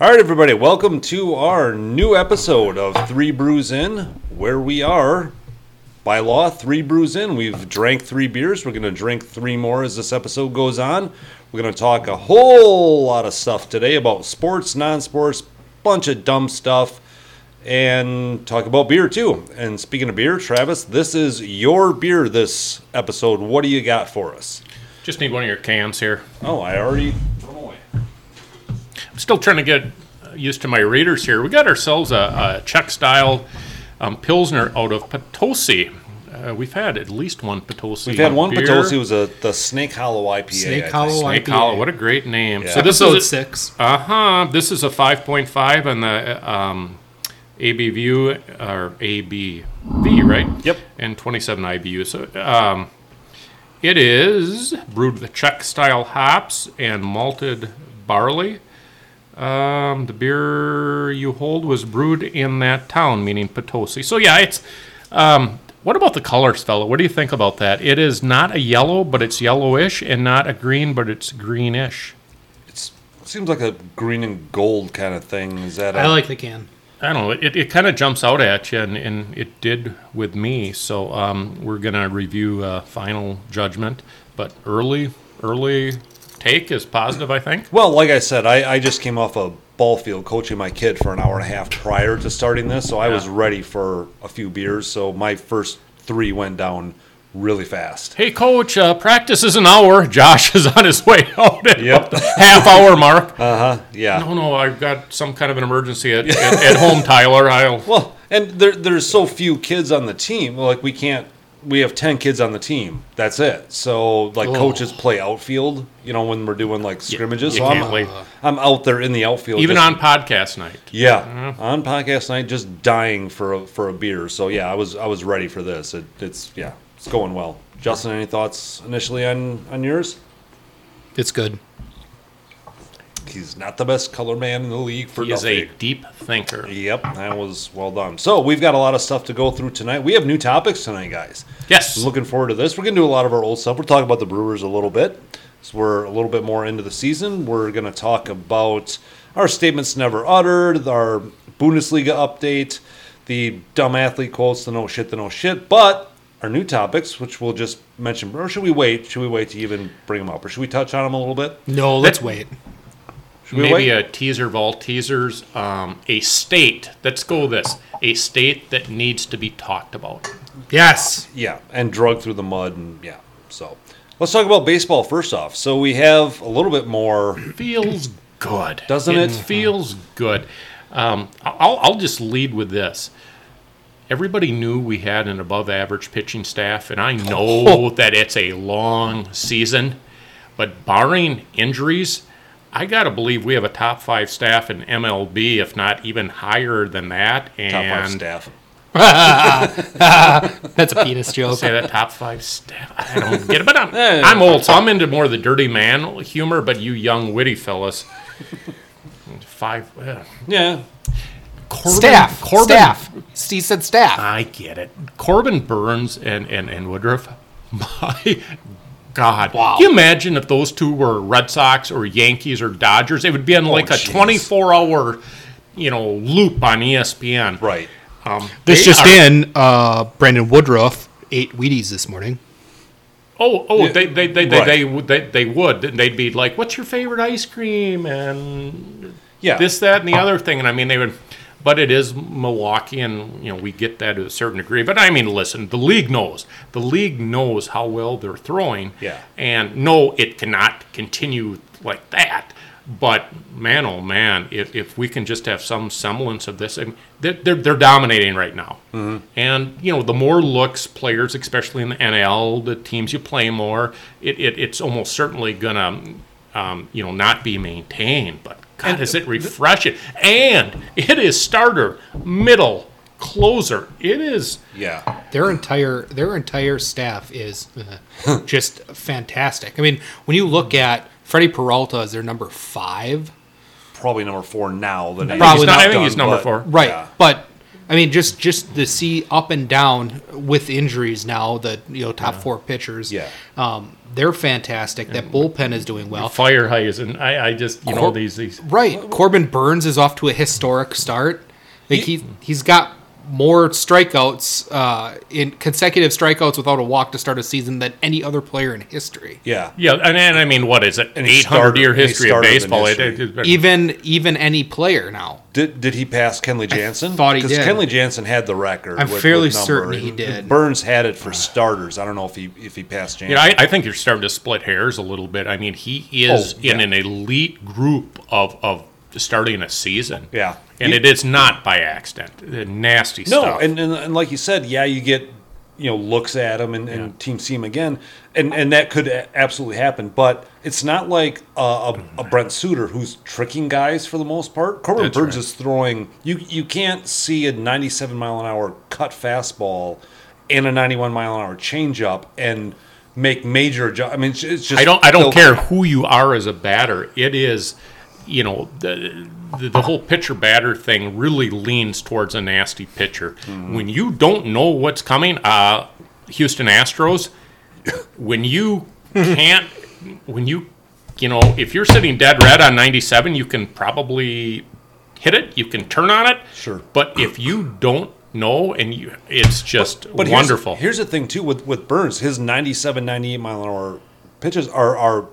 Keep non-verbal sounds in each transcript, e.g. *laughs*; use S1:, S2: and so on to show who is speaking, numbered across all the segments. S1: All right, everybody, welcome to our new episode of Three Brews In, where we are, by law, three brews in. We've drank three beers. We're going to drink three more as this episode goes on. We're going to talk a whole lot of stuff today about sports, non sports, bunch of dumb stuff, and talk about beer too. And speaking of beer, Travis, this is your beer this episode. What do you got for us?
S2: Just need one of your cans here.
S1: Oh, I already threw 'em away.
S2: I'm still trying to get uh, used to my readers here. We got ourselves a, a Czech style um, Pilsner out of Potosi. Uh, we've had at least one Potosi.
S1: We've had one
S2: beer.
S1: Potosi. It was a, the Snake Hollow IPA. I
S3: Snake
S1: think.
S3: Hollow
S2: Snake
S3: IPA.
S2: Hollow. What a great name. So this
S3: Episode
S2: is
S3: six.
S2: uh huh. This is a 5.5 on the um, ABV or ABV, right?
S1: Yep.
S2: And 27 IBU. So um, it is brewed with Czech style hops and malted barley. Um, the beer you hold was brewed in that town, meaning Potosi. So yeah, it's. Um, what about the colors, fella? What do you think about that? It is not a yellow, but it's yellowish, and not a green, but it's greenish.
S1: It's, seems like a green and gold kind of thing. Is that? a-
S3: I like the can.
S2: I don't know. It, it kind of jumps out at you, and, and it did with me. So um, we're gonna review uh, final judgment, but early early take is positive. I think.
S1: Well, like I said, I, I just came off a ball field coaching my kid for an hour and a half prior to starting this, so I was
S2: Yeah.
S1: ready for a few beers. So my first three went down really fast.
S2: Hey, coach, uh, practice is an hour. *laughs* Josh is on his way out at
S1: Yep. Uh.
S2: the half hour mark.
S1: Yeah.
S2: oh no, I've got some kind of an emergency at, at, at home, Tyler. I'll.
S1: Well, and there, there's so few kids on the team. Like we can't. We have ten kids on the team. That's it. So like coaches play outfield. You know when we're doing like scrimmages.
S2: Oh. you
S1: so I'm,
S2: can't wait.
S1: I'm out there in the outfield.
S2: Even
S1: just-
S2: on podcast night. Uh-huh.
S1: Yeah, on podcast night, just dying for a, for a beer. So yeah, I was I was ready for this. It, it's yeah, it's going well. Justin, any thoughts initially on on yours?
S3: It's good.
S1: He's not the best color man in the league for
S2: He is a
S1: nothing.
S2: deep thinker.
S1: Yep, that was well done. So we've got a lot of stuff to go through tonight. We have new topics tonight, guys.
S2: Yes.
S1: I'm looking forward to this. We're gonna do a lot of our old stuff. We're talking about the Brewers a little bit. So we're a little bit more into the season. We're gonna talk about our statements never uttered, our Bundesliga update, the dumb athlete quotes, the no shit, the no shit. But our new topics, which we'll just mention, or should we wait? Should we wait to even bring them up, or should we touch on them a little bit?
S3: No, let's wait.
S1: Should we
S2: Maybe
S1: wait?
S2: a teaser of all teasers. Um, a state. Let's go with this. A state that needs to be talked about.
S3: Yes.
S1: Yeah, and drug through the mud, and yeah. So let's talk about baseball first off. So we have a little bit more.
S2: Feels good,
S1: Doesn't it?
S2: Feels good. Um, I'll I'll just lead with this. Everybody knew we had an above-average pitching staff, and I
S1: Oh.
S2: know *laughs* that it's a long season, but barring injuries, I gotta believe we have a top five staff in MLB, if not even higher than that. And
S1: Top five staff.
S3: That's a *laughs* penis joke.
S2: say that top five staff.
S1: *laughs*
S2: I don't get it, but I'm, I'm old, so I'm into more of the dirty man humor. But you young witty fellas, five uh,
S1: Yeah,
S2: Corbin,
S3: staff.
S2: Corbin,
S3: Staff. He said staff.
S2: I get it. Corbin Burns and and and Woodruff. *laughs* My God! Wow. Can you imagine if those two were Red Sox or Yankees or Dodgers? It would be on like a
S1: Oh, jeez.
S2: 24 hour, you know, loop on E ESPN.
S1: right.
S2: Um,
S3: this
S2: they
S3: just
S2: are-
S3: in, uh, Brandon Woodruff ate Wheaties this morning.
S2: Oh, oh, they they they,
S1: Right.
S2: they, they would they, they would and they'd be like, "What's your favorite ice cream?" and
S1: Yeah.
S2: this, that, and the other thing. And I mean, they would, but it is Milwaukee, and you know we get that to a certain degree. But I mean, listen, the league knows. The league knows how well they're throwing.
S1: Yeah.
S2: And no, it cannot continue like that. But man, oh man, if, if we can just have some semblance of this, I mean, they're, they're, they're dominating right now. And, you know, the more looks players, especially in the NL, the teams you play more, it, it, it's almost certainly going to, um, you know, not be maintained. But God, is it refreshing? And it is starter, middle, closer. It is.
S1: yeah.
S3: Their entire their entire staff is uh, *laughs* just fantastic. I mean, when you look at Freddie Peralta as their number five,
S1: probably number four now. Than
S3: Probably
S2: he's not-
S3: not
S2: I think he's number
S1: but-
S2: four.
S3: right?
S1: Yeah.
S3: But I mean, just just to see up and down with injuries now. The you know top four pitchers.
S1: Yeah.
S3: um, they're fantastic. That bullpen is doing well.
S2: Fire Heisen. I, I just, you know,
S3: Cor-
S2: these, these.
S3: Right. Corbin Burns is off to a historic start. Like he he's got more strikeouts uh, in consecutive strikeouts without a walk to start a season than any other player in history.
S1: Yeah.
S2: Yeah, and, and I mean, what is it?
S1: he
S2: 800 year
S1: started- he
S2: history of
S1: started in
S2: baseball. It,
S1: history.
S2: it- it-
S3: Even even any player now.
S1: Did, did he pass Kenley Jansen?
S3: thought he did.
S1: Kenley Jansen had the record.
S3: I'm
S1: with- with
S3: fairly
S1: number.
S3: certain
S1: And
S3: he did.
S1: Burns had it for starters. I don't know if he if he passed Jansen.
S2: You know, I, I think you're starting to split hairs a little bit. I mean, he is
S1: Oh, yeah.
S2: in an elite group of, of starting a season.
S1: Yeah.
S2: And it is not by accident. The Nasty
S1: No,
S2: stuff.
S1: and, and and like you said, yeah, you get you know looks at him and, and teams see him again, and and that could a- absolutely happen. But it's not like a, a, a Brent Suter who's tricking guys for the most part. Corbin
S2: That's
S1: Burns
S2: right.
S1: is throwing. You you can't see a 97 mile an hour cut fastball and a 91 mile an hour changeup and make major. adju- I mean, it's, it's just
S2: I don't I don't
S1: the-
S2: care who you are as a batter. It is, you know, the the, the whole pitcher batter thing really leans towards a nasty pitcher.
S1: Mm-hmm.
S2: When you don't know what's coming, uh, Houston Astros, *coughs* when you can't, when you, you know, if you're sitting dead red on 97, you can probably hit it. You can turn on it.
S1: Sure.
S2: But if you don't know, and you, it's just
S1: But here's-
S2: wonderful.
S1: Here's, the thing too with with Burns, his 97, 98 mile an hour pitches are are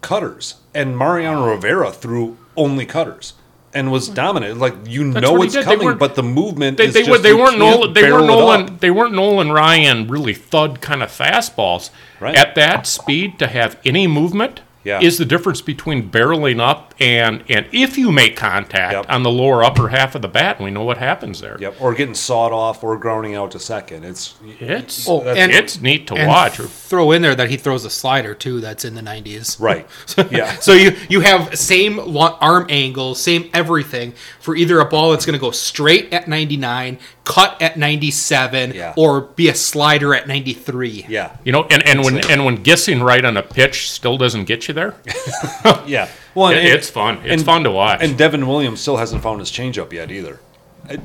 S1: cutters, and Mariano Rivera threw only cutters and was dominant. Like you know
S2: Hmm. what he
S1: it's
S2: did. They
S1: coming,
S2: weren't-
S1: but the movement
S2: they,
S1: is
S2: they,
S1: just
S2: were, they
S1: you can't
S2: weren't Nolan they
S1: barrel
S2: weren't
S1: it up.
S2: Nolan they weren't Nolan Ryan really thud kind of fastballs
S1: Right.
S2: at that speed to have any movement
S1: Yeah.
S2: is the difference between barreling up and and if you make contact
S1: Yep.
S2: on the lower upper half of the bat we know what happens there
S1: Yep, or getting sawed off or grounding out to second. It's
S2: it's
S3: Oh, and-
S2: it's neat to
S3: And
S2: watch
S3: throw in there that he throws a slider too. That's in the 90s.
S2: *laughs*
S1: right. Yeah.
S3: So you you have same lo- arm angle, same everything for either a ball that's going to go straight at 99, cut at 97,
S1: Yeah.
S3: or be a slider at 93.
S1: Yeah.
S2: you know and, and when
S1: Insane.
S2: and when guessing right on a pitch still doesn't get you there
S1: Yeah. Well, and-
S2: It- it's fun. It's
S1: and-
S2: fun to watch.
S1: And Devin Williams still hasn't found his changeup yet either.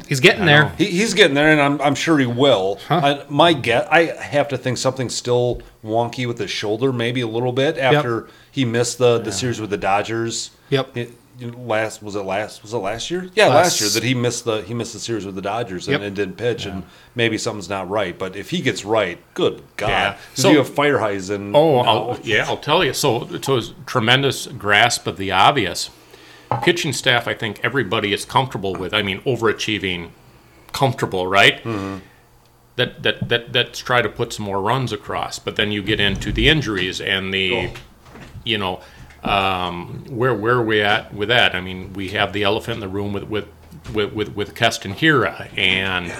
S3: He's getting there.
S1: He, he's getting there, and I'm, I'm sure he will. I, my guess, I have to think something's still wonky with his shoulder, maybe a little bit after he missed the, the series with the Dodgers.
S3: Yep.
S1: It- you know, last was it last was it last year? Yeah,
S3: Last-
S1: last, year that he missed the he missed the series with the Dodgers and,
S3: Yep.
S1: and didn't pitch, and maybe something's not right. But if he gets right, good God,
S2: Yeah.
S1: 'Cause
S2: So-
S1: you have Fireheisen.
S2: Oh,
S1: now.
S2: I'll, yeah, I'll tell you. So, so it's tremendous grasp of the obvious. Pitching staff, I think everybody is comfortable with. I mean, overachieving, comfortable, right? That that that that's try to put some more runs across, but then you get into the injuries and the, you know, um, where where are we at with that? I mean, we have the elephant in the room with with with with, with Keston Hira and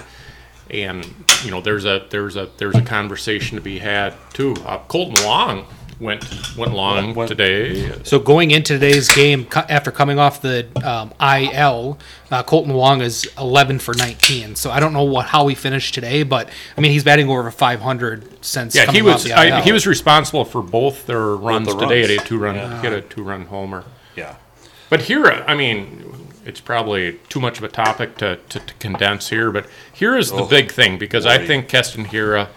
S2: and you know there's a there's a there's a conversation to be had too. Uh, Colton Long went went long
S1: went-
S2: today.
S3: So going into today's game, cu- after coming off the um, IL, uh, Colton Wong is 11 for 19. So I don't know what how he finished today, but I mean he's batting over 500 since.
S2: Yeah, he
S3: coming off
S2: was
S3: the
S2: I,
S3: IL.
S2: he was responsible for both their runs
S1: the
S2: today
S1: runs.
S2: at a two run hit a two run homer.
S1: yeah,
S2: But here, I mean, it's probably too much of a topic to, to, to condense here. But here is the big thing because I
S1: boy.
S2: think Keston Hira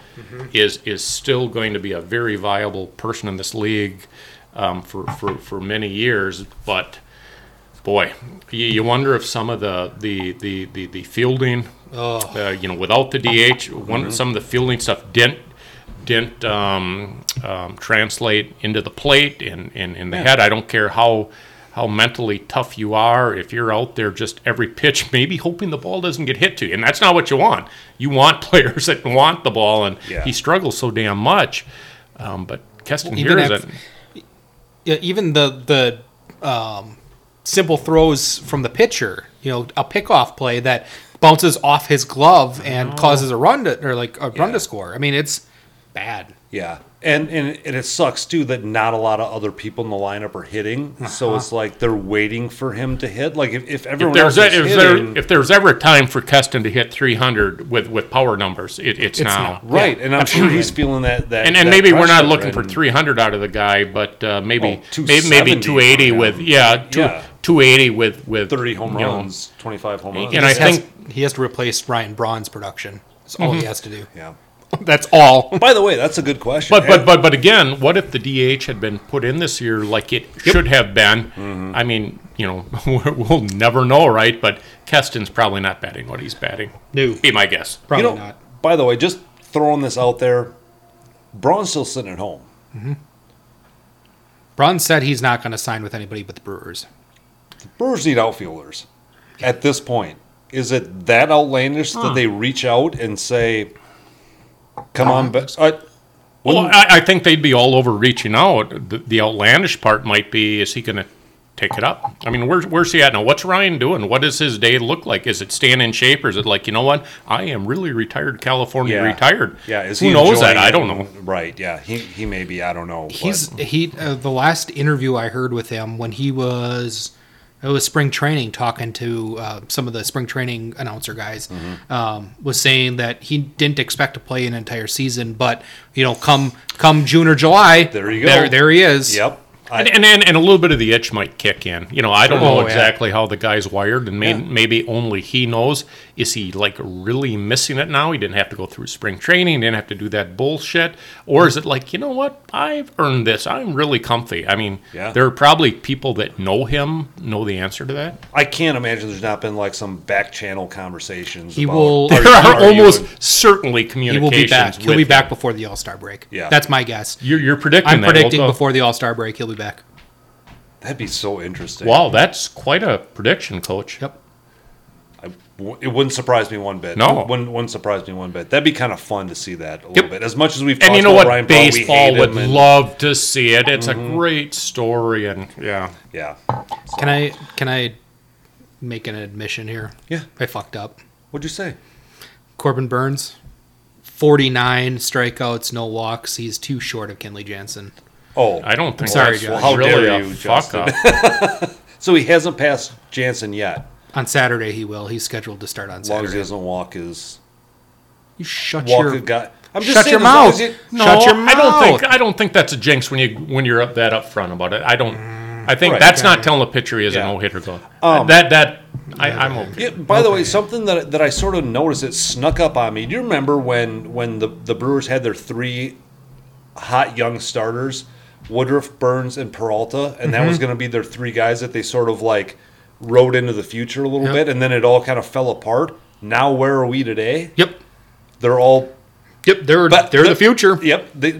S2: is is still going to be a very viable person in this league um, for, for for many years. But boy, you, you wonder if some of the the the the, the fielding, uh, you know, without the DH, one some of the fielding stuff didn't didn't um, um, translate into the plate and in, in the head. I don't care how how mentally tough you are if you're out there just every pitch *laughs* maybe hoping the ball doesn't get hit to you and that's not what you want you want *laughs* players that want the ball and
S1: Yeah.
S2: he struggles so damn much um, but Keston
S3: even
S2: here is
S3: if-
S2: a-
S3: yeah, even the the um, simple throws from the pitcher, you know, a pickoff play that bounces off his glove and causes a run to or like a run to score. I mean, it's bad.
S1: Yeah, and, and and it sucks too that not a lot of other people in the lineup are hitting. So it's like they're waiting for him to hit. Like if, if everyone
S2: Uh-huh. there's
S1: else
S2: a,
S1: is
S2: if,
S1: hitting,
S2: there, if there's ever a time for Keston to hit 300 with, with power numbers, it, it's, now.
S3: now.
S1: right, and I'm sure he's feeling that that.
S2: And, and
S1: that
S2: maybe we're not
S1: pressure
S2: looking for
S1: and-
S2: 300 out of the guy, but uh, maybe
S1: Oh,
S2: maybe maybe
S1: 270
S2: 280
S1: around.
S2: with yeah, two,
S1: Yeah.
S2: 280 with with
S1: 30 home
S2: you know, *laughs*
S1: runs, 25 home runs.
S2: And I
S3: He has-
S2: think-
S3: he has to replace Ryan Braun's production. That's all he has to do.
S1: yeah.
S3: That's
S1: *laughs*
S3: all.
S1: By the way, that's a good question.
S2: But but but but again, what if the DH had been put in this year like it should have been?
S1: Mm-hmm.
S2: I mean, you know, *laughs* we'll never know, right? But Keston's probably not batting what he's batting.
S3: No,
S2: Be my guess.
S3: probably
S1: you know,
S3: not.
S1: By the way, just throwing this out there, Braun's still sitting at home.
S3: Braun said he's not going to sign with anybody but the Brewers.
S1: Brewers need outfielders at this point. Is it that outlandish that they reach out and say, "Come on, Be- uh,
S2: Well, I, I think they'd be all over reaching out. The, the outlandish part might be: is he going to take it up? I mean, where's where's he at now? What's Ryan doing? What does his day look like? Is it staying in shape, or is it like you know what? I am really retired, California
S1: Yeah.
S2: retired.
S1: Yeah, is
S2: who
S1: he
S2: knows that?
S1: enjoying-
S2: I don't know.
S1: Right? Yeah, he he may be. I don't know. but-
S3: He's he. Uh, the last interview I heard with him when he was it was spring training talking to uh, some of the spring training announcer guys
S1: Mm-hmm.
S3: um, was saying that he didn't expect to play an entire season, but you know, come come June or July,
S1: There you go.
S3: there, there he is.
S1: yep. I,
S2: And, and, and, and a little bit of the itch might kick in. You know, I don't
S3: Oh,
S2: know
S3: yeah.
S2: exactly how the guy's wired, and may,
S1: Yeah.
S2: maybe only he knows. Is he like really missing it now? He didn't have to go through spring training, didn't have to do that bullshit. Or is it like, you know what? I've earned this. I'm really comfy. I mean,
S1: Yeah.
S2: there are probably people that know him know the answer to that.
S1: I can't imagine there's not been like some back channel conversations.
S3: He
S1: about,
S3: will-
S2: There
S1: you-
S2: are,
S1: you
S2: almost
S1: in-
S2: certainly
S3: He
S2: communications.
S3: will be back. He'll
S2: with
S3: be
S2: him.
S3: back before the All Star break.
S1: Yeah.
S3: that's my guess.
S2: You're, you're predicting
S3: I'm
S2: that. We'll
S3: predicting
S2: go-
S3: before the All Star break, he'll be back.
S1: that'd be so interesting.
S2: Wow, that's quite a prediction, coach.
S3: Yep.
S1: I w it wouldn't surprise me one bit.
S2: No.
S1: It wouldn't, wouldn't surprise me one bit. That'd be kind of fun to see that a little bit. As much as we've talked
S2: And you know
S1: about
S2: what?
S1: Ryan Braun, we hate
S2: Baseball would
S1: him and- Mm-hmm.
S2: love to see it. It's a great story, and yeah,
S1: Yeah.
S3: Can I can I make an admission here?
S1: Yeah.
S3: I fucked up.
S1: What'd you say?
S3: Corbin Burns, 49 strikeouts, no walks. He's too short of Kenley Jansen.
S1: Oh,
S2: I don't think
S3: sorry,
S2: that's
S3: Josh.
S1: How
S2: really
S1: dare
S2: a
S1: you,
S2: fuck
S1: Justin.
S2: up.
S1: *laughs* so he hasn't passed Jansen yet.
S3: On Saturday, he will. He's scheduled to start on
S1: As long as he
S3: Saturday.
S1: doesn't walk his
S3: you shut
S1: walk
S3: your
S1: a guy. I'm
S3: shut your
S1: saying, as long
S3: mouth.
S1: as you-
S2: No,
S3: Shut your
S2: I don't think
S3: mouth.
S2: I don't think that's a jinx when you when you're up that upfront about it. I don't. I think
S1: Right.
S2: that's not telling the pitcher he is
S1: Yeah.
S2: a no hitter go.
S1: Um,
S2: that that I, I'm okay.
S1: Yeah, by the way, something that that I sort of noticed that snuck up on me. Do you remember when when the the Brewers had their three hot young starters, Woodruff, Burns, and Peralta, and that was going to be their three guys that they sort of like rode into the future a little
S3: Yep.
S1: bit, and then it all kind of fell apart. Now where are we today?
S3: Yep.
S1: They're all
S3: Yep. They're,
S1: But
S3: they're the,
S1: the-
S3: future.
S1: yep. They,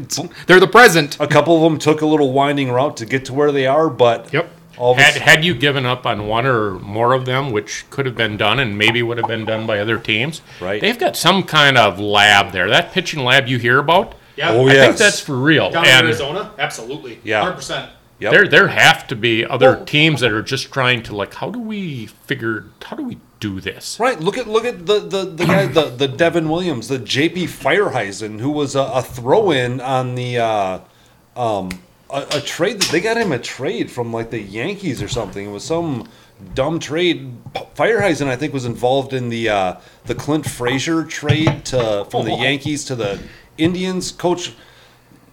S3: They're the present.
S1: a couple of them took a little winding route to get to where they are, but
S3: Yep.
S1: all of a
S2: Had
S1: s-
S2: had you given up on one or more of them, which could have been done and maybe would have been done by other teams,
S1: Right.
S2: They've got some kind of lab there. That pitching lab you hear about,
S3: Yeah.
S1: Oh,
S2: I
S1: yeah. Yes.
S2: think that's for real.
S3: Down in
S2: and
S3: Arizona? Absolutely.
S1: Yeah.
S3: 100%.
S1: Yep.
S2: There, there have to be other teams that are just trying to like, how do we figure? How do we do this?
S1: Right. Look at look at the the, the guy the, the Devin Williams, the JP Fireheisen, who was a, a throw in on the uh, um a, a trade that they got him a trade from like the Yankees or something. It was some dumb trade. P- Fireheisen, I think, was involved in the uh, the Clint Frazier trade to from
S2: Oh,
S1: the Yankees to the Indians. Coach,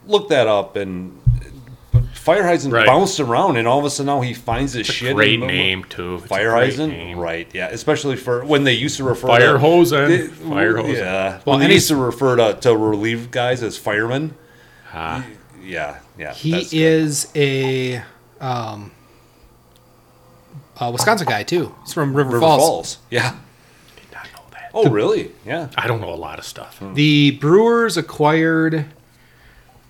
S1: look that up and. Fireheisen
S2: Right.
S1: bounced around, and all of a sudden now he finds his shit. and
S2: Great
S1: mo-
S2: name too. It's a great
S1: Fireheisen,
S2: name.
S1: right? Yeah, especially for when they used to refer
S2: Fire
S1: to,
S2: hose and
S1: They-
S2: fire hose.
S1: Yeah,
S3: Well,
S1: well, they
S3: and
S1: used to refer to, to relief guys as firemen.
S2: Ah.
S1: Yeah, yeah.
S3: He
S1: that's good.
S3: is a um, a Wisconsin guy too. He's from River,
S1: River
S3: Falls.
S1: Falls. Yeah.
S2: Did not know that.
S1: Oh, really? Yeah.
S2: I don't know a lot of stuff.
S1: Hmm.
S3: The Brewers acquired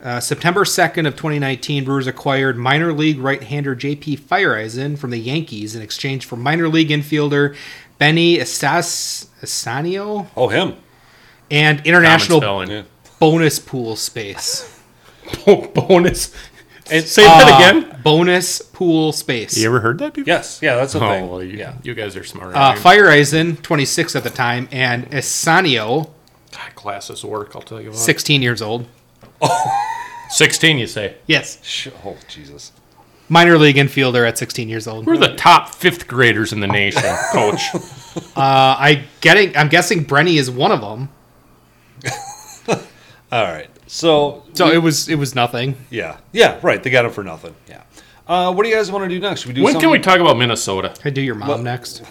S3: uh, September 2nd of 2019. Brewers acquired minor league right-hander J.P. Fireisen from the Yankees in exchange for minor league infielder Benny Esas- Esanio
S1: Oh, him.
S3: and
S2: Common
S3: international
S2: spelling.
S1: Yeah.
S3: bonus pool space.
S2: *laughs*
S3: Uh,
S2: Bo- bonus. *laughs* Say that again.
S3: Bonus pool space.
S2: You ever heard that before?
S1: Yes. uh, Yeah, that's the
S2: Oh,
S1: thing.
S2: well, you,
S1: yeah.
S2: you guys are smart.
S3: Uh,
S2: I mean,
S3: Fireisen, 26 at the time, and Esanio,
S2: God, classes work. I'll tell you what.
S3: 16 years old.
S2: Sixteen, you say?
S3: Yes.
S1: Sh- Oh, Jesus.
S3: Minor league infielder at 16 years old.
S2: We're the top fifth graders in
S1: *laughs*
S2: the nation, coach.
S3: Uh, I getting. I'm guessing Brenny is one of them.
S1: All right. So
S3: So it was. It was nothing.
S1: yeah, yeah. Right. They got him for nothing. Yeah. Uh, what do you guys want to do next? Should we do
S2: When can
S1: something?
S2: we talk about Minnesota?
S3: I do your mom next.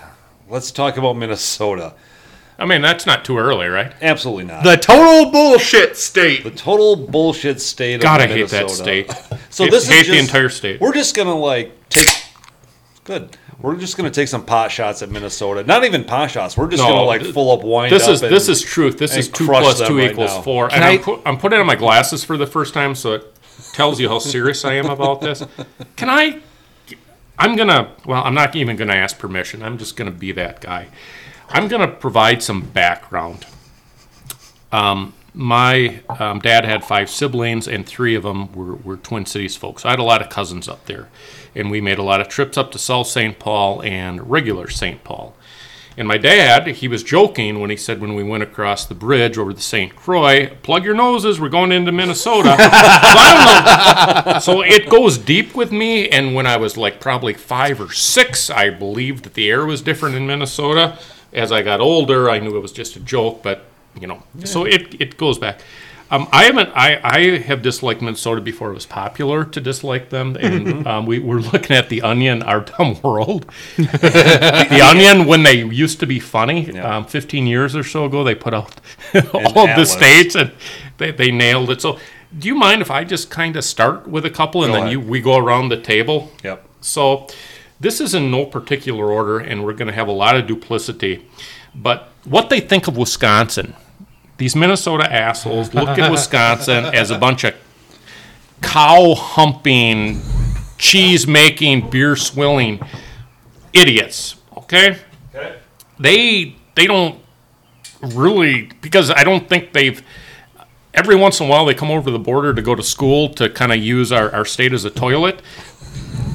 S1: Let's talk about Minnesota.
S2: I mean, that's not too early, right?
S1: Absolutely not.
S3: The total bullshit state.
S1: The total bullshit state.
S2: God, I
S1: of
S2: hate that
S1: Minnesota.
S2: state.
S1: *laughs* So
S2: Hate-
S1: this is
S2: hate the
S1: just-
S2: entire state.
S1: We're just gonna like take. Good. We're just gonna take some pot shots at Minnesota. Not even pot shots. We're just
S2: No,
S1: gonna like
S2: th-
S1: full up wind.
S2: This
S1: up
S2: is this
S1: and-
S2: is truth. This is
S1: and
S2: two
S1: crush
S2: plus
S1: them
S2: two
S1: right
S2: equals
S1: now.
S2: four.
S3: Can
S2: and I,
S3: I-
S2: am put, I'm putting on my glasses for the first time, so it tells you how serious I am about this. *laughs* Can I? I'm gonna. Well, I'm not even gonna ask permission. I'm just gonna be that guy. I'm gonna provide some background. Um, my um, dad had five siblings, and three of them were, were Twin Cities folks. I had a lot of cousins up there, and we made a lot of trips up to South St. Paul and regular St. Paul. And my dad, he was joking when he said when we went across the bridge over the St. Croix, plug your noses, we're going into Minnesota. so, I don't know. *laughs* So it goes deep with me. And when I was like probably five or six, I believed that the air was different in Minnesota. As I got older, I knew it was just a joke, but you know, so it, it goes back. Um, I haven't. I, I have disliked Minnesota before it was popular to dislike them, and um, we were looking at the Onion, our dumb world, *laughs* the Onion when they used to be funny, um, 15 years or so ago, they put out *laughs* all of the
S1: atlas.
S2: states and they, they nailed it. So, do you mind if I just kind of start with a couple and
S1: Go
S2: then
S1: ahead.
S2: you we go around the table?
S1: Yep.
S2: So, this is in no particular order, and we're going to have a lot of duplicity. But what they think of Wisconsin, these Minnesota assholes look at Wisconsin as a bunch of cow humping, cheese making, beer swilling idiots. Okay? They they don't really because I don't think they've every once in a while they come over the border to go to school to kind of use our, our state as a toilet.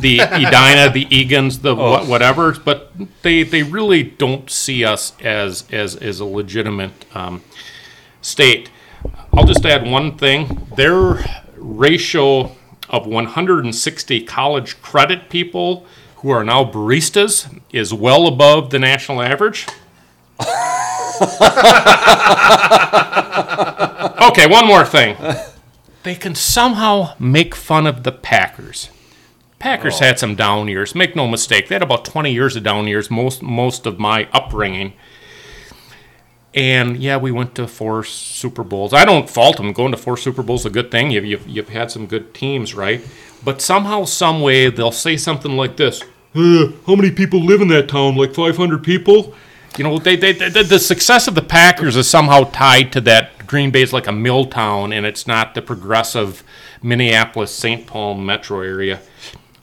S2: The Edina, the Egans, the wha- whatever, but they they really don't see us as as as a legitimate um, state. I'll just add one thing. Their ratio of 160 college credit people who are now baristas is well above the national average. okay, one more thing. They can somehow make fun of the Packers. Packers had some down years. Make no mistake, they had about 20 years of down years. Most most of my upbringing. And yeah, we went to four Super Bowls. I don't fault them. Going to four Super Bowls is a good thing. You've, you've, you've had some good teams, right? But somehow, some way, they'll say something like this "Uh, How many people live in that town? Like 500 people? You know, they, they, they, the success of the Packers is somehow tied to that Green Bay's like a mill town, and it's not the progressive Minneapolis St. Paul metro area.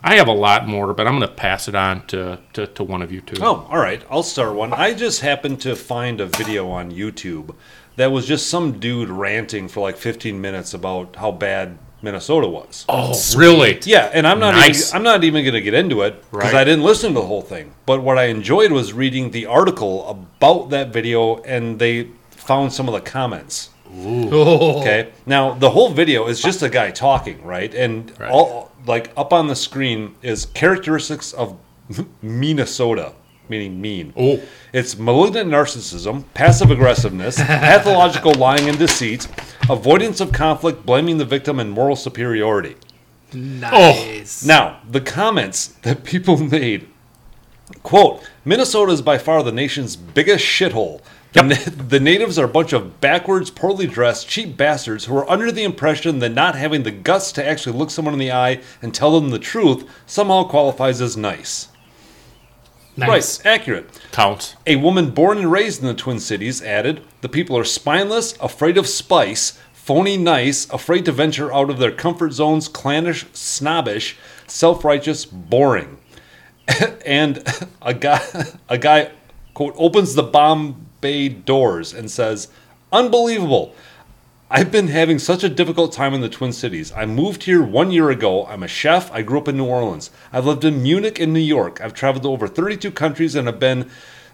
S2: I have a lot more, but I'm going to pass it on to, to, to one of you two.
S1: Oh, all right. I'll start one. I just happened to find a video on YouTube that was just some dude ranting for like 15 minutes about how bad Minnesota was.
S2: Oh, really?
S1: Yeah, and I'm not
S2: Nice.
S1: even, I'm not even going to get into it because
S2: Right.
S1: I didn't listen to the whole thing. But what I enjoyed was reading the article about that video, and they found some of the comments.
S3: Oh.
S2: Oh.
S1: Okay, now the whole video is just a guy talking, right? And
S2: Right.
S1: all like up on the screen is characteristics of *laughs* Minnesota, meaning mean.
S2: Oh.
S1: It's malignant narcissism, passive
S2: *laughs*
S1: aggressiveness, pathological lying and deceit, avoidance of conflict, blaming the victim, and moral superiority.
S3: Nice.
S1: Now, the comments that people *laughs* made quote, Minnesota is by far the nation's biggest shithole. The, na- *laughs* the natives are a bunch of backwards, poorly dressed, cheap bastards who are under the impression that not having the guts to actually look someone in the eye and tell them the truth somehow qualifies as nice.
S3: nice.
S1: Right, accurate.
S2: Counts.
S1: A woman born and raised in the Twin Cities added, The people are spineless, afraid of spice, phony nice, afraid to venture out of their comfort zones, clannish, snobbish, self righteous, boring. and a guy, a guy, quote, opens the bomb bay doors and says, Unbelievable. I've been having such a difficult time in the Twin Cities. I moved here one year ago. I'm a chef. I grew up in New Orleans. I've lived in Munich and New York. I've traveled to over 32 countries and have been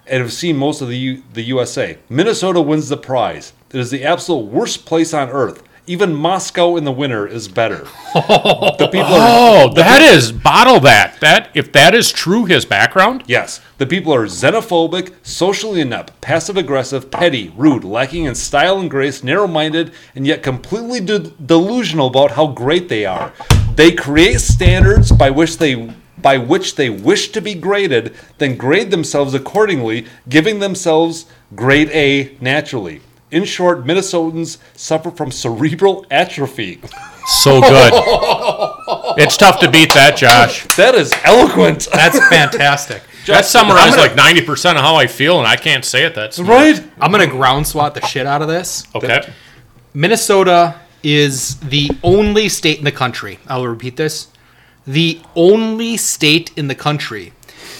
S1: and have seen most of the U- the USA. Minnesota wins the prize. It is the absolute worst place on earth. Even Moscow in the winter is better. the people are
S2: Oh, that is bottle that. That if that is true, his background.
S1: Yes, the people are xenophobic, socially inept, passive aggressive, petty, rude, lacking in style and grace, narrow minded, and yet completely de- delusional about how great they are. They create standards by which they by which they wish to be graded, then grade themselves accordingly, giving themselves grade A naturally. In short, Minnesotans suffer from cerebral atrophy.
S2: So good. it's tough to beat that, Josh.
S1: That is eloquent. *laughs*
S3: That's fantastic.
S2: That
S3: I'm
S2: summarized
S3: gonna-
S2: like 90% of how I feel, and I can't say it. That's
S1: right?
S3: I'm gonna ground swat the shit out of this.
S2: Okay.
S3: Minnesota is the only state in the country. I'll repeat this. The only state in the country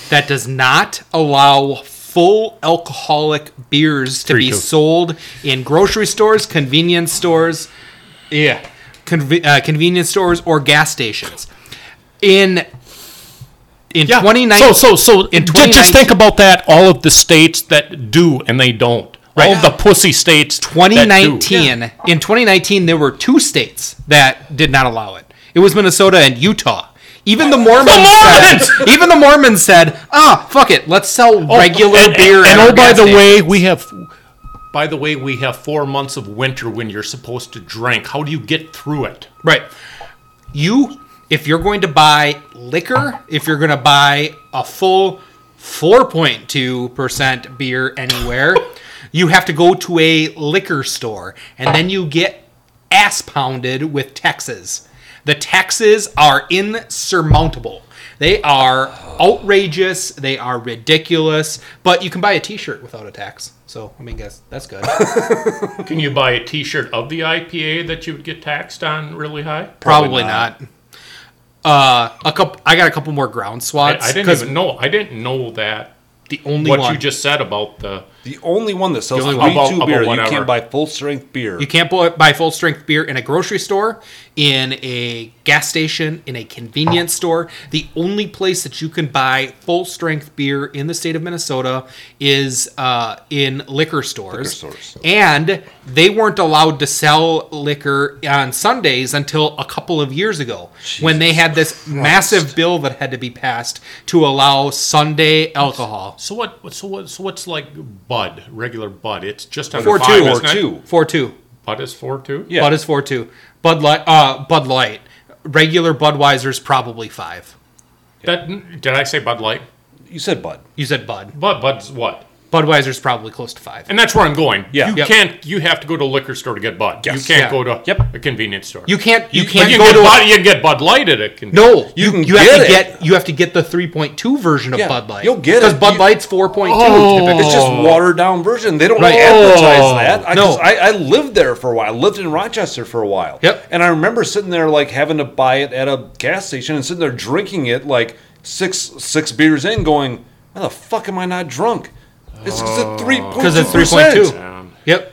S3: that does not allow full alcoholic beers to
S2: Three,
S3: be
S2: two.
S3: sold in grocery stores, convenience stores, yeah, conve- uh, convenience stores or gas stations. In in 2019
S2: So so so
S3: in
S2: ju- just
S3: 2019
S2: think about that. All of the states that do and they don't. All of the pussy states. that do.
S3: 2019 in 2019 there were two states that did not allow it it was minnesota and utah even the mormons,
S2: Mormons!
S3: Said, even the mormons said ah fuck it let's sell
S2: Oh,
S3: regular
S2: and-
S3: beer
S2: And,
S3: at our
S2: oh, by
S3: gas
S2: the
S3: station."
S2: way, we have. By the way, we have four months of winter when you're supposed to drink. How do you get through it?
S3: right you if you're going to buy liquor if you're going to buy a full 4.2% beer anywhere you have to go to a liquor store and then you get ass pounded with taxes the taxes are insurmountable they are outrageous they are ridiculous but you can buy a t-shirt without a tax so i mean guess that's good
S2: Can you buy a T-shirt of the IPA that you would get taxed on really high?
S3: Probably not. Uh, a couple. I got a couple more ground
S2: I,
S3: swats.
S2: I didn't
S3: 'cause
S2: even know. I didn't know that.
S3: the only
S2: What
S3: one
S2: you just said about the
S1: The only one that sells
S2: The only
S1: only
S2: one. About-
S1: 32
S2: about
S1: beer, you
S2: whatever.
S1: can't buy full strength beer.
S3: you can't buy, buy full strength beer in a grocery store, in a gas station, in a convenience store. The only place that you can buy full strength beer in the state of Minnesota is uh, in liquor stores.
S1: Liquor stores.
S3: And they weren't allowed to sell liquor on Sundays until a couple of years ago when they had this massive bill that had to be passed to allow Sunday alcohol.
S2: so what so what so what's like Bud regular Bud? It's just under
S1: Four
S2: five,
S1: two or
S2: isn't it?
S1: two.
S3: 4 2.
S2: Bud is four two.
S1: Yeah.
S3: Bud is 4 2. Bud Light, uh, Bud Light. Regular Budweiser's probably 5.
S2: That did I say Bud Light?
S1: You said Bud.
S3: You said Bud.
S2: Bud Bud's what?
S3: Budweiser's probably close to 5.
S2: And that's where I'm going.
S1: Yeah.
S2: You
S3: Yep.
S2: can't. You have to go to a liquor store to get Bud.
S1: Yes.
S2: You can't
S3: Yeah.
S2: go to
S1: Yep.
S2: a convenience store.
S3: You can't- you
S2: but
S3: can't
S2: you
S3: go
S2: get
S3: to a-
S2: Bud, You can get Bud Light at a convenience.
S3: No, you,
S1: can
S3: you, have
S1: get
S3: to
S1: it.
S3: get you have to get the 3.2 version of
S1: Yeah,
S3: Bud Light.
S1: you'll get
S3: Cuz
S1: it.
S3: Bud
S1: You- Oh.
S3: Light's 4.2 typically.
S1: It's just watered down version. They don't
S3: Oh. Right. Oh.
S1: advertise that. I,
S3: No.
S1: 'cause I, I lived there for a while. I lived in Rochester for a while.
S3: Yep.
S1: And I remember sitting there like having to buy it at a gas station and sitting there drinking it like six six beers in, going, "How the fuck am I not drunk?" It's it's a three
S3: Cuz it's 3.2. Yep.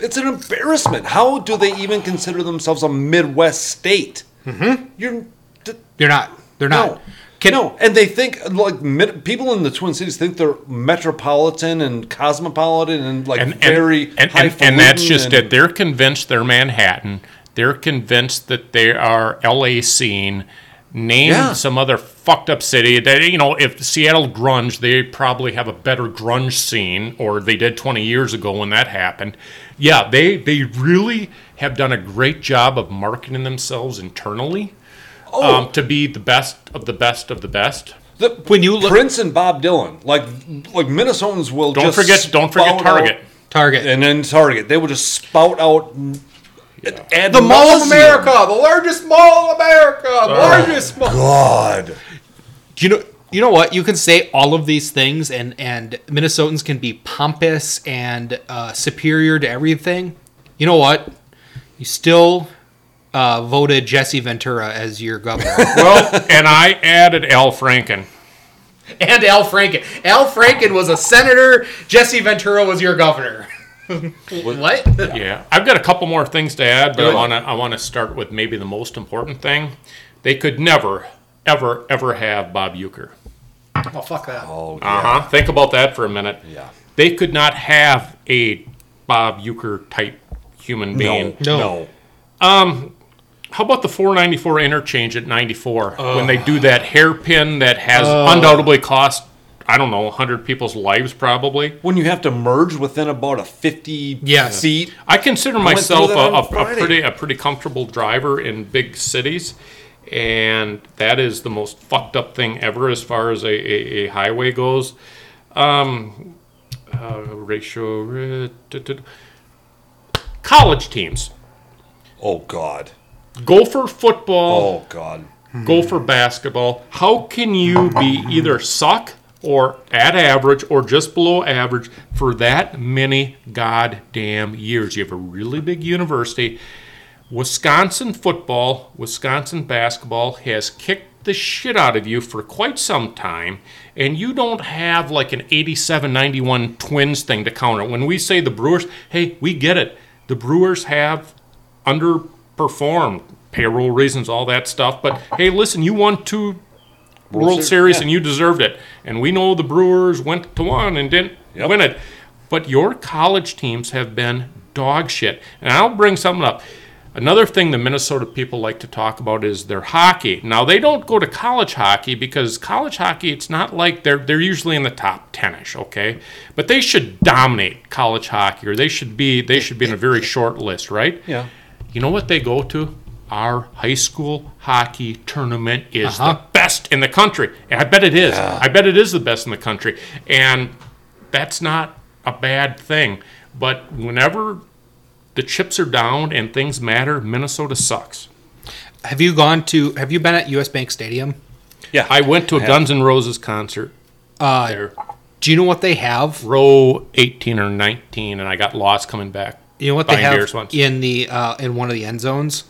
S1: It's an embarrassment. How do they even consider themselves a Midwest state? Mm-hmm. You're th-
S3: They're not. They're not.
S1: no, no, and they think like mid, people in the Twin Cities think they're metropolitan and cosmopolitan and like
S2: And, and,
S1: very
S2: and, and,
S1: highfalutin
S2: and that's just
S1: and-
S2: it. They're convinced they're Manhattan. They're convinced that they are LA scene. Name
S1: Yeah.
S2: some other fucked up city that you know. If Seattle grunge, they probably have a better grunge scene, or they did 20 years ago when that happened. Yeah, they they really have done a great job of marketing themselves internally
S1: Oh.
S2: um, to be the best of the best of the best. *laughs*
S1: The,
S3: When you look-
S1: Prince and Bob Dylan, like like Minnesotans will
S2: Don't
S1: just
S2: forget, don't forget
S1: spout
S2: Target.
S1: out-
S3: Target.
S1: and then Target. They will just spout out. Ad
S3: the Mall of
S1: nauseam.
S3: America, the largest mall of America, largest mall.
S1: God.
S3: Do you know? You know what? You can say all of these things, and and Minnesotans can be pompous and uh, superior to everything. You know what? You still uh, voted Jesse Ventura as your governor, *laughs*
S2: Well, and I added Al Franken.
S3: and Al Franken. Al Franken was a senator. Jesse Ventura was your governor. *laughs* what?
S2: Yeah, I've got a couple more things to add, but I
S3: Good.
S2: want to I want to start with maybe the most important thing. They could never, ever, ever have Bob Euchre.
S3: *laughs* Oh fuck that!
S1: Oh,
S2: Uh huh. Think about that for a minute.
S1: Yeah.
S2: They could not have a Bob Euchre type human being.
S1: no, no.
S2: How about the 494 interchange at 94 when they do that hairpin that has undoubtedly cost I don't know, 100 people's lives probably.
S1: When you have to merge within about a 50
S3: Yeah.
S1: seat.
S2: I consider
S1: went
S2: myself
S1: through that on
S2: a, a, a
S1: Friday.
S2: pretty a pretty comfortable driver in big cities, and that is the most fucked up thing ever as far as a, a, a highway goes. Um, uh, ratio uh, duh, duh, duh. college teams
S1: Oh, God.
S2: go for football,
S1: Oh, God.
S2: go for basketball. How can you be either suck or at average or just below average for that many goddamn years? You have a really big university. Wisconsin football, Wisconsin basketball has kicked the shit out of you for quite some time, and you don't have like an 87 91 Twins thing to counter. When we say the Brewers, hey, we get it. The Brewers have underperformed, payroll reasons, all that stuff. But hey, listen, you won two World,
S1: Series,
S2: Series
S1: yeah.
S2: and you deserved it. And we know the Brewers went to one and didn't
S1: Yep.
S2: win it. But your college teams have been dog shit. And I'll bring something up. Another thing the Minnesota people like to talk about is their hockey. Now they don't go to college hockey because college hockey, it's not like they're they're usually in the top tenish, okay? But they should dominate college hockey or they should be they should be in a very short list, right?
S1: Yeah.
S2: You know what they go to? Our high school hockey tournament is
S3: Uh-huh.
S2: the best in the country. And I bet it is. I bet it is the best in the country. And that's not a bad thing. But whenever the chips are down and things matter, Minnesota sucks.
S3: Have you gone to? Have you been at U.S. Bank Stadium?
S1: Yeah.
S2: I went to a Guns N' Roses concert
S3: Uh,
S2: there,
S3: Do you know what they have?
S2: row 18 or 19, and I got lost coming back.
S3: You know what they
S2: buying
S3: have
S2: beers once.
S3: in the uh, in one of the end zones,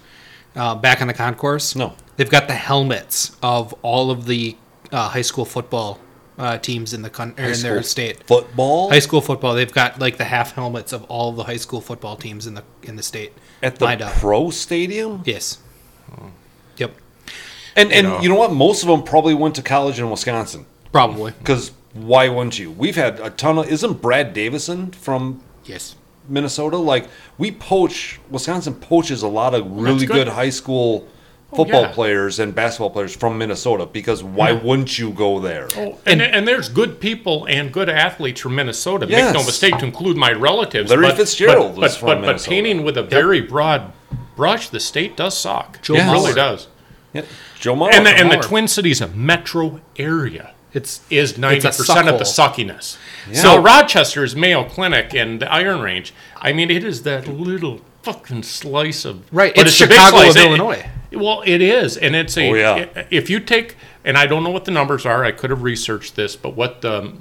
S3: uh, back on the concourse.
S1: No.
S3: they've got the helmets of all of the uh, high school football uh, teams in the con- or in their
S1: school
S3: state.
S1: Football
S3: High school football. They've got like the half helmets of all the high school football teams in the in the state.
S1: at the
S3: lined up.
S1: pro stadium?
S3: Yes. Yep.
S1: And, and
S2: know.
S1: you know what? Most of them probably went to college in Wisconsin.
S3: Probably.
S1: Because why wouldn't you? We've had a ton of. Isn't Brad Davison from
S3: Yes.
S1: Minnesota? Like we poach. Wisconsin poaches a lot of really
S2: good.
S1: good. high school football
S2: yeah.
S1: players and basketball players from Minnesota. Because why wouldn't you go there?
S2: And, and there's good people and good athletes from Minnesota. Make no
S1: Yes.
S2: mistake, to include my relatives.
S1: Larry
S2: but,
S1: Fitzgerald
S2: but,
S1: was
S2: but,
S1: from
S2: but, but
S1: Minnesota.
S2: painting with a very broad brush, the state does suck.
S3: Joe
S2: It really
S3: Mauer.
S2: does.
S1: Yeah. Joe Mauer.
S2: And the, and the
S3: Mauer.
S2: Twin Cities a metro area
S3: It's
S2: is ninety percent of the suckiness.
S1: Yeah.
S2: So Rochester's Mayo Clinic and the Iron Range. I mean, it is that little fucking slice of
S3: Right,
S2: but
S3: it's
S2: a big
S3: Chicago of
S2: slice. It-
S3: Illinois.
S2: it- well, it is, and it's a.
S1: Oh, yeah.
S2: If you take, and I don't know what the numbers are. I could have researched this, but what the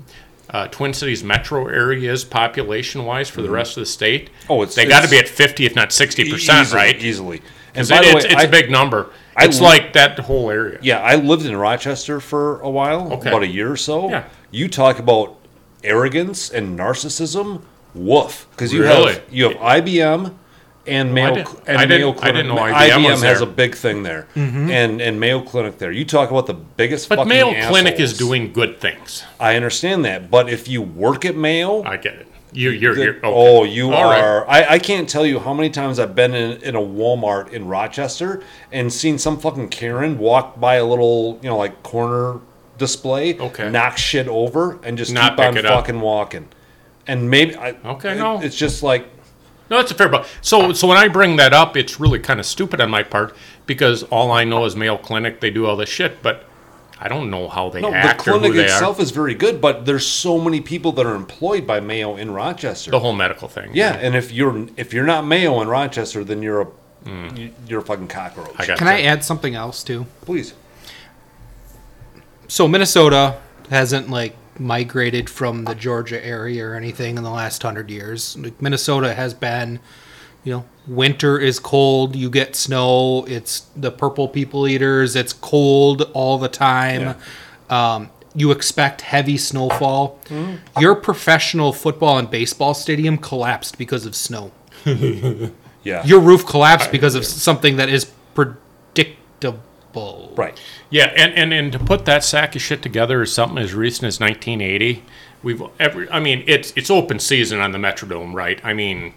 S2: uh, Twin Cities metro area is population wise for the rest of the state.
S1: Mm-hmm. Oh, it's-
S2: they got to
S1: it's-
S2: be at fifty, if not sixty percent,
S1: easily,
S2: right?
S1: Easily. And
S2: 'Cause
S1: by
S2: it-
S1: the way,
S2: it's, it's
S1: I,
S2: a big number.
S1: I
S2: it's
S1: lo-
S2: like that whole area.
S1: yeah, I lived in Rochester for a while,
S2: Okay.
S1: about a year or so.
S2: Yeah.
S1: You talk about arrogance and narcissism. Woof. Because you
S2: Really?
S1: have you have IBM and Mayo
S2: didn't-
S1: and
S2: I didn't-
S1: Mayo
S2: I
S1: Clinic.
S2: didn't know IBM
S1: IBM,
S2: was
S1: has
S2: there. Mm-hmm.
S1: a big thing there, and and Mayo Clinic there. You talk about the biggest.
S2: But
S1: fucking
S2: Mayo Clinic
S1: assholes.
S2: is doing good things.
S1: I understand that, but if you work at Mayo,
S2: I get it. You, you're, you're
S1: that-
S2: okay.
S1: oh, you
S2: All right.
S1: are. I, I can't tell you how many times I've been in, in a Walmart in Rochester and seen some fucking Karen walk by a little, you know, like corner display,
S2: Okay.
S1: knock shit over, and just
S2: Not
S1: keep on
S2: pick it up.
S1: fucking walking. And maybe, I,
S2: Okay,
S1: it-
S2: no.
S1: it's just like,
S2: No, that's a fair. But so, so when I bring that up, it's really kind of stupid on my part because all I know is Mayo Clinic. They do all this shit, but I don't know how they
S1: no, the
S2: act or
S1: clinic
S2: who they
S1: itself
S2: are.
S1: is very good, but there's so many people that are employed by Mayo in Rochester.
S2: The whole medical thing.
S1: yeah, and if you're if you're not Mayo in Rochester, then you're a you- you're a fucking cockroach.
S2: Mm. I got
S3: Can I add something else too?
S1: Please.
S3: So Minnesota hasn't like migrated from the Georgia area or anything in the last hundred years. Like Minnesota has been, you know, winter is cold. You get snow. It's the purple people eaters. It's cold all the time. Um, you expect heavy snowfall. Your professional football and baseball stadium collapsed because of snow.
S1: Yeah.
S3: Your roof collapsed because of something that is predictable.
S1: right.
S2: Yeah, and, and and to put that sack of shit together is something as recent as 1980. We've every. I mean, it's it's open season on the Metrodome, right? I mean,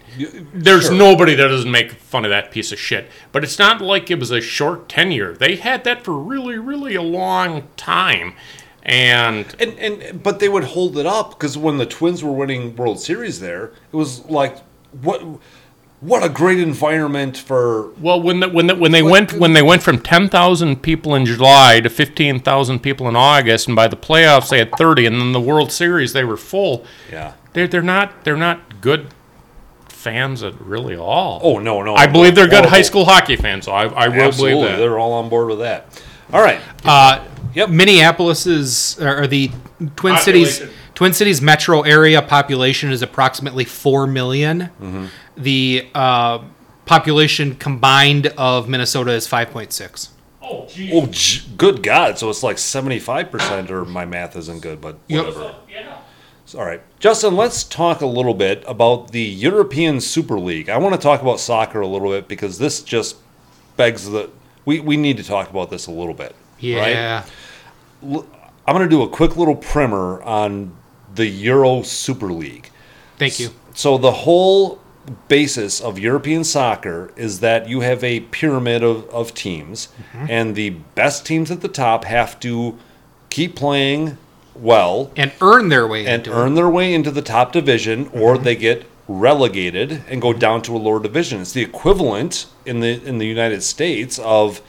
S2: there's nobody that doesn't make fun of that piece of shit. But it's not like it was a short tenure. They had that for really, really a long time, And
S1: And and but they would hold it up because when the Twins were winning World Series, there it was like what what a great environment for
S2: well, when the, when the, when they went when they went from ten thousand people in July to fifteen thousand people in August, and by the playoffs they had thirty, and then the World Series they were full.
S1: yeah.
S2: They're they're not they're not good fans at really all.
S1: Oh no no!
S2: I believe they're good high
S1: horrible.
S2: school hockey fans. So I I will
S1: Absolutely,
S2: believe that.
S1: they're all on board with that. All right,
S3: Uh,
S1: Yep.
S3: Minneapolis's or, or the Twin Cities
S2: Population.
S3: Twin Cities metro area population is approximately four million.
S1: Mm-hmm.
S3: The uh, population combined of Minnesota is five point six.
S2: Oh, geez.
S1: oh j- good God! So it's like seventy five percent, or my math isn't good, but
S3: Yep.
S1: whatever.
S2: yeah.
S1: All right, Justin, let's talk a little bit about the European Super League. I want to talk about soccer a little bit because this just begs the we, we need to talk about this a little bit.
S3: Yeah,
S1: I'm going to do a quick little primer on the Euro Super League.
S3: thank you.
S1: So the whole basis of European soccer is that you have a pyramid of, of teams, and the best teams at the top have to keep playing well
S3: And earn their way
S1: and
S3: into it. Mm-hmm.
S1: earn their way into the top division, or they get relegated and go down to a lower division. It's the equivalent in the in the United States of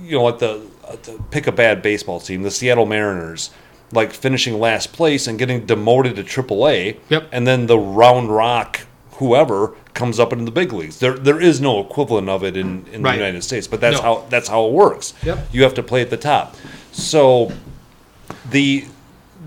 S1: you know, like the, uh, the pick a bad baseball team, the Seattle Mariners, like finishing last place and getting demoted to AAA.
S3: Yep.
S1: And then the Round Rock, whoever comes up into the big leagues. There, there is no equivalent of it in, in
S3: Right.
S1: the United States, but that's
S3: No.
S1: how that's how it works.
S3: Yep.
S1: You have to play at the top. So, the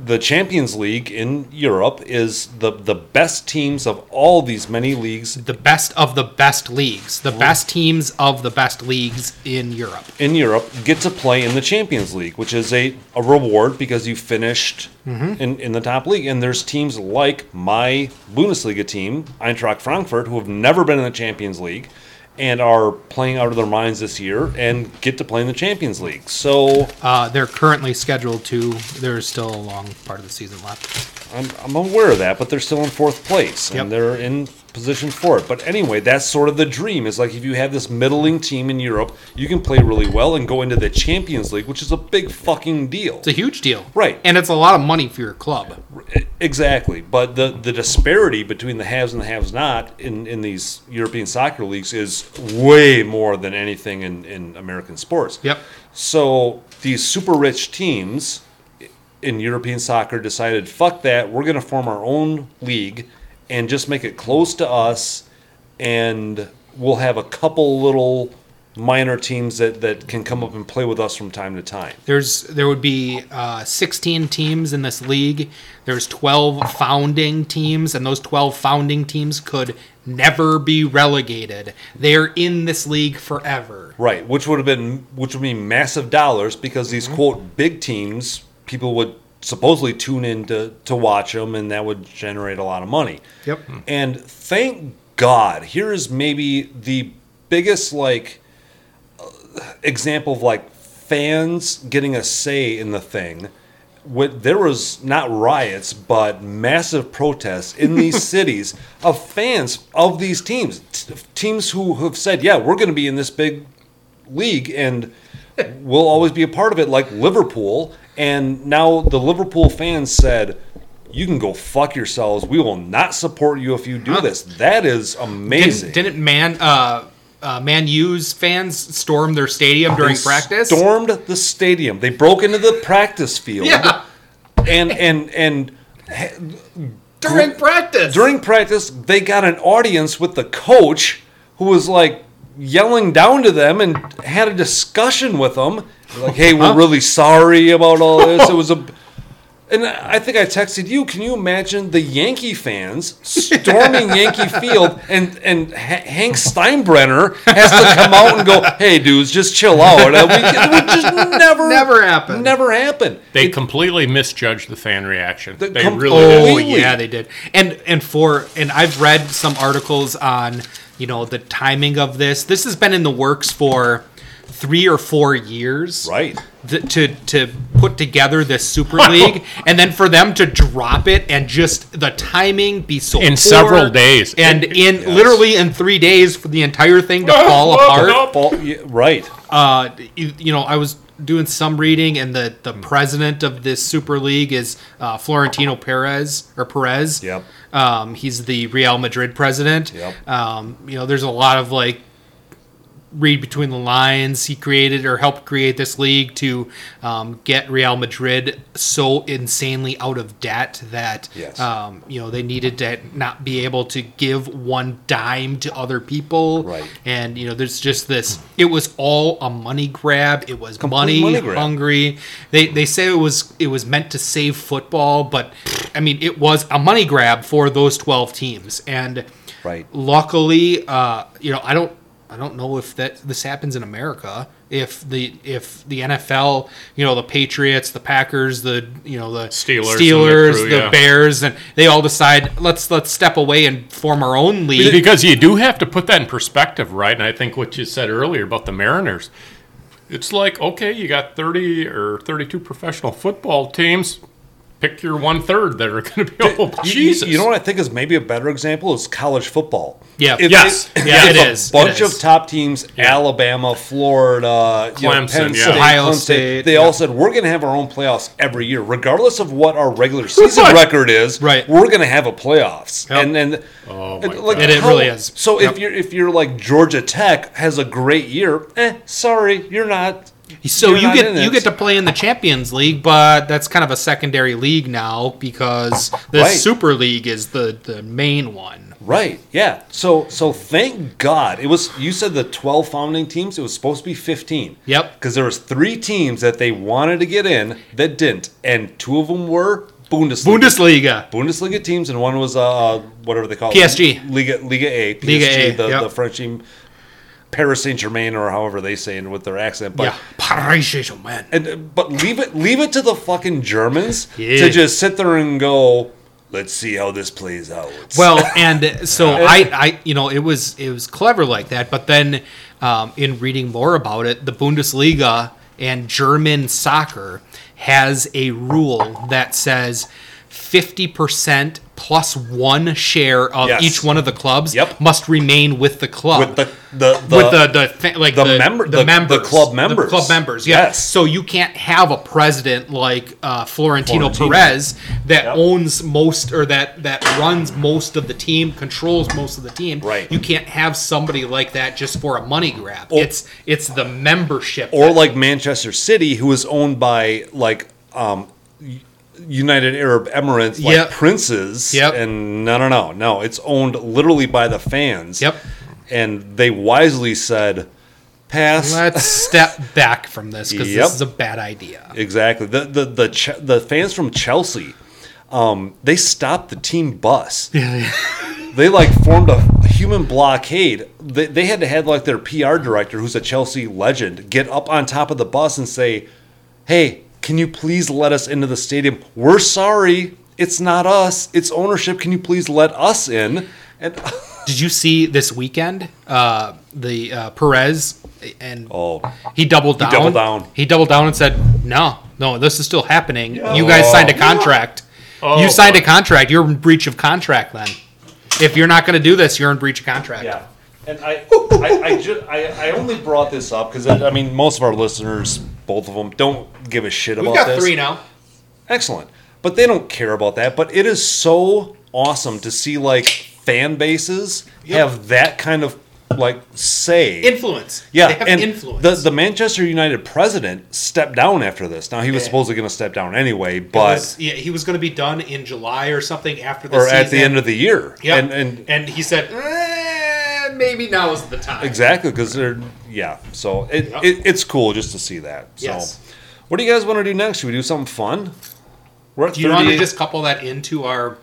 S1: the Champions League in Europe is the the best teams of all these many leagues
S3: The best of the best leagues,
S1: Mm-hmm.
S3: the best teams of the best leagues in Europe.
S1: in Europe get to play in the Champions League, which is a, a reward because you finished in, in the top league. And there's teams like my Bundesliga team, Eintracht Frankfurt, who have never been in the Champions League and are playing out of their minds this year and get to play in the Champions League. So
S3: Uh, they're currently scheduled to. There's still a long part of the season left.
S1: I'm, I'm aware of that, but they're still in fourth place
S3: Yep.
S1: and they're in position for it. But anyway, that's sort of the dream. Is like if you have this middling team in Europe, you can play really well and go into the Champions League, which is a big fucking deal.
S3: It's a huge deal,
S1: Right.
S3: And it's a lot of money for your club.
S1: E, Exactly, but the the disparity between the haves and the haves not in in these European soccer leagues is way more than anything in in American sports.
S3: Yep.
S1: So these super rich teams in European soccer decided, fuck that, we're going to form our own league and just make it close to us, and we'll have a couple little minor teams that that can come up and play with us from time to time.
S3: There's there would be uh, 16 teams in this league. There's 12 founding teams, and those 12 founding teams could never be relegated. They're in this league forever.
S1: Right, which would have been which would mean massive dollars because these quote big teams people would supposedly tune in to to watch them and that would generate a lot of money.
S3: Yep.
S1: And thank God, here is maybe the biggest like uh, example of like fans getting a say in the thing. With, there was not riots, but massive protests in these cities of fans of these teams, T- teams who have said, "Yeah, we're going to be in this big league and we'll always be a part of it like Liverpool and now the Liverpool fans said you can go fuck yourselves we will not support you if you do this that is amazing
S3: Didn't, didn't man uh, uh, Man U's fans storm their stadium during
S1: They
S3: practice?
S1: stormed the stadium they broke into the practice field
S3: yeah,
S1: and and and
S3: during practice.
S1: during practice they got an audience with the coach who was like yelling down to them and had a discussion with them like hey we're really sorry about all this it was a and I think I texted you. Can you imagine the Yankee fans storming Yankee Field and and ha- Hank Steinbrenner has to come out and go, "Hey, dudes, just chill out." Uh, we, it would just never,
S3: Never happen.
S1: Never happen.
S2: They completely misjudged the fan reaction.
S1: The
S2: They
S1: com-
S2: really did.
S3: Oh
S1: Really?
S3: yeah, they did. And and for and I've read some articles on you know the timing of this. This has been in the works for three or four years,
S1: Right.
S3: th- to to put together this Super League, and then for them to drop it and just the timing be so
S2: In
S3: poor,
S2: several days.
S3: and in
S1: Yes.
S3: literally in three days for the entire thing to fall apart.
S1: Ball- yeah, right.
S3: Uh, you, you know, I was doing some reading, and the, the
S1: Mm.
S3: president of this Super League is uh, Florentino Perez or Perez.
S1: Yep.
S3: Um, he's the Real Madrid president.
S1: Yep.
S3: Um, you know, there's a lot of like read between the lines. He created or helped create this league to um, get Real Madrid so insanely out of debt that
S1: Yes.
S3: um, you know they needed to not be able to give one dime to other people.
S1: Right.
S3: And you know, there's just this. It was all a money grab. It was money,
S1: money grab.
S3: hungry. They they say it was it was meant to save football, but I mean, it was a money grab for those twelve teams. And
S1: Right.
S3: luckily uh you know i don't i don't know if that this happens in america if the if the nfl you know the patriots the packers the you know the
S2: Steelers and their
S3: steelers
S2: crew,
S3: the
S2: yeah.
S3: bears and they all decide let's let's step away and form our own league
S2: Because you do have to put that in perspective, right? And I think what you said earlier about the Mariners, it's like, okay, you got 30 or 32 professional football teams. Pick your one third that are going to be. Oh,
S1: You-
S2: Jesus.
S1: You, know what I think is maybe a better example is college football.
S3: Yeah.
S1: It's-
S2: Yes.
S1: it's-
S3: Yeah,
S1: it's
S3: it
S1: a
S3: is. It
S1: bunch
S3: is.
S1: of top teams: Alabama, Florida, you know,
S2: Clemson,
S1: Penn
S2: yeah.
S1: State,
S3: Ohio
S1: Clemson.
S3: State,
S1: They
S3: yeah.
S1: all said we're going to have our own playoffs every year, regardless of what our
S3: *laughs*
S1: regular season
S2: Right.
S1: record is.
S3: Right.
S1: We're going to have a playoffs,
S3: Yep.
S1: and and,
S2: Oh,
S1: and,
S2: my
S1: like,
S2: God.
S3: It- it really is.
S1: So
S3: Yep.
S1: if you're if you're like Georgia Tech has a great year, eh? Sorry, you're not.
S3: so
S1: you're
S3: you
S1: not in
S3: get
S1: it.
S3: you get to play in the champions league but that's kind of a secondary league now because the
S1: Right.
S3: super league is the the main one
S1: Right. Yeah. So so thank God it was. You said the twelve founding teams. It was supposed to be fifteen.
S3: Yep.
S1: Because there was three teams that they wanted to get in that didn't, and two of them were Bundesliga.
S3: bundesliga
S1: Bundesliga teams, and one was uh whatever they call it.
S3: PSG.
S1: Liga Liga A. PSG,
S3: Liga A,
S1: The,
S3: yep.
S1: the French team, Paris Saint Germain, or however they say it with their accent. But
S3: yeah paris saint
S1: and but leave it leave it to the fucking Germans
S3: Yeah.
S1: to just sit there and go. Let's see how this plays out.
S3: Well, and
S1: *laughs*
S3: so I, I, you know, it was it was clever like that. But then, um, in reading more about it, the Bundesliga and German soccer has a rule that says fifty percent plus one share of
S1: Yes.
S3: each one of the clubs
S1: Yep.
S3: must remain with the club
S1: with the the, the
S3: with the the fa- like
S1: the
S3: the,
S1: member-
S3: the
S1: the- the
S3: members,
S1: club members.
S3: the club members. Yeah.
S1: Yes.
S3: So you can't have a president like uh, Florentino,
S1: Florentino.
S3: Perez that
S1: Yep.
S3: owns most or that that runs most of the team, controls most of the team.
S1: Right.
S3: You can't have somebody like that just for a money grab. it's it's the membership.
S1: or
S3: that-
S1: like Manchester City, who is owned by like um, U- United Arab Emirates, like
S3: Yep.
S1: princes.
S3: Yep.
S1: And no, no, no, no. It's owned literally by the fans.
S3: Yep.
S1: And they wisely said, pass.
S3: let's step back from this because
S1: Yep.
S3: this is a bad idea.
S1: Exactly. The the the Ch- the fans from Chelsea, um, they stopped the team bus. *laughs* they like formed a human blockade. They, they had to have like their PR director, who's a Chelsea legend, get up on top of the bus and say, "Hey, can you please let us into the stadium? We're sorry, it's not us. It's ownership. Can you please let us in?" And *laughs*
S3: Did you see this weekend uh, the uh, Perez and
S1: oh,
S3: He doubled down.
S1: doubled down.
S3: He doubled down and said, "No, no, this is still happening.
S1: Yeah.
S3: You guys
S1: Oh.
S3: signed a contract.
S2: Oh,
S3: you signed a
S2: boy.
S3: contract. You're in breach of contract. Then, if you're not going to do this, you're in breach of contract.
S1: Yeah. And I, I, I, ju- I, I only brought this up because I, I mean most of our listeners, both of them, don't give a shit about
S3: We've got
S1: this.
S3: three now.
S1: Excellent, but they don't care about that. But it is so awesome to see like fan bases have that kind of like say.
S3: Influence.
S1: yeah,
S3: they have
S1: and
S3: influence.
S1: the the Manchester United president stepped down after this. Now he was
S3: Yeah.
S1: supposedly going to step down anyway, but
S3: Was- yeah, he was going to be done in July or something after the
S1: or
S3: season.
S1: at the end of the year,
S3: Yep.
S1: and and
S3: he said, eh, "Maybe now is the time."
S1: Exactly, because they're yeah. So it,
S3: Yeah.
S1: it it's cool just to see that. So,
S3: Yes.
S1: what do you guys want to do next? Should we do something fun? We're at
S3: Do you want to
S1: 38
S3: just couple that into our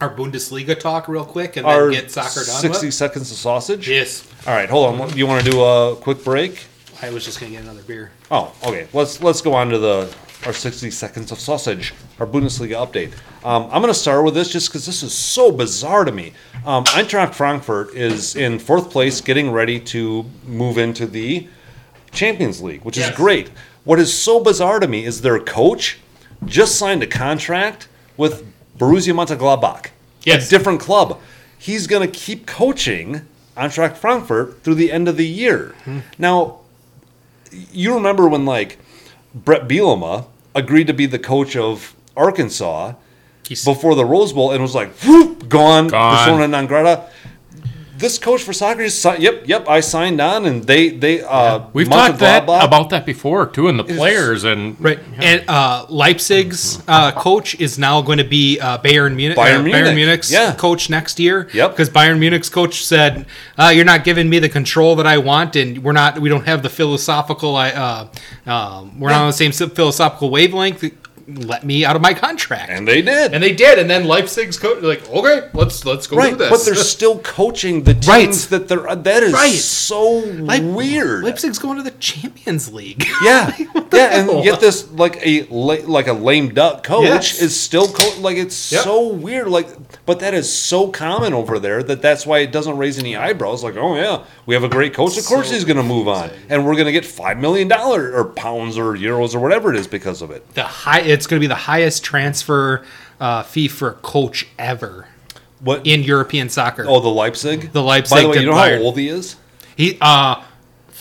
S3: our Bundesliga talk real quick and
S1: our
S3: then get soccer done?
S1: sixty
S3: with?
S1: seconds of sausage.
S3: Yes,
S1: All right, hold on. You want to do a quick break?
S3: I was just going to get another beer.
S1: Oh, okay. Let's let's go on to the our sixty seconds of sausage, our Bundesliga update. Um, I'm going to start with this just because this is so bizarre to me. Um, Eintracht Frankfurt is in fourth place, getting ready to move into the Champions League, which is
S3: Yes.
S1: great. What is so bizarre to me is their coach just signed a contract with Borussia Mönchengladbach, a
S3: Yes.
S1: different club. He's going to keep coaching Eintracht
S2: Hmm.
S1: Frankfurt through the end of the year. Now, you remember when like Brett Bielema agreed to be the coach of Arkansas
S2: He's-
S1: before the Rose Bowl and was like, whoop, gone,
S2: Gone.
S1: persona non grata. This coach for Socrates, si- yep, yep, I signed on, and they they uh,
S2: We've
S1: month
S2: talked
S1: of blah,
S2: that
S1: blah.
S2: about that before too, and the players and
S3: Right. And uh, Leipzig's uh, coach is now going to be uh, Bayern Munich.
S1: Mm-hmm. Bayern
S3: uh,
S1: Munich,
S3: Bayern Munich's
S1: yeah.
S3: coach next year.
S1: Yep.
S3: Because Bayern Munich's coach said, uh, "You're not giving me the control that I want, and we're not. We don't have the philosophical. I. Uh, um, we're not on the same philosophical wavelength. Let me out of my contract."
S1: and they did.
S3: And they did, and then Leipzig's coach like, okay, let's let's go
S1: Right,
S3: do this.
S1: but they're still coaching the teams
S3: Right.
S1: that they're. uh, That is
S3: Right.
S1: so
S3: *laughs* Leip-
S1: weird.
S3: Leipzig's going to the Champions League. *laughs*
S1: Yeah,
S3: what the
S1: yeah, and
S3: hell?
S1: yet this like a la- like a lame duck coach
S3: Yes.
S1: is still co- like it's
S3: Yep.
S1: so weird. Like, but that is so common over there that that's why it doesn't raise any eyebrows. Like, oh yeah, we have a great coach. Of course
S3: So
S1: he's going to move on, and we're going to get five million dollar or pounds or euros or whatever it is because of it.
S3: the high it's going to be the highest transfer uh, fee for a coach ever
S1: What?
S3: in European soccer.
S1: oh, the Leipzig.
S3: The Leipzig
S1: By the way,
S3: to
S1: you know
S3: Bayern.
S1: how old he is?
S3: He uh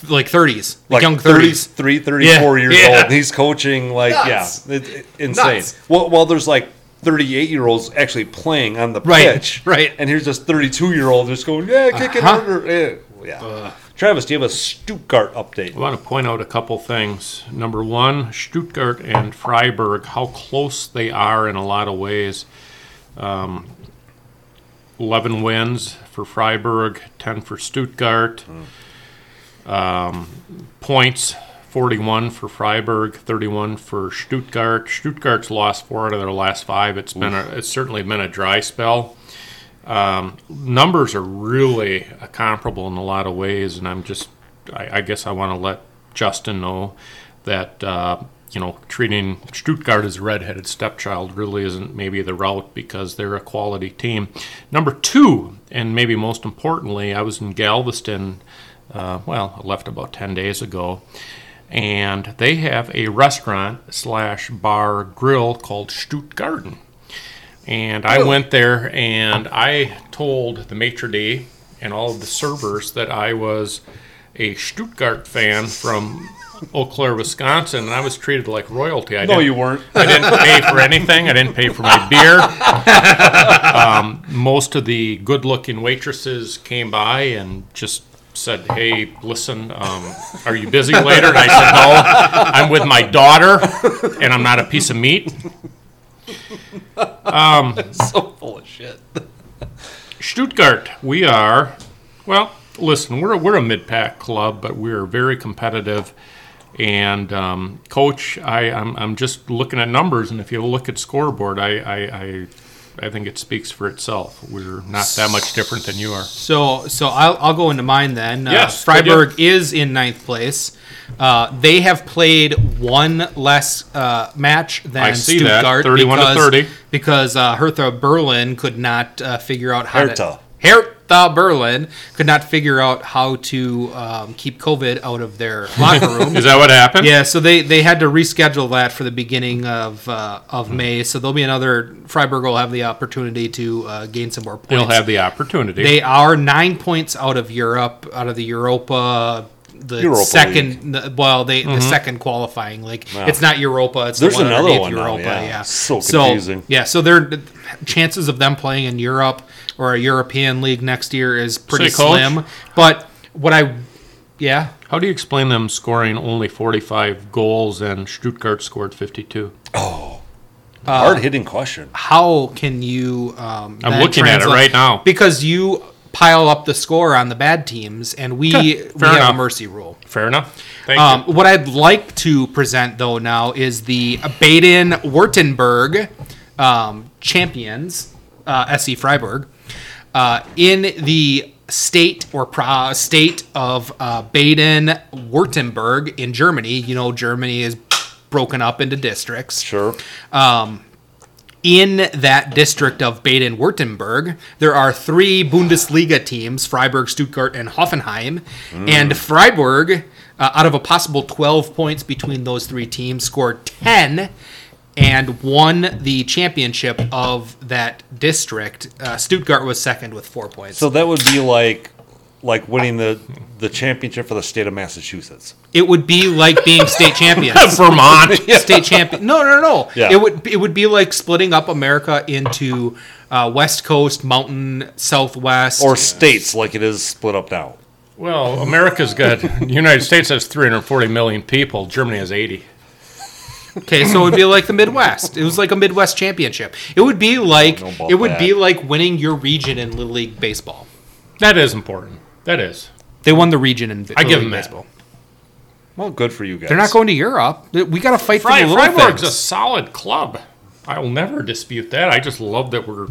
S3: like 30s,
S1: Like
S3: like, young 30s.
S1: 33, 34
S3: *laughs* Yeah.
S1: years
S3: Yeah.
S1: old. And he's coaching like
S3: Nuts.
S1: yeah, it, it- insane.
S3: Nuts.
S1: Well, well, there's like 38 year olds actually playing on the
S3: Right,
S1: pitch,
S3: *laughs* right.
S1: And here's this 32 year old just going, yeah, kick it
S3: Uh-huh.
S1: under, eh, yeah. Travis, do you have a Stuttgart
S2: I
S1: update?
S2: want to point out a couple things. Number one, Stuttgart and Freiburg, how close they are in a lot of ways. Um, 11 wins for Freiburg, 10 for Stuttgart. Um, points 41 for Freiburg, 31 for Stuttgart. Stuttgart's lost four out of their last five. It's been a, it's certainly been a dry spell. Um, numbers are really uh, comparable in a lot of ways, and I'm just I, I guess I want to let Justin know that uh, you know treating Stuttgart as a redheaded stepchild really isn't maybe the route because they're a quality team. Number two, and maybe most importantly, I was in Galveston. Uh, well, I left about ten days ago, and they have a restaurant slash bar grill called Stuttgarten. And I went there and I told the maitre d' and all of the servers that I was a Stuttgart fan from Eau Claire, Wisconsin, and I was treated like royalty. I
S1: No,
S2: didn't-
S1: you weren't.
S2: I didn't pay for anything. I didn't pay for my beer. Um, most of the good-looking waitresses came by and just said, "Hey, listen, um, are you busy later?" And I said, "No, I'm with my daughter, and I'm not a piece of meat."
S1: so full of shit.
S2: Stuttgart, we are, well, listen, we're, we're a mid pack club, but we're very competitive. And um, coach, I, I'm, I'm just looking at numbers, and if you look at scoreboard, I, I, I, I think it speaks for itself. We're not that much different than you are.
S3: So so I'll, I'll go into mine then.
S2: Yes,
S3: uh,
S2: good deal.
S3: Freiburg is in ninth place. Uh, they have played one less uh, match than
S2: I see that,
S3: Stuttgart
S2: 31 to
S3: because,
S2: 30.
S3: because uh, Hertha Berlin could not uh, figure out how
S1: Hertha.
S3: to Hertha Berlin could not figure out how to um, keep COVID out of their locker room.
S2: Is that what happened?
S3: Yeah, so they, they had to reschedule that for the beginning of uh, of May. So there'll be another Freiburg will have the opportunity to uh, gain some more points.
S2: They'll have the opportunity.
S3: They are nine points out of Europe, out of the Europa, the
S1: Europa
S3: second. the- well, they
S2: Mm-hmm.
S3: the second qualifying. Like it's not Europa. It's
S1: There's
S3: the one
S1: another
S3: underneath
S1: one now,
S3: Europa.
S1: yeah.
S3: yeah.
S1: So confusing.
S3: yeah, so their chances of them playing in Europe or a European league next year is pretty
S2: Say, coach.
S3: slim. But what I, yeah,
S2: How do you explain them scoring only 45 goals and Stuttgart scored 52?
S1: *laughs* Hard hitting question.
S3: how can you? Um,
S2: I'm
S3: then
S2: looking at it
S3: translate-
S2: right now.
S3: because you pile up the score on the bad teams, and we we have
S2: enough.
S3: a mercy rule.
S2: Fair enough. Thank
S3: Um, what I'd like to present though now is the Baden Württemberg um, champions, uh, SC Freiburg, uh, in the state or pro- uh, state of uh, Baden Württemberg in Germany. You know, Germany is broken up into districts
S1: Sure.
S3: in that district of Baden Württemberg, there are three Bundesliga teams Freiburg, Stuttgart, and Hoffenheim. And Freiburg, uh, out of a possible 12 points between those three teams, scored 10 and won the championship of that district. Uh, Stuttgart was second with four points.
S1: So that would be like like winning the the championship for the state of Massachusetts.
S3: It would be like being
S1: *laughs*
S3: state champion.
S2: *laughs* Vermont.
S3: *laughs* State champion. No, no, no.
S1: Yeah.
S3: It would it would be like splitting up America into uh, West Coast, Mountain, Southwest.
S1: Or states like it is split up now.
S2: Well, America's got the United States has 340 million people. Germany has 80.
S3: okay, so it would be like the Midwest. It was like a Midwest championship. It would be like
S1: know about
S3: it would
S1: that.
S3: be like winning your region in Little League baseball.
S2: That is important. That is.
S3: They won the region in
S2: I
S3: Little
S2: give
S3: League
S2: them that.
S3: baseball.
S1: Well, good for you guys.
S3: They're not going to Europe. We got to fight for
S2: Fry,
S3: the little
S2: Freiburg's a
S3: things.
S2: solid club. I will never dispute that. I just love that we're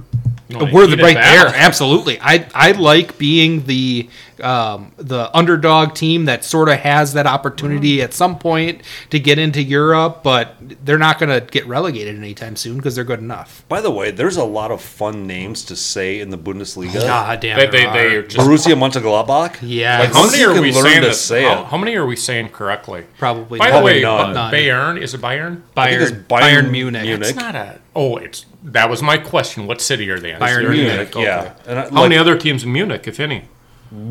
S2: you know,
S3: We're the
S2: heated
S3: right there,
S2: battle.
S3: absolutely. I I like being the um, the underdog team that sort of has that opportunity at some point to get into Europe, but they're not going to get relegated anytime soon because they're good enough.
S1: By the way, there's a lot of fun names to say in the Bundesliga.
S3: God damn,
S2: They,
S3: there
S2: they,
S3: are.
S2: they are just.
S1: Borussia Mönchengladbach.
S3: Yes.
S1: Like,
S2: How many
S1: you
S2: are
S1: can
S2: we
S1: learn
S2: saying?
S1: to
S2: this-
S1: say
S2: how,
S1: it.
S2: how many are we saying correctly?
S3: probably
S2: By
S3: not.
S2: the way,
S1: Probably
S2: uh,
S1: none.
S2: Bayern is it Bayern?
S1: I think it's
S3: Bayern, Bayern, Munich.
S1: Munich.
S2: It's not a. Oh, it's that was my question. What city are they in?
S3: Bayern
S2: Is there-
S3: Munich.
S1: yeah. And I,
S2: How
S1: like,
S2: many other teams in Munich, if any?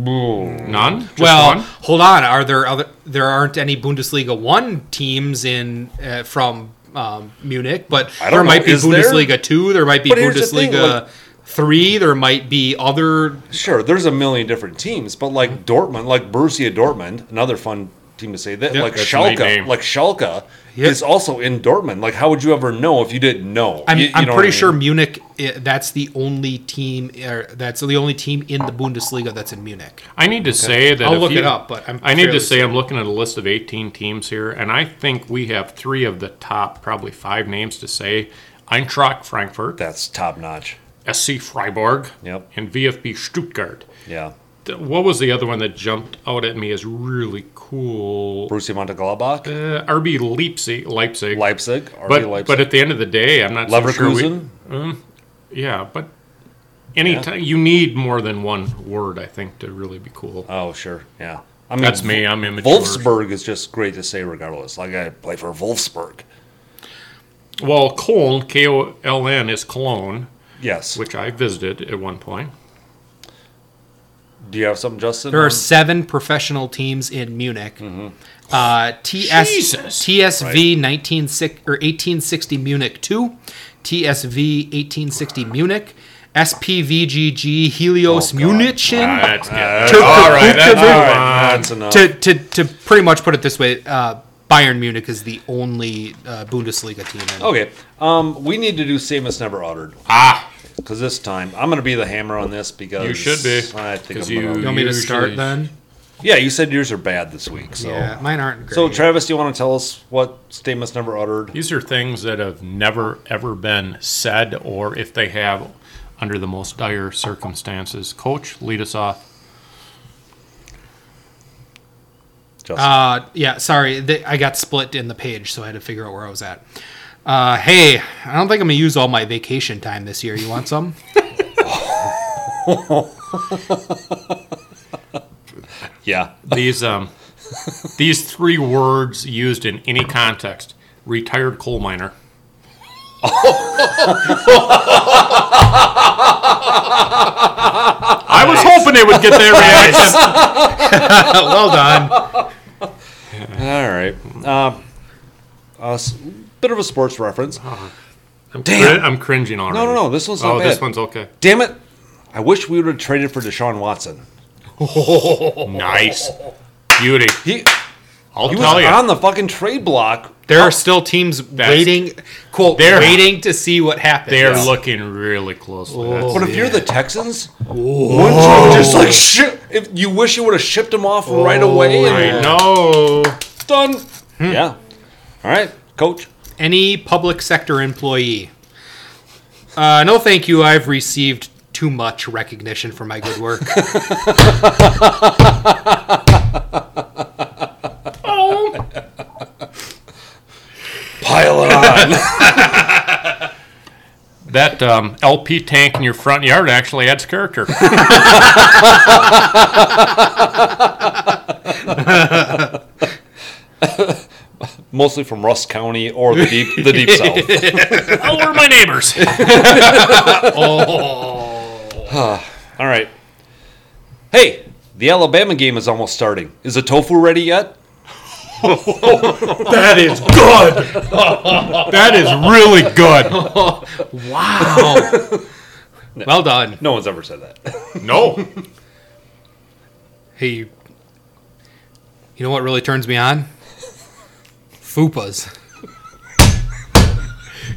S2: None. Just
S3: Well,
S2: one?
S3: hold on. Are there other? There aren't any Bundesliga one teams in uh, from um, Munich, but
S1: I don't
S3: there
S1: know.
S3: might be
S1: Is there?
S3: Bundesliga two. There might be
S1: But here's the
S3: Bundesliga
S1: thing, like-
S3: three. There might be other.
S1: sure, there's a million different teams, but
S2: Mm-hmm.
S1: like Dortmund, like Borussia Dortmund, another fun team to say that, like
S2: That's a neat
S1: Schalke,
S2: name.
S1: like Schalke
S3: Yep.
S1: is also in Dortmund. Like, how would you ever know if you didn't know?
S3: I'm,
S1: You- you
S3: I'm
S1: know what
S3: pretty
S1: I mean?
S3: sure Munich. i that's the only team. Or that's the only team in the Bundesliga that's in Munich.
S2: I need to say that
S3: I'll
S2: if
S3: look
S2: you-
S3: it up, but I'm
S2: I need
S3: fairly
S2: to say I'm looking at a list of 18 teams here, and I think we have three of the top, probably five names to say: Eintracht Frankfurt,
S1: that's top notch.
S2: SC Freiburg,
S1: Yep.
S2: and VfB Stuttgart.
S1: Yeah,
S2: Th- What was the other one that jumped out at me as really cool?
S1: Borussia Mönchengladbach,
S2: Uh, RB Leipzig, Leipzig.
S1: Leipzig, RB
S2: but
S1: Leipzig,
S2: but at the end of the day, I'm not so sure. We,
S1: Leverkusen.
S2: yeah, but any time you need more than one word, I think, to really be cool.
S1: oh, sure, yeah. I mean,
S2: That's me. I'm immature.
S1: Wolfsburg is just great to say regardless. Like I play for Wolfsburg.
S2: Well, Cologne, K O L N, is Cologne,
S1: Yes.
S2: which I visited at one point.
S1: Do you have something, Justin?
S3: There
S1: on-
S3: are seven professional teams in Munich.
S1: Mm-hmm.
S3: Uh, TS,
S2: Jesus.
S3: TSV 19, six- or 1860 Munich 2, TSV 1860 Munich, SPVGG Helios
S1: Oh,
S3: Munichen.
S2: That's good.
S3: To-
S2: all right,
S3: to-
S2: that's
S1: All right,
S2: Come on.
S1: that's enough.
S3: To, to, to pretty much put it this way, uh, Bayern Munich is the only uh, Bundesliga team. In.
S1: Okay, um, we need to do statements never uttered
S2: ah,
S1: because this time I'm going to be the hammer on this because
S2: You should be,
S1: I think
S2: 'cause
S1: I'm gonna-
S2: you-
S3: You want me to
S2: Usually-
S3: start then?
S1: yeah, you said yours are bad this week, so
S3: Yeah, mine aren't great.
S1: Oh. so Travis, do you want to tell us what statements never uttered?
S2: these are things that have never ever been said, or if they have, under the most dire circumstances. Coach, lead us off.
S1: Justin?
S3: Uh, yeah, sorry. They, I got split in the page, so I had to figure out where I was at. Uh, hey, I don't think I'm going to use all my vacation time this year. You
S2: *laughs*
S3: want some?
S1: yeah,
S2: These um, these three words used in any context: retired coal miner. I was hoping they would get that *laughs* reaction.
S3: well done.
S1: all right. Um, a s- bit of a sports reference.
S2: I'm,
S1: Damn.
S2: cri- I'm cringing already.
S1: No, no, no, this one's not
S2: Oh, this
S1: bad.
S2: one's okay.
S1: Damn it! I wish we would have traded for Deshaun Watson.
S2: *laughs* Nice. Beauty.
S1: He,
S2: I'll
S1: he was
S2: tell you.
S1: on the fucking trade block.
S3: There are still teams waiting, quote,
S2: Oh, They're-
S3: waiting to see what happens.
S2: They're looking really closely. That's-
S1: But if you're the Texans, wouldn't you just like ship? If you wish you would have shipped him off right away, and
S2: I know.
S1: done. Yeah. All right, coach.
S3: Any public sector employee. Uh, no, thank you. I've received too much recognition for my good
S2: *laughs*
S3: work.
S2: Oh.
S1: Pile it on.
S2: That um, LP tank in your front yard actually adds
S1: *laughs*
S2: character. *laughs*
S1: Mostly from Russ County or the deep, the *laughs* deep south.
S2: oh, we're my neighbors.
S1: All right. Hey, The Alabama game is almost starting. Is the tofu ready yet?
S2: *laughs* That is good. that is really good.
S3: Wow.
S2: Oh.
S3: *laughs* well done.
S1: No one's ever said *laughs* that.
S2: No.
S3: Hey, you know what really turns
S2: *laughs*
S3: me on? Fupas.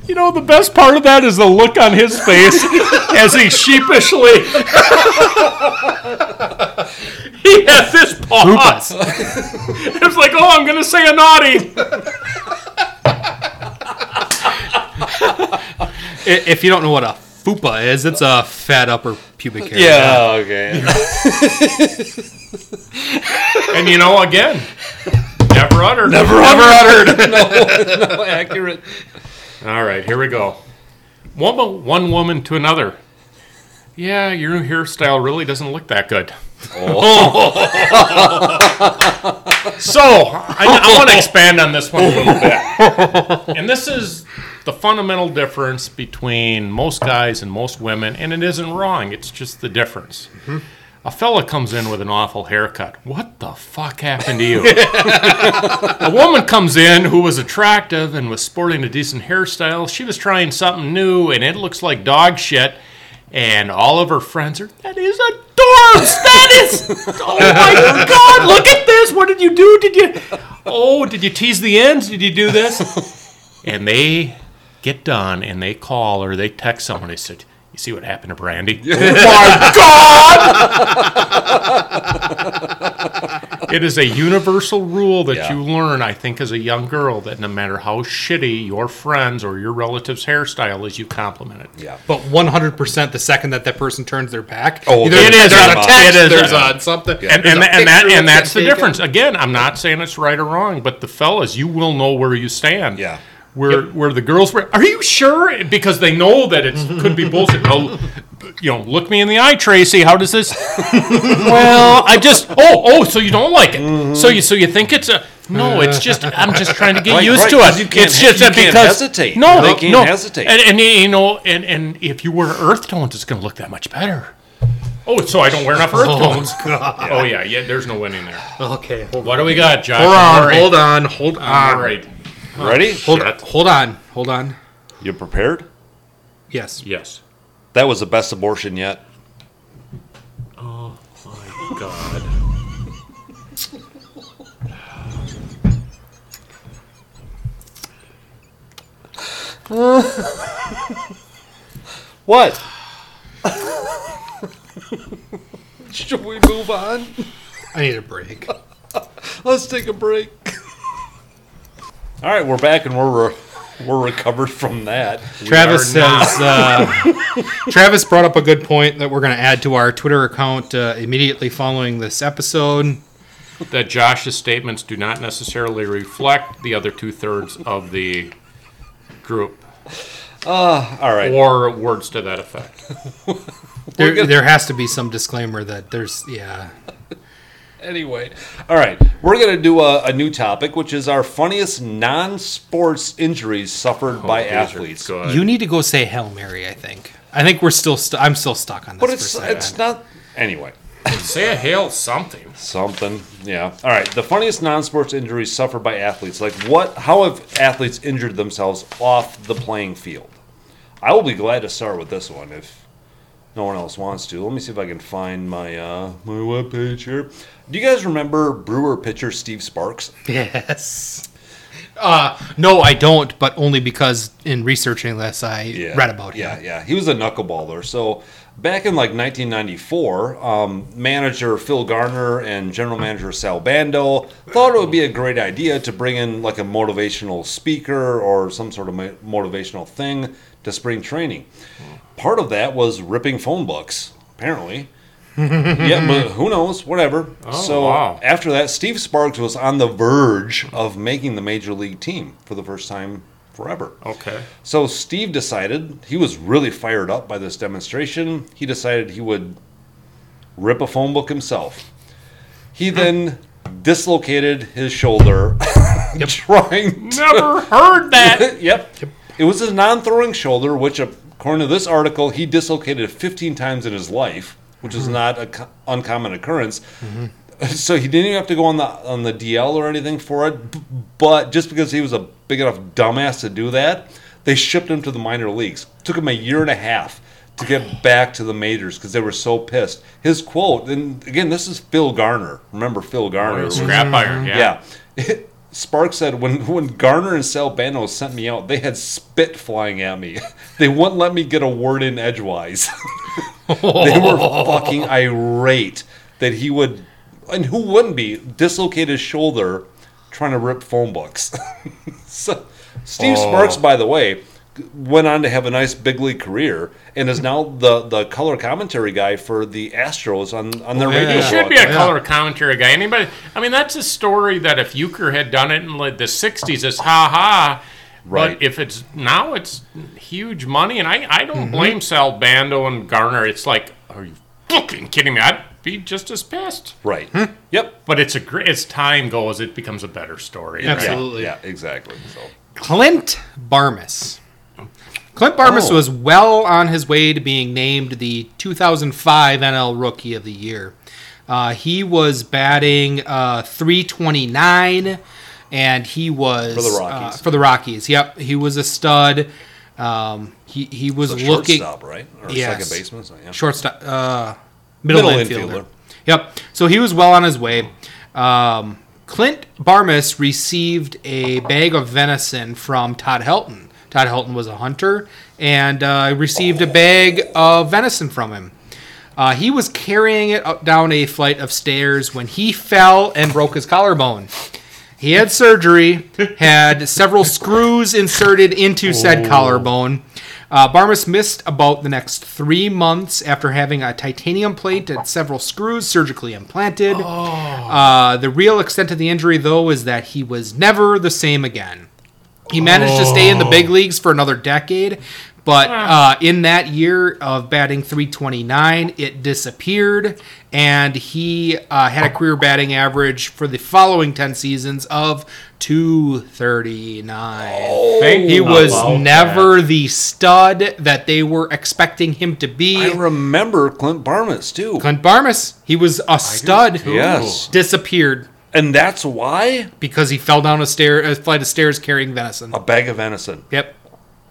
S2: You know, the best part of that is the look on his *laughs* face as he sheepishly. he *laughs* has this pause.
S3: Fupas.
S2: It's like, oh, I'm going to say a naughty.
S3: I- if you don't know what a fupa is, it's a fat upper pubic hair.
S1: *laughs* okay.
S2: And you know, again, never uttered.
S1: uttered. no, no, accurate.
S2: All right, here we go. One, one woman to another. Yeah, your hairstyle really doesn't look that good. so, I, I want to expand on this one a little bit. And this is the fundamental difference between most guys and most women, and it isn't wrong, it's just the difference. A fella comes in with an awful haircut. What the fuck happened to you? A woman comes in who was attractive and was sporting a decent hairstyle. She was trying something new, and it looks like dog shit. And all of her friends are, that is adorbs! That
S1: *laughs*
S2: is, oh my God, look at this! What did you do? Did you, oh, did you tease the ends? Did you do this?
S1: *laughs*
S2: And they get done, and they call or they text someone. They said, you see what happened to Brandy? oh my God!
S1: *laughs*
S2: it is a universal rule that
S1: Yeah.
S2: you learn, I think, as a young girl that no matter how shitty your friends or your relatives' hairstyle is, you compliment it.
S1: Yeah.
S3: But 100% the second that that person turns their back,
S1: Oh,
S3: either
S1: it
S3: there's
S1: is
S3: a
S1: a-
S3: text,
S2: it is
S3: there's
S2: a-
S3: a something.
S2: And,
S3: there's
S2: and, and
S3: a
S2: that
S3: picture
S2: and
S3: that's
S2: that's the
S3: taken.
S2: difference. Again, I'm not saying it's right or wrong, but the fellas, you will know where you stand.
S1: Yeah.
S2: Where where the girls were? Are you sure? Because they know that it could be bullshit. Oh, you know, look me in the eye, Tracy. How does this? well, I just
S1: *laughs*
S2: oh oh. So you don't like it?
S1: Mm-hmm.
S2: So you so you think it's a no? It's just I'm just trying to get
S1: Right,
S2: used
S1: right,
S2: to
S1: 'cause
S2: it.
S1: you can't
S2: it's
S1: he-
S2: just
S1: you
S2: that
S1: can't
S2: because
S1: hesitate.
S2: No,
S1: They can't
S2: no.
S1: hesitate.
S2: And, and you know, and and if you wear earth tones, it's going to look that much better. Oh, so I don't wear
S1: *laughs*
S2: enough earth tones. Oh yeah, yeah. There's no winning there.
S3: Okay, hold
S2: What do we got, Josh?
S3: Hold
S2: I'm
S3: on,
S2: worried.
S3: hold on, hold on.
S2: All right.
S1: Ready?
S3: Hold,
S2: Shit.
S3: hold on, hold on.
S1: You prepared?
S3: Yes.
S2: Yes.
S1: That was the best abortion yet.
S2: God.
S1: What? *laughs* Should we move on?
S3: I need a break.
S1: Let's take a break. All right, we're back and we're re- we're recovered from that.
S3: Travis
S2: are not.
S3: says uh, *laughs* Travis brought up a good point that we're going to add to our Twitter account uh, immediately following this episode.
S2: That Josh's statements do not necessarily reflect the other two thirds of the group,
S1: All right.
S2: or words to that effect.
S3: There,
S1: gonna-
S3: there has to be some disclaimer that there's yeah.
S1: Anyway, all right, we're gonna do a, a new topic, which is our funniest non-sports injuries suffered by
S2: These are
S1: athletes.
S2: good.
S3: You need to go say Hail Mary. I think. I think we're still. St- I'm still stuck on this.
S1: But
S3: for
S1: it's
S3: a second.
S1: it's not anyway.
S2: *laughs* Say a hail something.
S1: Something, yeah. All right, the funniest non-sports injuries suffered by athletes. Like what? How have athletes injured themselves off the playing field? I will be glad to start with this one if no one else wants to. Let me see if I can find my uh, my webpage here. Do you guys remember Brewer pitcher Steve Sparks?
S3: *laughs* yes. Uh, no, I don't. But only because in researching this, I read about him.
S1: Yeah, yeah. He was a knuckleballer. So back in like 1994, um, manager Phil Garner and general manager Sal Bando thought it would be a great idea to bring in like a motivational speaker or some sort of mo- motivational thing to spring training. Part of that was ripping phone books,
S3: *laughs*
S1: apparently. yeah, but who knows? Whatever.
S3: Oh,
S1: so
S2: wow.
S1: after that, Steve Sparks was on the verge of making the major league team for the first time forever.
S2: Okay.
S1: So Steve decided he was really fired up by this demonstration. He decided he would rip a phone book himself. He then dislocated his shoulder *laughs* trying to.
S2: Never
S1: *laughs*
S2: heard that.
S1: Yep. It was his non throwing shoulder, which, according to this article, he dislocated 15 times in his life. which is not an uncommon occurrence. *laughs* So he didn't even have to go on the on the DL or anything for it. b- But just because he was a big enough dumbass to do that, they shipped him to the minor leagues. Took him a year and a half to get back to the majors because they were so pissed. His quote, and again, this is Phil Garner. Remember Phil Garner?
S2: Scrap iron, yeah.
S1: Yeah. *laughs* Spark said, when, when Garner and Salbano sent me out, they had spit flying at me. *laughs* They wouldn't let me get a word in edgewise. *laughs* they were
S2: *laughs*
S1: fucking irate that he would, and who wouldn't be, dislocate his shoulder trying to rip phone books. *laughs* so, Steve
S2: Oh.
S1: Sparks, by the way, went on to have a nice big league career and is now the, the color commentary guy for the Astros on, on their radio
S2: He should be a
S1: broadcast.
S2: color commentary guy. Anybody? I mean, that's a story that if Euchre had done it in like the '60s, it's ha ha.
S1: Right.
S2: But if it's now, it's huge money, and I, I don't
S3: Mm-hmm.
S2: blame Sal Bando and Garner. It's like, are you fucking kidding me? I'd be just as pissed.
S1: Right. Yep.
S2: But it's a great. As time goes, it becomes a better story. right?
S3: Absolutely.
S1: Yeah, exactly. So.
S3: Clint Barmis. Clint Barmis
S1: Oh.
S3: was well on his way to being named the 2005 NL Rookie of the Year. Uh, he was batting uh, 329, and he was
S1: For the
S3: uh,
S1: Rockies.
S3: for the Rockies, yep, he was a stud. Um, he he was looking
S1: shortstop, right? Or
S3: Yes.
S1: second baseman. So, yeah.
S3: shortstop, uh, middle,
S1: Middle
S3: infielder.
S1: infielder.
S3: Yep. So he was well on his way. Um, Clint Barmis received a bag of venison from Todd Helton. Todd Helton was a hunter and uh, received a bag of venison from him. Uh, he was carrying it up down a flight of stairs when he fell and broke his collarbone. He had surgery, had several screws inserted into said collarbone. Uh, Barmas missed about the next three months after having a titanium plate and several screws surgically implanted. Uh, the real extent of the injury, though, is that he was never the same again. He managed to stay in the
S1: Oh.
S3: big leagues for another decade, but uh, in that year of batting 329, it disappeared, and he uh, had a career batting average for the following 10 seasons of 239.
S1: Oh,
S2: Thank
S3: he
S2: you
S3: was
S2: about
S3: never the stud that they were expecting him to
S1: I
S3: be.
S1: remember Clint Barmas too.
S3: Clint Barmis, he was a stud.
S1: too. Yes.
S3: Disappeared
S1: And that's why
S3: because he fell down a, stair, a flight of stairs carrying venison.
S1: a bag of venison.
S3: Yep.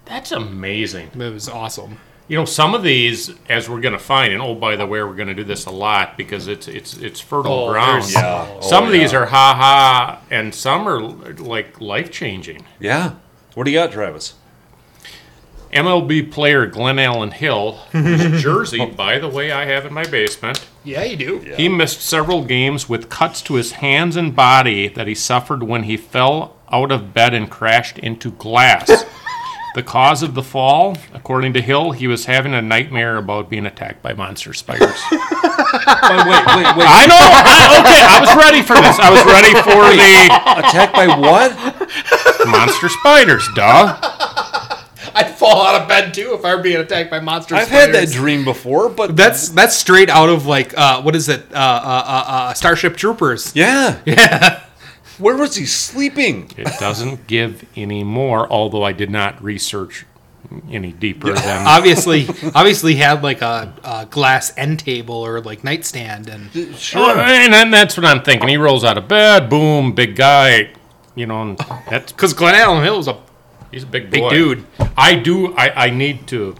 S2: That's amazing.
S3: It was awesome.
S2: You know, some of these, as we're going to find, and oh, by the way, we're going to do this a lot because it's it's it's fertile
S3: Oh,
S2: ground.
S3: there's-
S1: Yeah.
S2: Some
S1: Oh,
S2: of these
S1: yeah.
S2: are ha ha, and some are like life changing.
S1: Yeah. What do you got, Travis?
S2: MLB player Glenn Allen Hill, whose jersey, by the way, I have in my basement.
S3: Yeah, you do.
S2: He missed several games with cuts to his hands and body that he suffered when he fell out of bed and crashed into glass. the cause of the fall, according to Hill, he was having a nightmare about being attacked by monster spiders.
S1: Wait, wait, wait, wait.
S2: I know. I, okay, I was ready for this. I was ready for
S1: Attacked by what?
S2: the monster spiders, duh.
S3: *laughs* I'd fall out of bed too if I were being attacked by monsters.
S1: I've had that dream before, but
S3: That's that's straight out of like uh, what is it? Uh, uh, uh, uh, Starship Troopers.
S1: yeah, yeah. Where was he sleeping?
S2: It doesn't give any more, although I did not research any deeper than.
S3: Obviously, *laughs* obviously had like a, a glass end table or like nightstand, and
S2: Sure. And then that's what I'm thinking. He rolls out of bed, boom, big guy. You know, and that's
S3: because Glen Allen Hill was a
S2: he's a big
S3: Big
S2: boy.
S3: dude.
S2: I do. I, I need to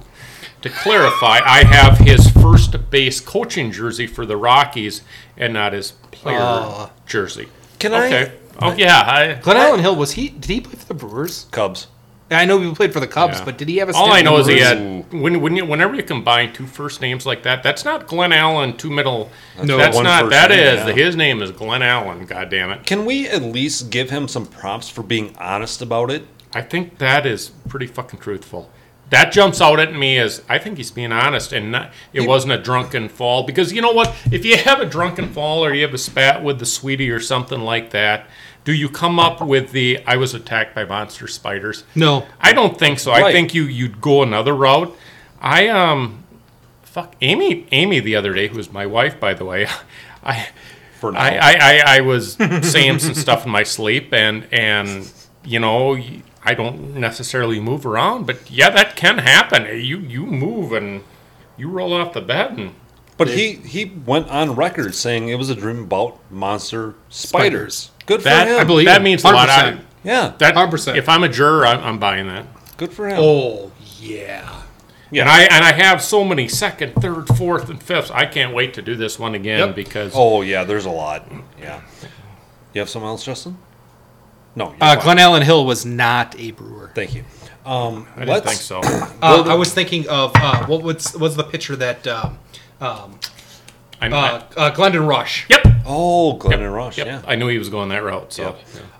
S2: to clarify. I have his first base coaching jersey for the Rockies, and not his player
S3: Oh.
S2: jersey.
S1: Can I-
S2: okay. Oh yeah. I,
S3: Glen Allen Hill was he? Did he play for the Brewers?
S1: Cubs.
S3: I know he played for the Cubs,
S2: Yeah.
S3: but did he have a?
S2: All
S3: stint
S2: I
S3: with
S2: know
S3: the
S2: is he
S3: Brewers?
S2: had when when you, whenever you combine two first names like that, that's not Glenn Allen, two middle.
S1: No.
S2: No, that's
S1: one
S2: not.
S1: first
S2: That
S1: name,
S2: is
S1: yeah.
S2: his name is Glenn Allen. God damn it!
S1: Can we at least give him some prompts for being honest about it?
S2: I think that is pretty fucking truthful. That jumps out at me as I think he's being honest and not. It wasn't a drunken fall because you know what? If you have a drunken fall or you have a spat with the sweetie or something like that, do you come up with the "I was attacked by monster spiders"?
S3: No,
S2: I don't think so. I
S1: Right.
S2: think you you'd go another route. I um, fuck Amy. Amy the other day, who's my wife, by the way. *laughs* I
S1: For now,
S2: I, I, I, I was saying some stuff in my sleep, and and you know I don't necessarily move around, but yeah, that can happen. You you move and you roll off the bed, and
S1: But he, he went on record saying it was a dream about monster spiders. Good
S3: Oh,
S1: for
S2: That
S1: him.
S2: I believe that means a lot.
S3: 100%.
S2: I,
S1: Yeah.
S2: that
S3: 100%.
S2: if I'm a juror, I'm, I'm buying that.
S1: good for him.
S3: Oh yeah.
S2: And I and I have so many second, third, fourth, and fifths. I can't wait to do this one again
S3: Yep.
S2: because
S1: Oh yeah, there's a lot. Yeah. You have someone else, Justin? No. You're
S3: Uh,
S1: fine.
S3: Glen Allen Hill was not a brewer.
S1: Thank you. Um,
S2: I didn't
S1: let's.
S2: think so. I
S3: Uh, I was thinking of uh, what was was the pitcher that um, um,
S2: know.
S3: uh, uh, Glendon Rush.
S2: yep.
S1: Oh, Glenn and Rush.
S2: Yep.
S1: Yeah.
S2: I knew he was going that route. So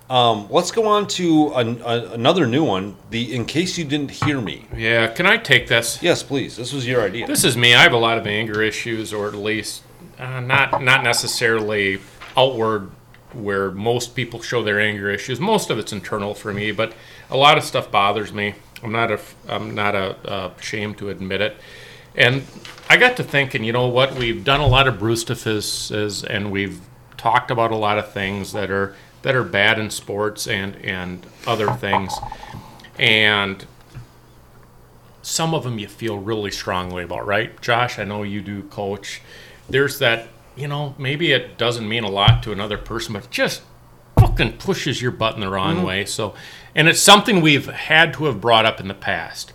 S1: Um, let's go on to an, a, another new one. The in case you didn't hear me.
S2: yeah. Can I take this?
S1: Yes, please. This was your idea.
S2: This is me. I have a lot of anger issues, or at least uh, not not necessarily outward, where most people show their anger issues. Most of it's internal for me, but a lot of stuff bothers me. I'm not a I'm not a, uh ashamed to admit it. And I got to thinking, you know what? We've done a lot of Brewstifices, and we've talked about a lot of things that are that are bad in sports and and other things. And some of them you feel really strongly about, right? Josh, I know you do, coach. There's that, you know, maybe it doesn't mean a lot to another person, but it just fucking pushes your butt in the wrong way. So, and it's something we've had to have brought up in the past.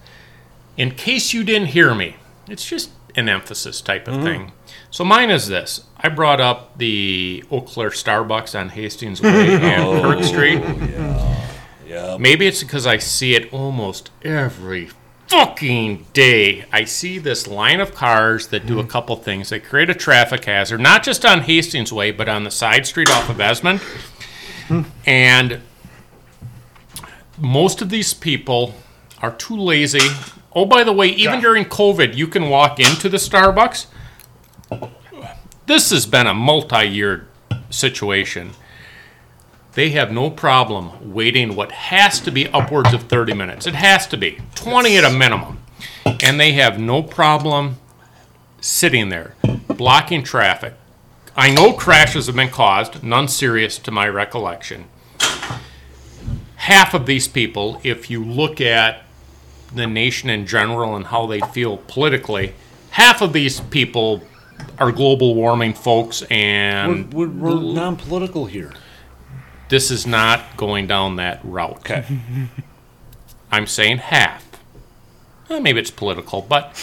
S2: In case you didn't hear me, it's just an emphasis type of thing. So mine is this. I brought up the Eau Claire Starbucks on Hastings Way and Kirk Street.
S1: yeah.
S2: Maybe it's because I see it almost every fucking day. I see this line of cars that do a couple things. They create a traffic hazard, not just on Hastings Way, but on the side street off of Esmond. And most of these people are too lazy. Oh, by the way, even during COVID, you can walk into the Starbucks. This has been a multi year situation they have no problem waiting what has to be upwards of 30 minutes. It has to be 20 at a minimum. And they have no problem sitting there blocking traffic. I know crashes have been caused, none serious to my recollection. Half of these people, if you look at the nation in general and how they feel politically, half of these people are global warming folks and
S1: We're, we're, we're non-political here.
S2: this is not going down that route.
S1: Okay.
S2: *laughs* I'm saying half. Eh, maybe it's political, but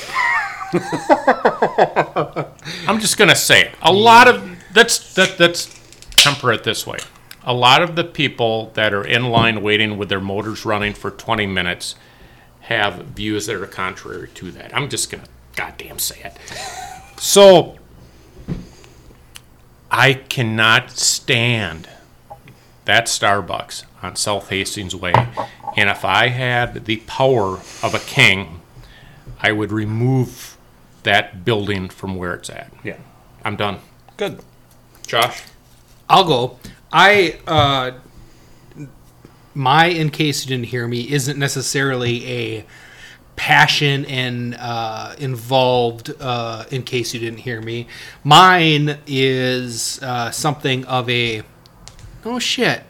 S2: I'm just gonna say it. A lot of that's that that's temper it this way. A lot of the people that are in line waiting with their motors running for 20 minutes have views that are contrary to that. I'm just gonna goddamn say it. *laughs* So I cannot stand that Starbucks on South Hastings Way. And if I had the power of a king, I would remove that building from where it's at.
S1: Yeah.
S2: I'm done.
S1: Good.
S2: Josh?
S3: I'll go. I uh, my in case you didn't hear me isn't necessarily a passion and uh, involved. Uh, in case you didn't hear me, mine is uh, something of a oh shit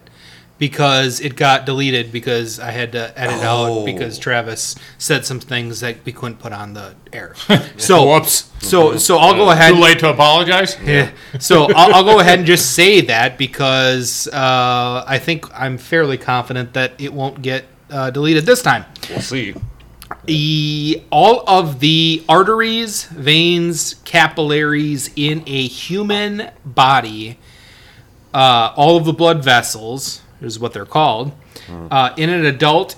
S3: because it got deleted because I had to edit
S1: Oh.
S3: out because Travis said some things that we couldn't put on the air. So
S2: Whoops.
S3: So so I'll go ahead.
S2: Too late to apologize?
S3: Yeah. So I'll, I'll go ahead and just say that because uh, I think I'm fairly confident that it won't get uh, deleted this time.
S1: We'll see.
S3: E- all of the arteries, veins, capillaries in a human body, uh, all of the blood vessels is what they're called,
S1: Hmm.
S3: uh, in an adult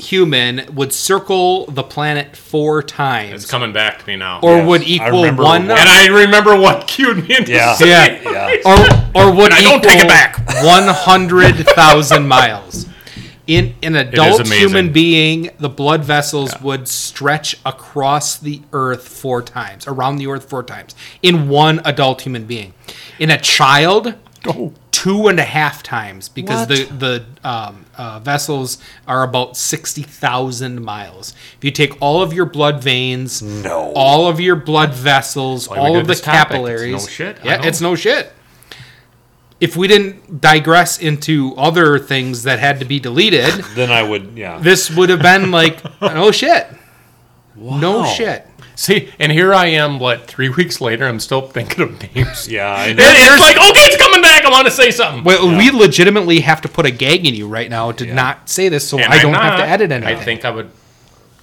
S3: human would circle the planet four
S2: It's
S3: times.
S2: coming back to me now.
S3: Or
S1: Yes,
S3: would
S1: I
S3: equal
S1: remember
S3: one
S1: what-
S2: and I remember what cued me into
S1: Yeah.
S2: saying
S3: Yeah.
S2: it.
S1: Yeah.
S3: or or would
S2: And I
S3: equal
S2: don't take it back.
S3: *laughs* one hundred thousand miles. In an adult
S2: amazing.
S3: human being, the blood vessels would stretch across the earth four times, around the earth four times, in one adult human being. In a child, two and a half times because the the um, uh, vessels are about sixty thousand miles. If you take all of your blood veins,
S1: No.
S3: all of your blood vessels,
S2: why we
S3: all
S2: do
S3: of the
S2: this topic. It's no
S3: capillaries,
S2: shit. I
S3: yeah,
S2: know.
S3: it's no shit. If we didn't digress into other things that had to be
S2: *laughs*
S3: deleted,
S1: Then I would. Yeah.
S3: this would have been like, oh shit, no shit.
S2: See, and here I am, what, three weeks later, I'm still thinking of
S1: *laughs*
S2: names.
S1: Yeah, I
S2: And
S1: know.
S2: it's like, okay, it's coming back. I want to say something.
S3: Well, we legitimately have to put a gag in you right now to not say this, so
S2: And
S3: I
S2: I'm
S3: don't have
S2: not.
S3: to edit anything.
S2: I think I would.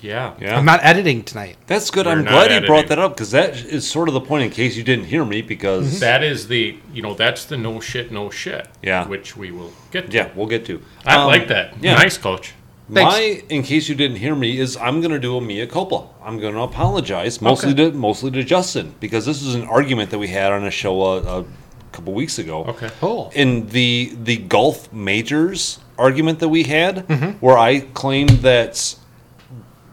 S2: Yeah.
S1: Yeah.
S3: I'm not editing tonight.
S1: That's good. I'm
S2: not
S1: glad you
S2: editing.
S1: brought that up because that is sort of the point. In case you didn't hear me, because
S2: That is the, you know, that's the no shit, no shit.
S1: Yeah.
S2: Which we will get to.
S1: yeah, we'll get to.
S2: Mm-hmm. I
S1: Um,
S2: like that.
S1: yeah.
S2: Nice, coach.
S3: Thanks.
S1: My, in case you didn't hear me, is I'm going to do a mea culpa. I'm going to apologize mostly to mostly to Justin because this is an argument that we had on a show uh, a, a couple weeks ago.
S2: Okay.
S3: Cool.
S1: In the the golf majors argument that we had,
S2: Mm-hmm.
S1: where I claimed that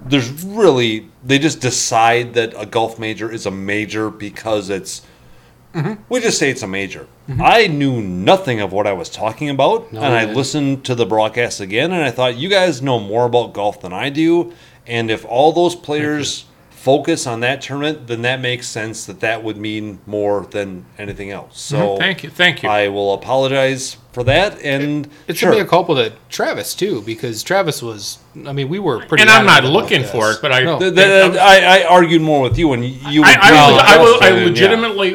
S1: there's really they just decide that a golf major is a major because it's
S2: Mm-hmm.
S1: we just say it's a major. I knew nothing of what I was talking about, and I listened to the broadcast again, and I thought you guys know more about golf than I do, and if all those players focus on that tournament, then that makes sense that that would mean more than anything else.
S3: Oh.
S1: So
S2: Mm-hmm. Thank you. Thank you.
S1: I will apologize for that, and
S3: It
S1: sure,
S3: should be a couple to Travis too, because Travis was. I mean, we were pretty.
S2: and I'm not
S3: adamant about
S2: looking
S3: this.
S2: for it, but I.
S3: No.
S1: Th- th- I, I argued more with you, and you.
S2: I,
S1: agreed with
S2: I, was- I, was- I
S1: Justin, yeah.
S2: legitimately,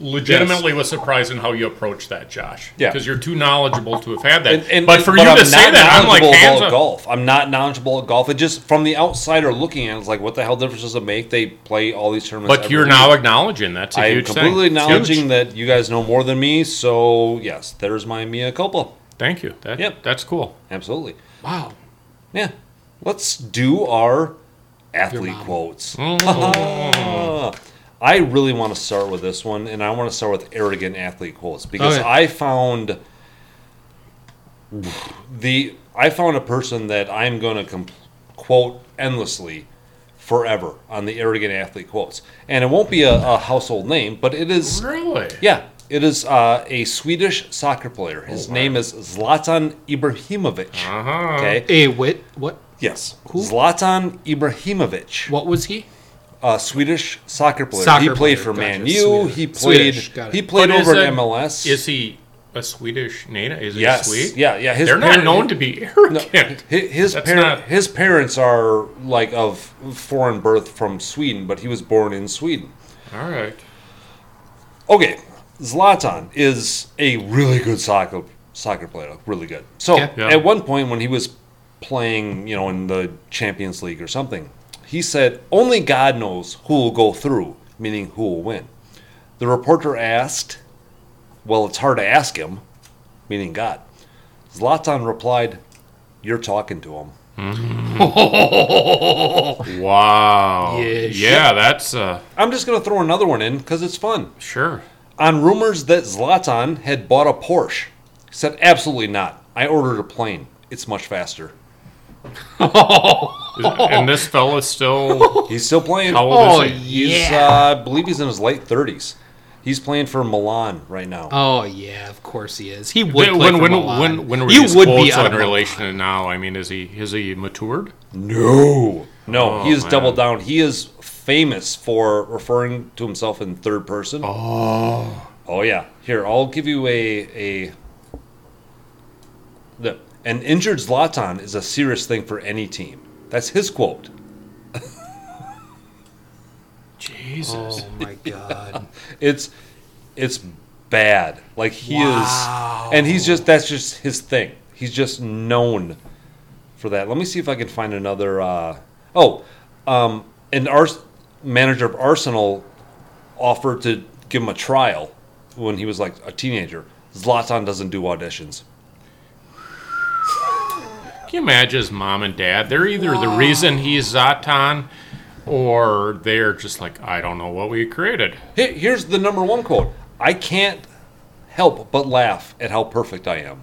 S2: legitimately was surprised in how you approached that, Josh.
S1: Yeah.
S2: Because you're too knowledgeable to have had that.
S1: And, and,
S2: but for
S1: but
S2: you
S1: I'm
S2: to say
S1: not
S2: that, I'm like
S1: knowledgeable
S2: hands
S1: about
S2: up.
S1: golf. I'm not knowledgeable at golf. It just from the outsider looking at, it, it's like what the hell difference does it make? They play all these tournaments.
S2: But
S1: every
S2: you're
S1: week.
S2: now acknowledging that's a
S1: I'm
S2: huge
S1: completely
S2: thing. It's
S1: acknowledging
S2: huge.
S1: that you guys know more than me. So yes, there's my mea culpa.
S2: Thank you. That,
S1: Yep.
S2: That's cool.
S1: Absolutely.
S3: Wow.
S1: Yeah. Let's do our athlete
S3: mom.
S1: quotes. Ah. I really want to start with this one, and I want to start with arrogant athlete quotes because
S3: Okay.
S1: I found the I found a person that I'm going to com- quote endlessly forever on the arrogant athlete quotes, and it won't be a, a household name, but it is
S2: Really?
S1: yeah, it is uh, a Swedish soccer player. His name is Zlatan Ibrahimovic.
S2: Uh-huh.
S1: Okay.
S3: A Eh, wit. What?
S1: Yes. Zlatan Ibrahimovic,
S3: What was he?
S1: a Swedish soccer player.
S3: Soccer
S1: he played
S3: player,
S1: for
S3: gotcha,
S1: Man U.
S3: Swedish.
S1: He played.
S3: Swedish, got it.
S1: He played
S2: But is
S1: over in
S2: it-
S1: MLS.
S2: Is he a Swedish native? Is he
S1: yes.
S2: Swede?
S1: Yeah. Yeah. His
S2: They're not
S1: parent-
S2: known to be arrogant. *laughs*
S1: Hi- His
S2: That's
S1: parent,
S2: not-
S1: his parents are like of foreign birth from Sweden, but he was born in Sweden.
S2: All right.
S1: Okay, Zlatan is a really good soccer soccer player, really good. So
S3: Yeah.
S2: Yeah.
S1: at one point when he was playing, you know, in the Champions League or something, he said, "Only God knows who will go through," meaning who will win. The reporter asked, "Well, it's hard to ask him," meaning God. Zlatan replied, "You're talking to him."
S2: *laughs*
S3: Oh,
S2: Wow.
S3: Yeah,
S2: yeah, that's uh
S1: I'm just gonna throw another one in because it's fun.
S2: sure.
S1: on rumors that Zlatan had bought a Porsche. He said, absolutely not. I ordered a plane. It's much faster.
S2: and this fella's
S3: *laughs*
S2: still
S1: He's still playing.
S2: How old is
S3: Oh,
S2: he?
S1: He's, uh, I believe he's in his late 30s. He's playing for Milan right now.
S3: Oh yeah, of course he is. He would play
S2: when
S3: for
S2: when
S3: Milan.
S2: when when were
S3: you
S2: these
S3: would
S2: quotes
S3: be out
S2: on
S3: of relation.
S2: relation to now? I mean, is he is he matured?
S1: no. No, he
S2: Oh,
S1: has
S2: man.
S1: doubled down. He is famous for referring to himself in third person. Oh. Oh, yeah. Here, I'll give you a. a the, an injured Zlatan is a serious thing for any team. That's his quote.
S2: Jesus.
S3: Oh
S2: *laughs*
S3: my god.
S1: it's it's bad. Like he
S3: Wow.
S1: is, and he's just that's just his thing. He's just known for that. Let me see if I can find another. Uh, oh, um, an Ars- manager of Arsenal offered to give him a trial when he was like a teenager. Zlatan doesn't do auditions.
S2: Can you imagine his mom and dad? They're either the reason he's Zatan, or they're just like, I don't know what we created.
S1: Here- Here's the number one quote. I can't help but laugh at how perfect I am.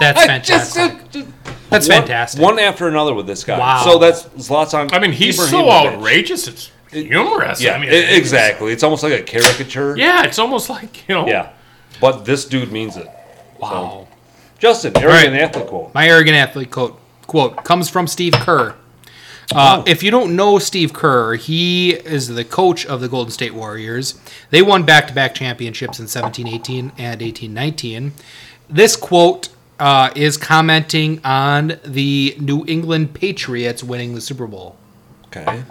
S3: That's
S1: I
S3: fantastic.
S1: just- just-
S3: That's
S1: one-
S3: fantastic.
S1: One after another with this guy.
S3: Wow.
S1: So that's Zlatan.
S2: I mean, he's so
S1: Ibrahimovic.
S2: outrageous. It's humorous.
S1: Yeah,
S2: I mean,
S1: e- exactly. It's almost like a caricature.
S2: Yeah, it's almost like you know.
S1: Yeah. But this dude means it.
S3: wow.
S2: Oh.
S1: Justin, arrogant
S3: right.
S1: athlete quote.
S3: My arrogant athlete quote quote comes from Steve Kerr.
S2: Oh.
S3: Uh, If you don't know Steve Kerr, he is the coach of the Golden State Warriors. They won back to back championships in 17 18 and 18 19. This quote uh, is commenting on the New England Patriots winning the Super Bowl.
S1: Okay.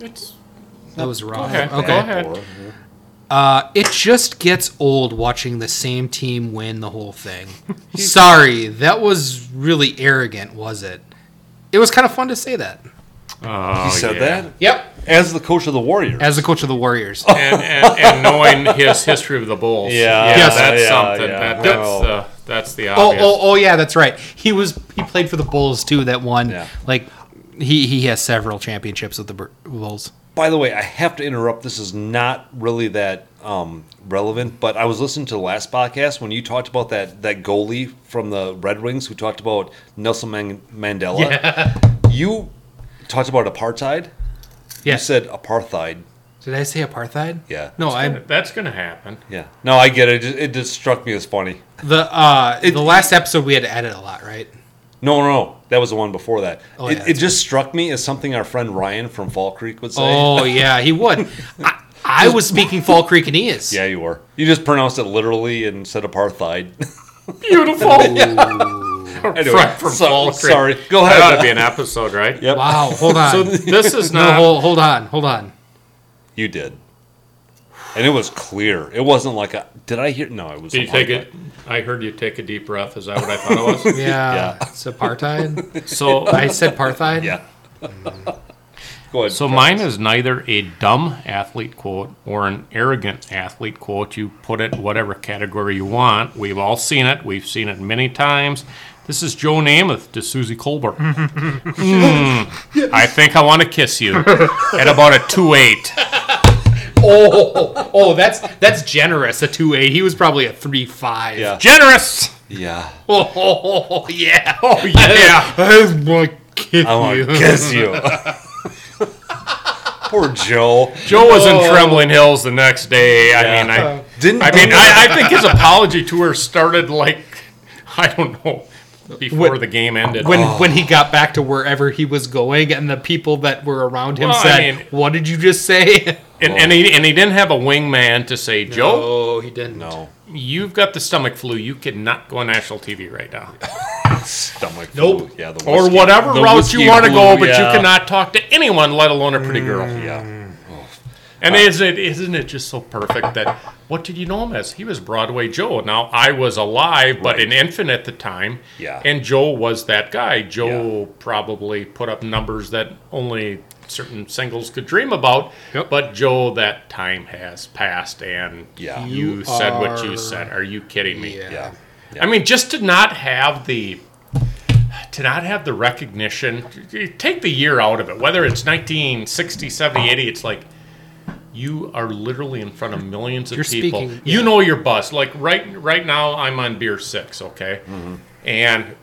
S2: It's
S3: That was wrong.
S2: okay.
S3: Okay.
S2: Go ahead.
S3: Uh, it just gets old watching the same team win the whole *laughs* thing. Sorry, that was really arrogant, was it? It was kind of fun to say that.
S2: oh,
S1: He said that
S3: Yep. Oh,
S1: as the coach of the Warriors.
S3: As the coach of the Warriors.
S2: and, and, and knowing his history of the Bulls.
S1: Yeah,
S3: Yes.
S2: that's
S1: yeah,
S2: something.
S1: yeah. Wow.
S2: That, that's the that's the
S3: Oh,
S2: obvious.
S3: oh, oh, yeah, that's right. He was he played for the Bulls too. That one,
S1: Yeah.
S3: like he he has several championships with the Bur- Bulls.
S1: By the way, I have to interrupt. This is not really that um, relevant, but I was listening to the last podcast when you talked about that that goalie from the Red Wings who talked about Nelson Man- Mandela. You talked about apartheid. You
S3: Yeah.
S1: said apartheid.
S3: Did I say apartheid?
S1: Yeah.
S3: No, I
S2: that's gonna happen.
S1: Yeah. No, I get it. It just, it just struck me as funny.
S3: the uh the last episode we had to edit a lot, right?
S1: No, no, no. That was the one before that.
S3: Oh,
S1: it
S3: yeah,
S1: it
S3: that's
S1: just struck me as something our friend Ryan from Fall Creek would say.
S3: Oh yeah, he would. *laughs* I, I was speaking Fall Creekanese.
S1: Yeah, you were. You just pronounced it literally and said apartheid. *laughs*
S2: Beautiful. *laughs*
S1: Anyway,
S2: From- from
S1: so-
S2: Fall Creek.
S1: sorry. Go
S2: That ought to
S1: ahead.
S2: be an episode, right?
S1: Yep.
S3: Wow. Hold
S2: *laughs*
S3: on.
S2: So uh, this
S1: *laughs*
S2: is
S3: no,
S2: not.
S3: hold, hold on.
S2: *laughs*
S3: Hold on.
S1: You did. And it was clear. It wasn't like a. Did I hear? No, it was.
S2: Did you
S1: something
S2: take
S1: like
S2: it? I heard you take a deep breath. Is that what I thought it
S3: Yeah.
S1: Yeah.
S3: It's
S2: *laughs*
S3: apartheid.
S2: was? So
S3: I said
S1: that.
S3: apartheid.
S1: Yeah. *laughs* Go ahead.
S2: So mine is neither a dumb athlete quote or an arrogant athlete quote. You put it whatever category you want. We've all seen it. We've seen it many times. This is Joe Namath to Susie *laughs* Colbert. Mm, I think I want to kiss you at about a two eight.
S3: Oh, oh, oh, that's that's generous. A two eight. He was probably a three five.
S1: Yeah.
S2: Generous.
S1: Yeah.
S3: Oh, oh, oh, oh, *laughs* yeah.
S2: *laughs* Oh yeah.
S3: I want to kill
S1: I want to kiss you. Poor Joe.
S2: Joe was in Trembling Hills the next day. I mean,
S1: Yeah.
S2: I
S1: Didn't.
S2: I mean, I, I think his apology tour started like I don't know before
S3: When-
S2: the game ended.
S3: *laughs* When when he got back to wherever he was going, and the people that were around him
S2: Well, I
S3: said,
S2: mean-
S3: "What did you just say?"
S2: and, and he and he didn't have a wingman to say, Joe,
S3: *laughs* Oh, he didn't.
S1: no.
S2: you've got the stomach flu. You cannot go on national TV right now,
S1: Stomach.
S3: Nope.
S1: flu. Oh, Yeah. The
S2: or
S1: whiskey-
S2: whatever
S1: the
S2: route
S1: whiskey
S2: you want to go,
S1: flu,
S2: but
S1: yeah.
S2: you cannot talk to anyone, let alone a pretty girl.
S3: Mm.
S1: Yeah.
S2: And isn't it, isn't it just so perfect that what did you know him as? He was Broadway Joe. Now I was alive, but an infant at the time.
S1: Yeah.
S2: And Joe was that guy. Joe probably put up numbers that only certain singles could dream about.
S3: Yep.
S2: But Joe, that time has passed, and
S1: Yeah.
S2: you,
S3: You
S2: said what
S3: are-
S2: you said. Are you kidding me?
S1: Yeah.
S2: I mean, just to not have the to not have the recognition, take the year out of it. Whether it's 1960, 70, 80, it's like you are literally in front of millions of
S3: You're
S2: people.
S3: speaking-
S2: You
S3: yeah.
S2: know your bus. Like right right now, I'm on beer six, okay,
S3: Mm-hmm.
S2: and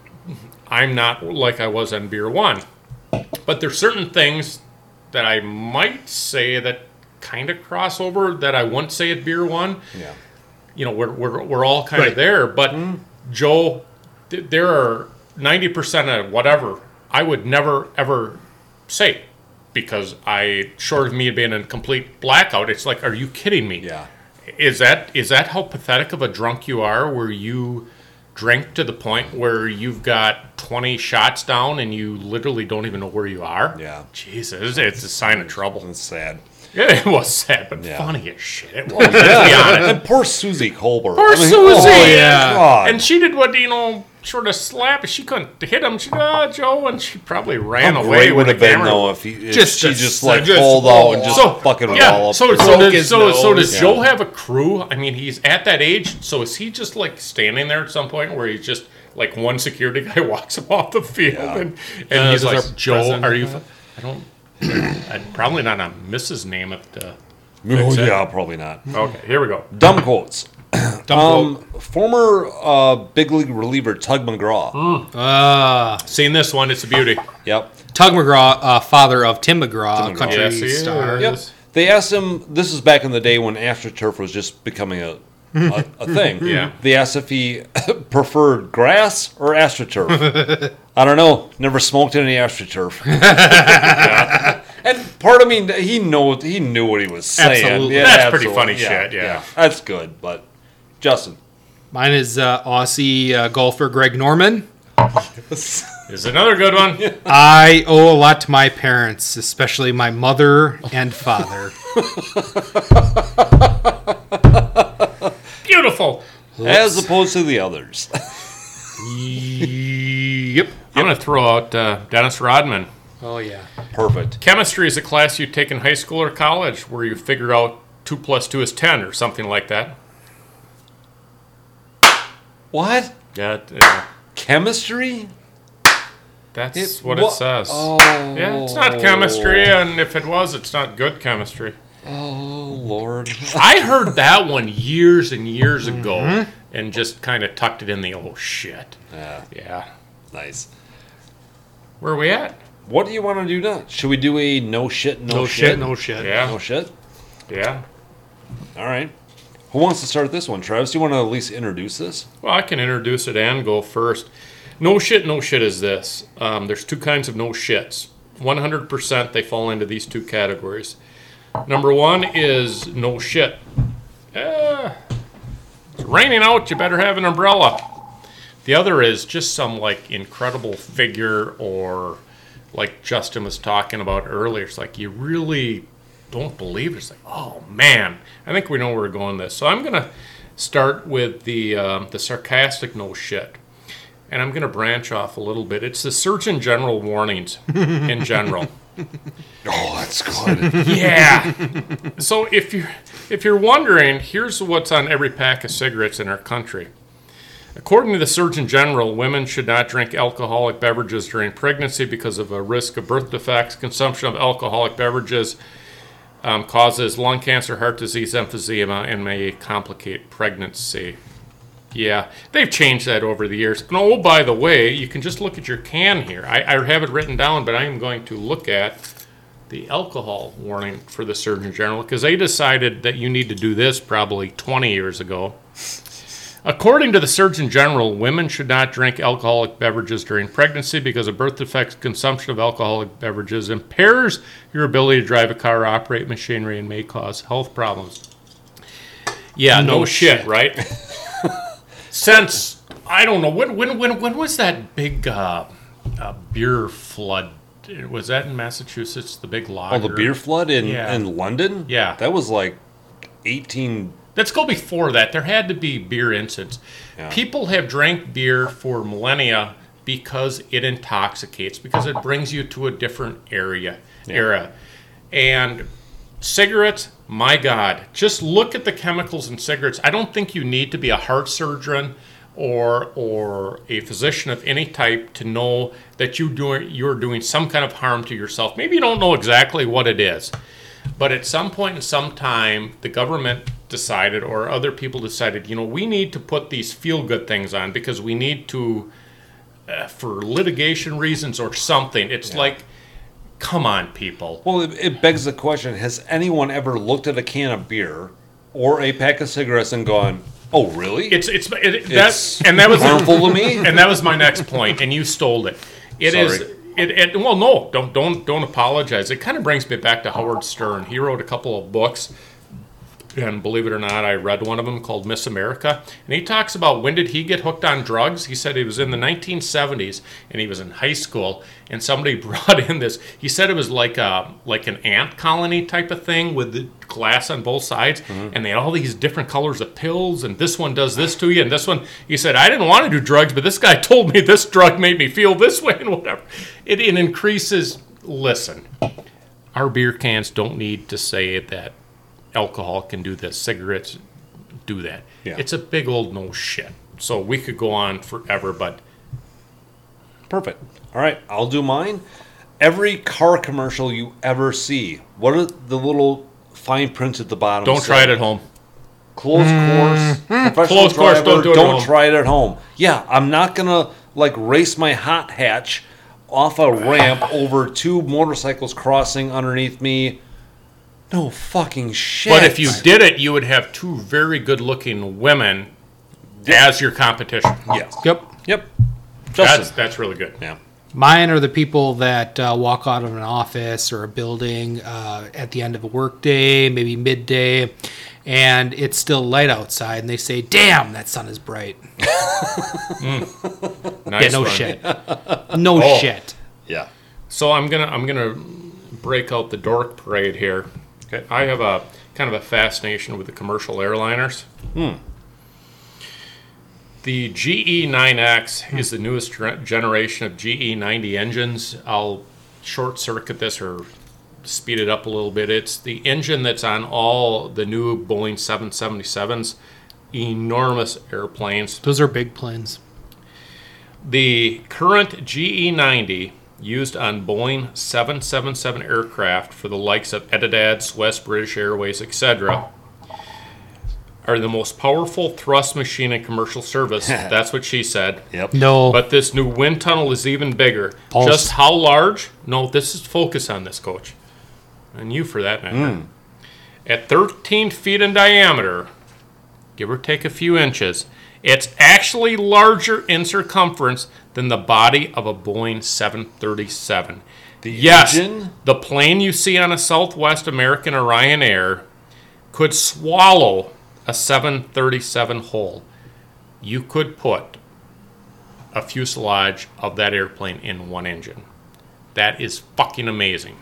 S2: I'm not like I was on beer one. But there's certain things that I might say that kind of cross over that I wouldn't say at beer one
S1: Yeah.
S2: you know, we're, we're, we're all kind
S3: Right.
S2: of there. But
S1: Mm-hmm.
S2: Joe, th- there are 90% of whatever I would never, ever say because I, short of me being in complete blackout, it's like, are you kidding me?
S1: Yeah.
S2: Is that is that how pathetic of a drunk you are where you drink to the point where you've got 20 shots down and you literally don't even know where you are?
S1: Yeah.
S2: Jesus, it's a sign of trouble. *laughs*
S1: That's sad.
S2: Yeah, it was sad, but
S1: Yeah.
S2: funny as shit. It
S1: *laughs*
S2: was, let's be honest.
S1: And poor Susie Colbert.
S2: Poor
S1: I mean,
S2: Susie.
S1: Oh,
S3: Yeah.
S1: God.
S2: And she did what you know, sort of slap. She couldn't hit him. She ah, Joe, and she probably ran
S1: How
S2: away
S1: great would
S2: with the
S1: have been
S2: camera.
S1: though if, he, if
S3: Just-
S1: she
S3: just-
S1: just like
S3: just-
S1: pulled out and
S3: oh.
S1: just
S2: so
S1: fucking
S2: yeah,
S1: wall up.
S2: so
S3: Broke
S2: so does,
S3: his
S2: so, so does
S3: nose.
S2: Joe have a crew? I mean, he's at that age. So is he just like standing there at some point where he's just like one security guy *laughs* walks him off the field
S1: Yeah.
S2: and, and
S3: Uh,
S2: he's
S3: does
S2: like,
S3: our
S2: Joe,
S3: president
S2: are you?
S3: have
S2: f- I don't. I'd probably not on Mrs. Name at the.
S1: oh,
S2: fix it.
S1: yeah, probably not.
S2: Okay, here we go.
S1: Dumb quotes.
S3: Dumb
S1: Um, former uh, big league reliever Tug McGraw.
S2: Mm.
S3: quote. Uh,
S2: Seen this one? It's a beauty.
S1: Yep.
S3: Tug McGraw, uh, father of Tim McGraw,
S1: McGraw.
S3: country
S2: Yes, he is.
S3: star.
S2: Yep.
S1: Yep. They asked him. This is back in the day when AstroTurf was just becoming a a, a thing.
S2: *laughs* Yeah.
S1: They asked if he *laughs* preferred grass or AstroTurf.
S2: *laughs*
S1: I don't know. Never smoked any AstroTurf. And part of me, he know he knew what he was saying.
S3: Absolutely.
S2: That's pretty funny
S1: Yeah,
S2: shit, yeah.
S1: that's good. But Justin,
S3: Mine is uh, Aussie uh, golfer Greg Norman.
S2: is another
S1: *laughs*
S2: good one.
S3: I owe a lot to my parents, especially my mother
S2: *laughs*
S3: and father.
S2: Beautiful.
S1: as opposed to the others.
S2: Yep. I'm going to throw out uh, Dennis Rodman.
S3: oh yeah.
S1: *laughs* Perfect.
S2: Chemistry is a class you take in high school or college where you figure out 2 plus 2 is 10 or something like that.
S1: What?
S2: That, uh,
S1: Chemistry?
S2: that's
S1: It
S2: what
S1: wa-
S2: it says.
S1: *laughs* Oh.
S2: Yeah, it's not chemistry, and if it was, it's not good chemistry.
S1: Oh, Lord.
S2: I heard that one years and years ago
S1: Mm-hmm.
S2: and just kind of tucked it in the oh shit.
S1: Yeah,
S2: Yeah.
S1: nice.
S2: Where are we at?
S1: What do you want to do now? Should we do a no shit, no,
S3: No
S1: shit?
S3: shit. No shit.
S1: No
S2: Yeah.
S1: shit?
S2: Yeah.
S1: All right. Who wants to start this one? Travis, you want to at least introduce this?
S2: Well, I can introduce it and go first. No shit, no shit is this. Um, there's two kinds of no shits. 100% they fall into these two categories. Number one is no shit. Eh, it's raining out, you better have an umbrella. The other is just some like incredible figure or like Justin was talking about earlier. It's like you really don't believe it. It's like, oh man, I think we know where we're going with this. So I'm gonna start with the um, the sarcastic no shit, and I'm gonna branch off a little bit. It's the Surgeon General warnings in general.
S1: Oh, that's *laughs* good.
S2: Yeah. so if you are if you're wondering, here's what's on every pack of cigarettes in our country. According to the Surgeon General, women should not drink alcoholic beverages during pregnancy because of a risk of birth defects. Consumption of alcoholic beverages um, causes lung cancer, heart disease, emphysema, and may complicate pregnancy. Yeah, they've changed that over the years. And oh, by the way, you can just look at your can here. I, I have it written down, but I am going to look at the alcohol warning for the Surgeon General because they decided that you need to do this probably 20 years ago. According to the Surgeon General, women should not drink alcoholic beverages during pregnancy because of birth defects. Consumption of alcoholic beverages impairs your ability to drive a car, operate machinery, and may cause health problems. Yeah, no,
S3: No
S2: shit, right? *laughs* Since I don't know when when when when was that big uh, uh, beer flood? Was that in Massachusetts? The big
S1: oh,
S2: lager.
S1: the beer flood in,
S2: Yeah.
S1: in London?
S2: Yeah.
S1: That was like 18.
S2: Let's go before that. There had to be beer incidents.
S1: Yeah.
S2: People have drank beer for millennia because it intoxicates, because it brings you to a different area era. And cigarettes, my God, just look at the chemicals in cigarettes. I don't think you need to be a heart surgeon or or a physician of any type to know that you doing you're doing some kind of harm to yourself. Maybe you don't know exactly what it is. But at some point in some time, the government decided, or other people decided, you know, we need to put these feel good things on because we need to, uh, for litigation reasons or something. It's like, come on, people.
S1: Well, it, it begs the question has anyone ever looked at a can of beer or a pack of cigarettes and gone, oh, really?
S2: It's it's it,
S1: It's
S2: that's and that was
S1: harmful to me?
S2: *laughs* and that was my next point, and you stole it. It is.
S1: Sorry.
S2: It, it, well, no, don't don't don't apologize. It kind of brings me back to Howard Stern. He wrote a couple of books, and believe it or not, I read one of them called Miss America, and he talks about when did he get hooked on drugs. He said it was in the 1970s, and he was in high school, and somebody *laughs* brought in this. He said it was like a like an ant colony type of thing with the glass on both sides, and they had all these different colors of pills, and this one does this to you, and this one. He said I didn't want to do drugs, but this guy *laughs* told me this drug made me feel this way, *laughs* and whatever. It, it increases. Listen, our beer cans don't need to say that alcohol can do this, cigarettes do that.
S1: Yeah.
S2: It's a big old no shit. So we could go on forever, but
S1: Perfect. All right, I'll do mine. Every car commercial you ever see, what are the little fine prints at the bottom?
S2: don't
S1: say?
S2: try it at home.
S1: Close course, professional
S2: Close course,
S1: driver,
S2: don't do it at home.
S1: try it at home. Yeah, I'm not gonna like race my hot hatch off a ramp over two motorcycles crossing underneath me. No fucking shit.
S2: But if you did it, you would have two very good looking women as your competition.
S1: yes,
S3: Yep.
S1: yep,
S2: That's,
S1: Justin,
S2: that's really good.
S1: yeah,
S3: Mine are the people that uh, walk out of an office or a building uh, at the end of a workday, maybe midday, and it's still light outside, and they say, "Damn, that sun is bright."
S2: Nice
S3: Yeah, no
S2: one. *laughs*
S3: shit. No
S2: Oh.
S3: shit.
S1: Yeah.
S2: So I'm gonna I'm gonna break out the dork parade here.
S1: Okay.
S2: I have a kind of a fascination with the commercial airliners. The GE9X is the newest gen- generation of GE90 engines. I'll short circuit this or speed it up a little bit. It's the engine that's on all the new Boeing 777s, enormous airplanes.
S3: Those are big planes.
S2: The current GE90 used on Boeing 777 aircraft for the likes of Etihad, Swiss, British Airways, etc. are the most powerful thrust machine in commercial service. That's what she said.
S1: Yep.
S3: No,
S2: But this new wind tunnel is even bigger.
S3: Pulse.
S2: Just how large? No, this is focus on this, coach. And you for that matter. At 13 feet in diameter, give or take a few inches, it's actually larger in circumference than the body of a Boeing 737.
S1: The
S2: Yes,
S1: engine.
S2: the plane you see on a Southwest American or Ryanair could swallow a 737 whole. You could put a fuselage of that airplane in one engine. That is fucking amazing.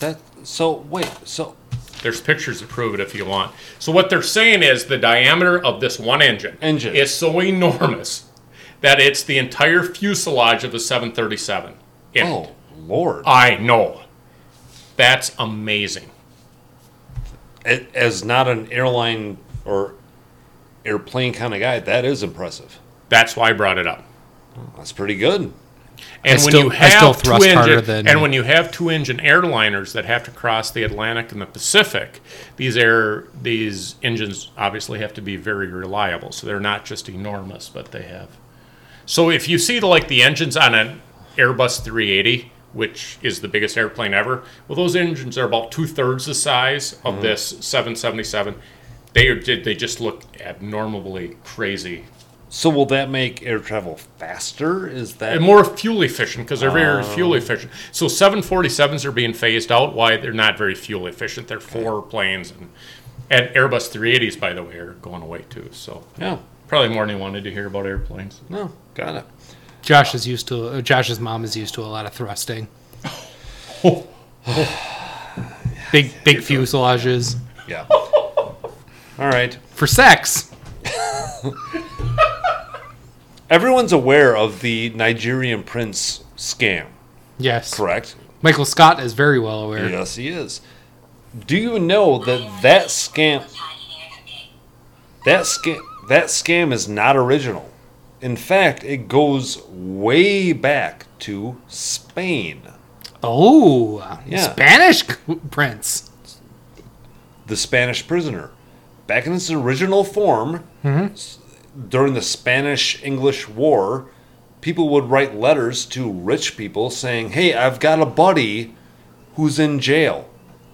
S1: That. So wait. So
S2: There's pictures to prove it if you want. So what they're saying is the diameter of this one engine,
S1: Engine.
S2: is so enormous that it's the entire fuselage of the 737. in it.
S1: oh lord.
S2: I know. That's amazing.
S1: A- As not an airline or airplane kind of guy, that is impressive.
S2: That's why I brought it up.
S1: That's pretty good.
S2: And when
S3: I still-
S2: you
S3: I still
S2: have two
S3: thrust harder
S2: engine,
S3: than-
S2: and when you have two engine airliners that have to cross the Atlantic and the Pacific, these air these engines obviously have to be very reliable. So they're not just enormous, but they have. So if you see like the engines on an Airbus 380, which is the biggest airplane ever, well, those engines are about two thirds the size of
S3: Mm-hmm.
S2: this 777. They are, they just look abnormally crazy
S1: So will that make air travel faster? Is that
S2: and more fuel efficient because they're very
S3: Oh.
S2: fuel efficient. So 747s are being phased out. Why they're not very fuel efficient? They're four planes, and and Airbus 380s, by the way, are going away too. So
S1: yeah?
S2: probably more than you wanted to hear about airplanes. *laughs*
S1: No, got it.
S3: Josh is used to. uh, Josh's mom is used to a lot of
S2: *laughs*
S3: thrusting. big big fuselages
S1: Yeah. *laughs* All right.
S3: for sex.
S1: Everyone's aware of the Nigerian prince scam,
S3: Yes,
S1: correct?
S3: Michael Scott is very well aware.
S1: Yes, he is. Do you know that that scam that scam that scam is not original? In fact, it goes way back to Spain.
S3: Oh,
S1: Yeah.
S3: Spanish c- prince.
S1: the Spanish prisoner. Back in its original form, s- during the Spanish English War, people would write letters to rich people saying, Hey, I've got a buddy who's in jail,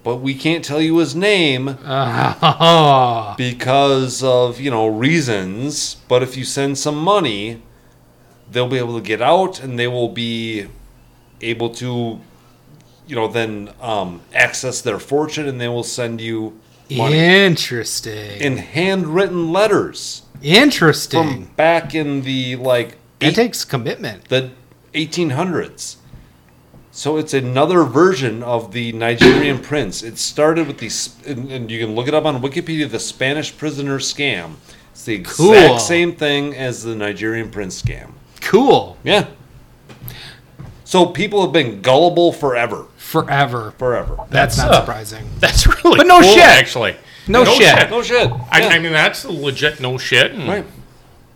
S1: but we can't tell you his name
S3: Oh,
S1: because of, you know, reasons. But if you send some money, they'll be able to get out and they will be able to, you know, then um, access their fortune and they will send you money
S3: interesting.
S1: in handwritten letters
S3: interesting.
S1: from back in the like
S3: that
S1: eight,
S3: takes commitment.
S1: the 1800s. So it's another version of the Nigerian prince. It started with the s- and, and you can look it up on Wikipedia. The Spanish prisoner scam. It's the exact
S3: Cool.
S1: same thing as the Nigerian prince scam.
S3: Cool.
S1: Yeah. So people have been gullible forever,
S3: Forever.
S1: forever.
S3: That's,
S2: That's,
S3: not
S2: uh,
S3: surprising.
S2: That's really
S3: But no
S2: cool,
S3: shit.
S2: actually.
S3: No shit.
S1: No shit.
S2: I,
S1: Yeah.
S2: I mean, that's a legit no shit. and-
S1: Right.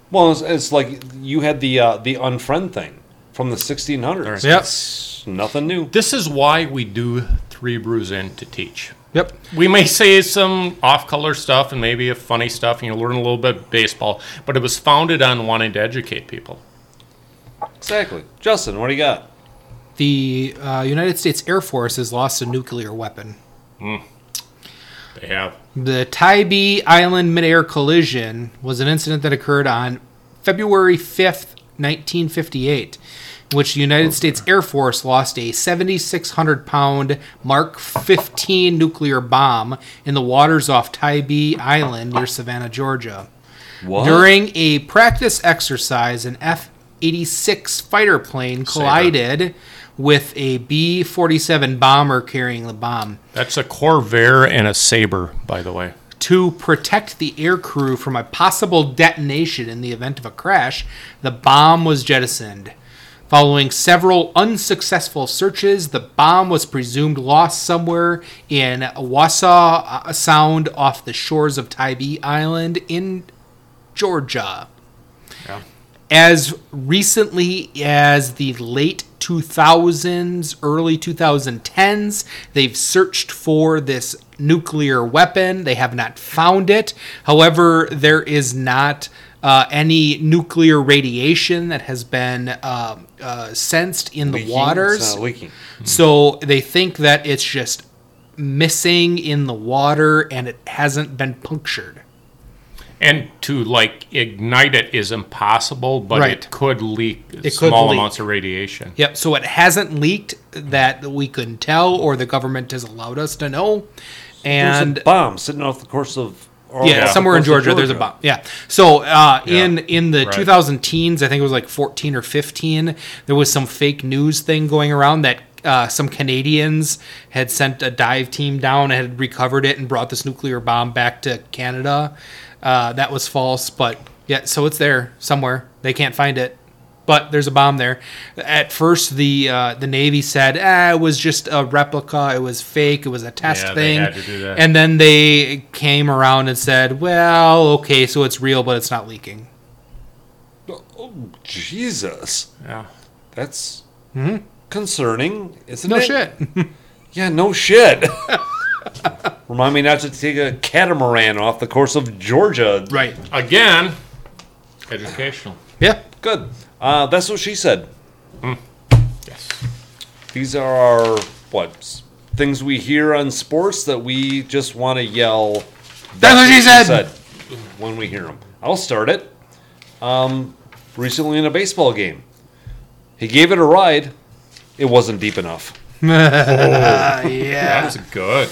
S1: Well, it's, it's like you had the uh, the unfriend thing from the 1600s.
S3: Yep.
S1: It's nothing new.
S2: This is why we do three brews in to teach.
S3: Yep.
S2: We may say some off color stuff and maybe a funny stuff, and you'll learn a little bit of baseball, but it was founded on wanting to educate people.
S1: Exactly. Justin, what do you got?
S3: The uh, United States Air Force has lost a nuclear weapon.
S2: They have.
S3: The Tybee Island midair collision was an incident that occurred on February 5th, 1958. which the United States Air Force lost a 7,600 pound Mark 15 nuclear bomb in the waters off Tybee Island near Savannah, Georgia.
S1: What?
S3: During a practice exercise, an F 86 fighter plane collided with a B 47 bomber carrying the bomb.
S2: That's a Corvair and a Saber, by the way.
S3: To protect the air crew from a possible detonation in the event of a crash, the bomb was jettisoned. Following several unsuccessful searches, the bomb was presumed lost somewhere in Wausau uh, Sound off the shores of Tybee Island in Georgia. As recently as the late 2000s, early 2010s, they've searched for this nuclear weapon. They have not found it. However, there is not uh, any nuclear radiation that has been um uh, sensed in the
S1: Leaking?
S3: waters.
S1: It's not leaking.
S3: So they think that it's just missing in the water and it hasn't been punctured.
S2: And to like ignite it is impossible, but
S3: Right.
S2: it could leak
S3: could
S2: small
S3: leak.
S2: amounts of radiation.
S3: Yep. So it hasn't leaked that we couldn't tell, or the government has allowed us to know.
S1: There's
S3: And
S1: a bomb sitting off the course of. or
S3: Oh, yeah,
S1: off the
S3: somewhere in
S1: coast
S3: Georgia,
S1: of
S3: there's a bomb. Yeah. So uh, in in the
S2: Right.
S3: 2000 teens, I think it was like 14 or 15, there was some fake news thing going around that. Uh, some Canadians had sent a dive team down and had recovered it and brought this nuclear bomb back to Canada. Uh, that was false, but yeah, so it's there somewhere. They can't find it, but there's a bomb there. At first, the uh, the Navy said ah, it was just a replica, it was fake, it was a test
S2: Yeah, they
S3: thing.
S2: had to do that.
S3: And and then they came around and said, well, okay, so it's real, but it's not leaking.
S1: Oh, Jesus,
S2: Yeah.
S1: that's concerning, isn't
S3: Mm-hmm. No
S1: it?
S3: *laughs* shit.
S1: Yeah, no shit. *laughs* Remind me not to take a catamaran off the course of Georgia.
S3: right.
S2: Again, educational.
S3: Yeah.
S1: Good. Uh, that's what she said.
S2: Yes.
S1: These are our what s- things we hear on sports that we just want to yell.
S3: That's what she said."
S1: When we hear them, I'll start it. Um, recently in a baseball game, he gave it a ride. It wasn't deep enough.
S3: Uh, yeah.
S2: That's good.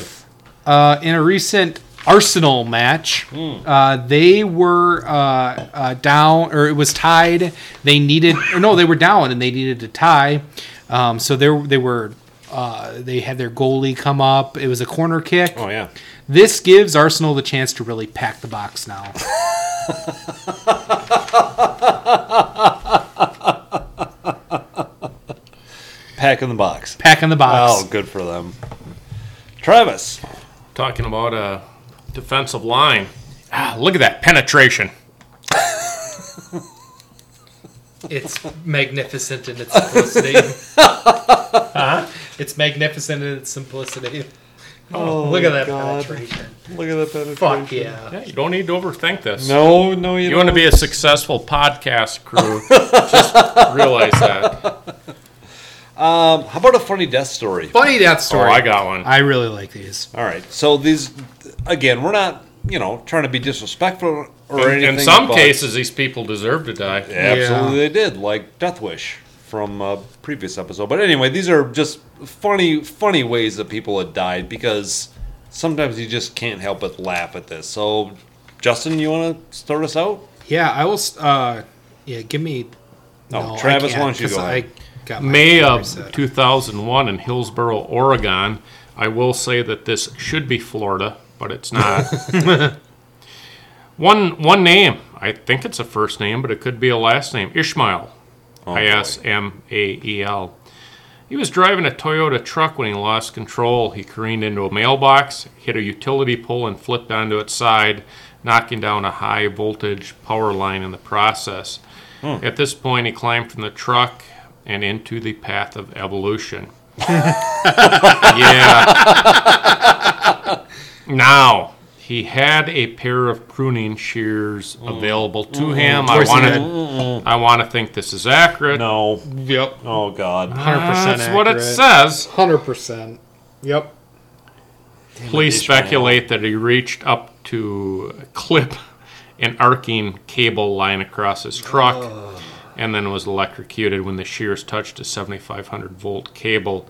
S3: Uh, in a recent Arsenal match, uh, they were uh, uh, down, or it was tied. They needed, or no, they were down and they needed to tie. Um, so they, they were, uh, they had their goalie come up. It was a corner kick.
S1: Oh yeah.
S3: This gives Arsenal the chance to really pack the box now.
S1: Pack in the box.
S3: Pack in the box.
S1: Oh, good for them. Travis.
S2: Talking about a defensive line. Ah, look at that penetration.
S3: It's magnificent in its simplicity. *laughs* It's magnificent in its simplicity.
S1: Oh,
S3: Look at that
S1: God.
S3: penetration.
S1: Look at that penetration.
S3: Fuck yeah.
S2: Yeah, you don't need to overthink this.
S1: No, no, you,
S2: You
S1: don't.
S2: want to be a successful podcast crew, *laughs* just realize that.
S1: How about a funny death story?
S3: Funny death
S2: Oh,
S3: story.
S2: I got one.
S3: I really like these.
S1: All right. So these, again, we're not, you know, trying to be disrespectful or
S2: In-
S1: anything.
S2: In some
S1: but-
S2: cases, these people deserve to die.
S1: absolutely they did, like Death Wish from a previous episode. But anyway, these are just funny, funny ways that people had died because sometimes you just can't help but laugh at this. So, Justin, you want to start us out?
S3: Yeah, I will. s- Uh, yeah, give me.
S1: No,
S2: Oh,
S3: I
S1: Travis,
S3: can't,
S1: why don't you
S3: 'cause
S1: go ahead.
S3: I got my
S2: May of
S3: set.
S2: 2001 in Hillsboro, Oregon. I will say that this should be Florida, but it's not. one one name. I think it's a first name, but it could be a last name. Ishmael. I S M A E L. He was driving a Toyota truck when he lost control. He careened into a mailbox, hit a utility pole, and flipped onto its side, knocking down a high voltage power line in the process.
S3: Hmm.
S2: At this point, he climbed from the truck and into the path of
S3: *laughs*
S2: evolution. yeah. Now, he had a pair of pruning shears available to him. I
S3: Hmm. course he
S2: want
S3: did.
S2: to I want to think this is accurate.
S1: No.
S3: Yep.
S1: Oh, God.
S3: 100%
S2: That's what it
S3: accurate.
S2: says.
S3: Hundred percent. Yep.
S2: Police speculate that he reached up to clip an arcing cable line across his truck and then was electrocuted when the shears touched a 7,500 volt cable.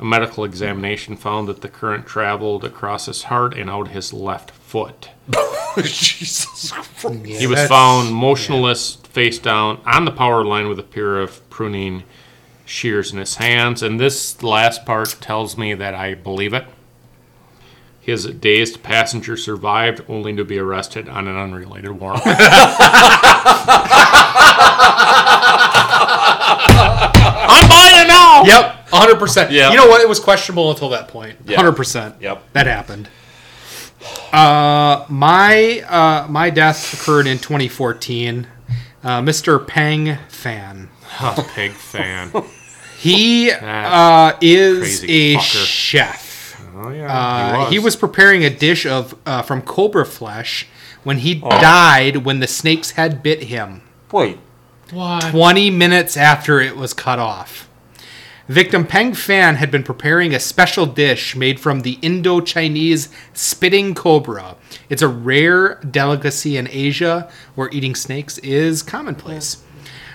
S2: A medical examination found that the current traveled across his heart and out his left foot.
S1: *laughs* Jesus Christ.
S2: He was
S3: That's-
S2: found motionless, face down, on the power line with a pair of pruning shears in his hands. And this last part tells me that I believe it. His dazed passenger survived, only to be arrested on an unrelated warrant. I'm buying it now.
S3: Yep, 100%.
S1: Yeah.
S3: You know what? It was questionable until that point.
S1: Yeah.
S3: 100%.
S1: Yep.
S3: That happened. Uh, my uh, my death occurred in 2014. Uh, Mr. Pang Fan.
S2: Oh, pig fan.
S3: He
S2: That
S3: uh, is
S2: crazy
S3: a
S2: fucker.
S3: chef.
S2: Oh yeah,
S3: Uh, he was preparing a dish of uh, from cobra flesh when he died when the snake's head bit him.
S1: Wait.
S2: What?
S3: 20 minutes after it was cut off. Victim Peng Fan had been preparing a special dish made from the Indo Chinese spitting cobra. It's a rare delicacy in Asia where eating snakes is commonplace.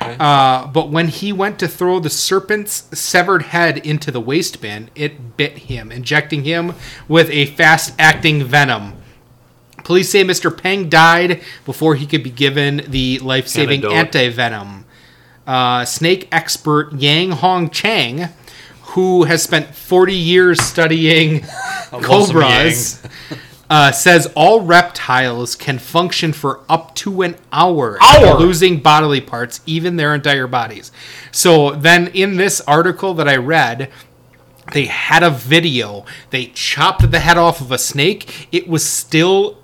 S3: Uh, but when he went to throw the serpent's severed head into the waste bin, it bit him, injecting him with a fast acting venom. Police say Mr. Peng died before he could be given the life saving
S2: Antidote.
S3: anti venom. Uh, snake expert Yang Hong Chang, who has spent 40 years studying
S2: love some
S3: cobras, uh, says all reptiles can function for up to an hour,
S2: Hour?
S3: losing bodily parts, even their entire bodies. So then, in this article that I read, they had a video. They chopped the head off of a snake. It was still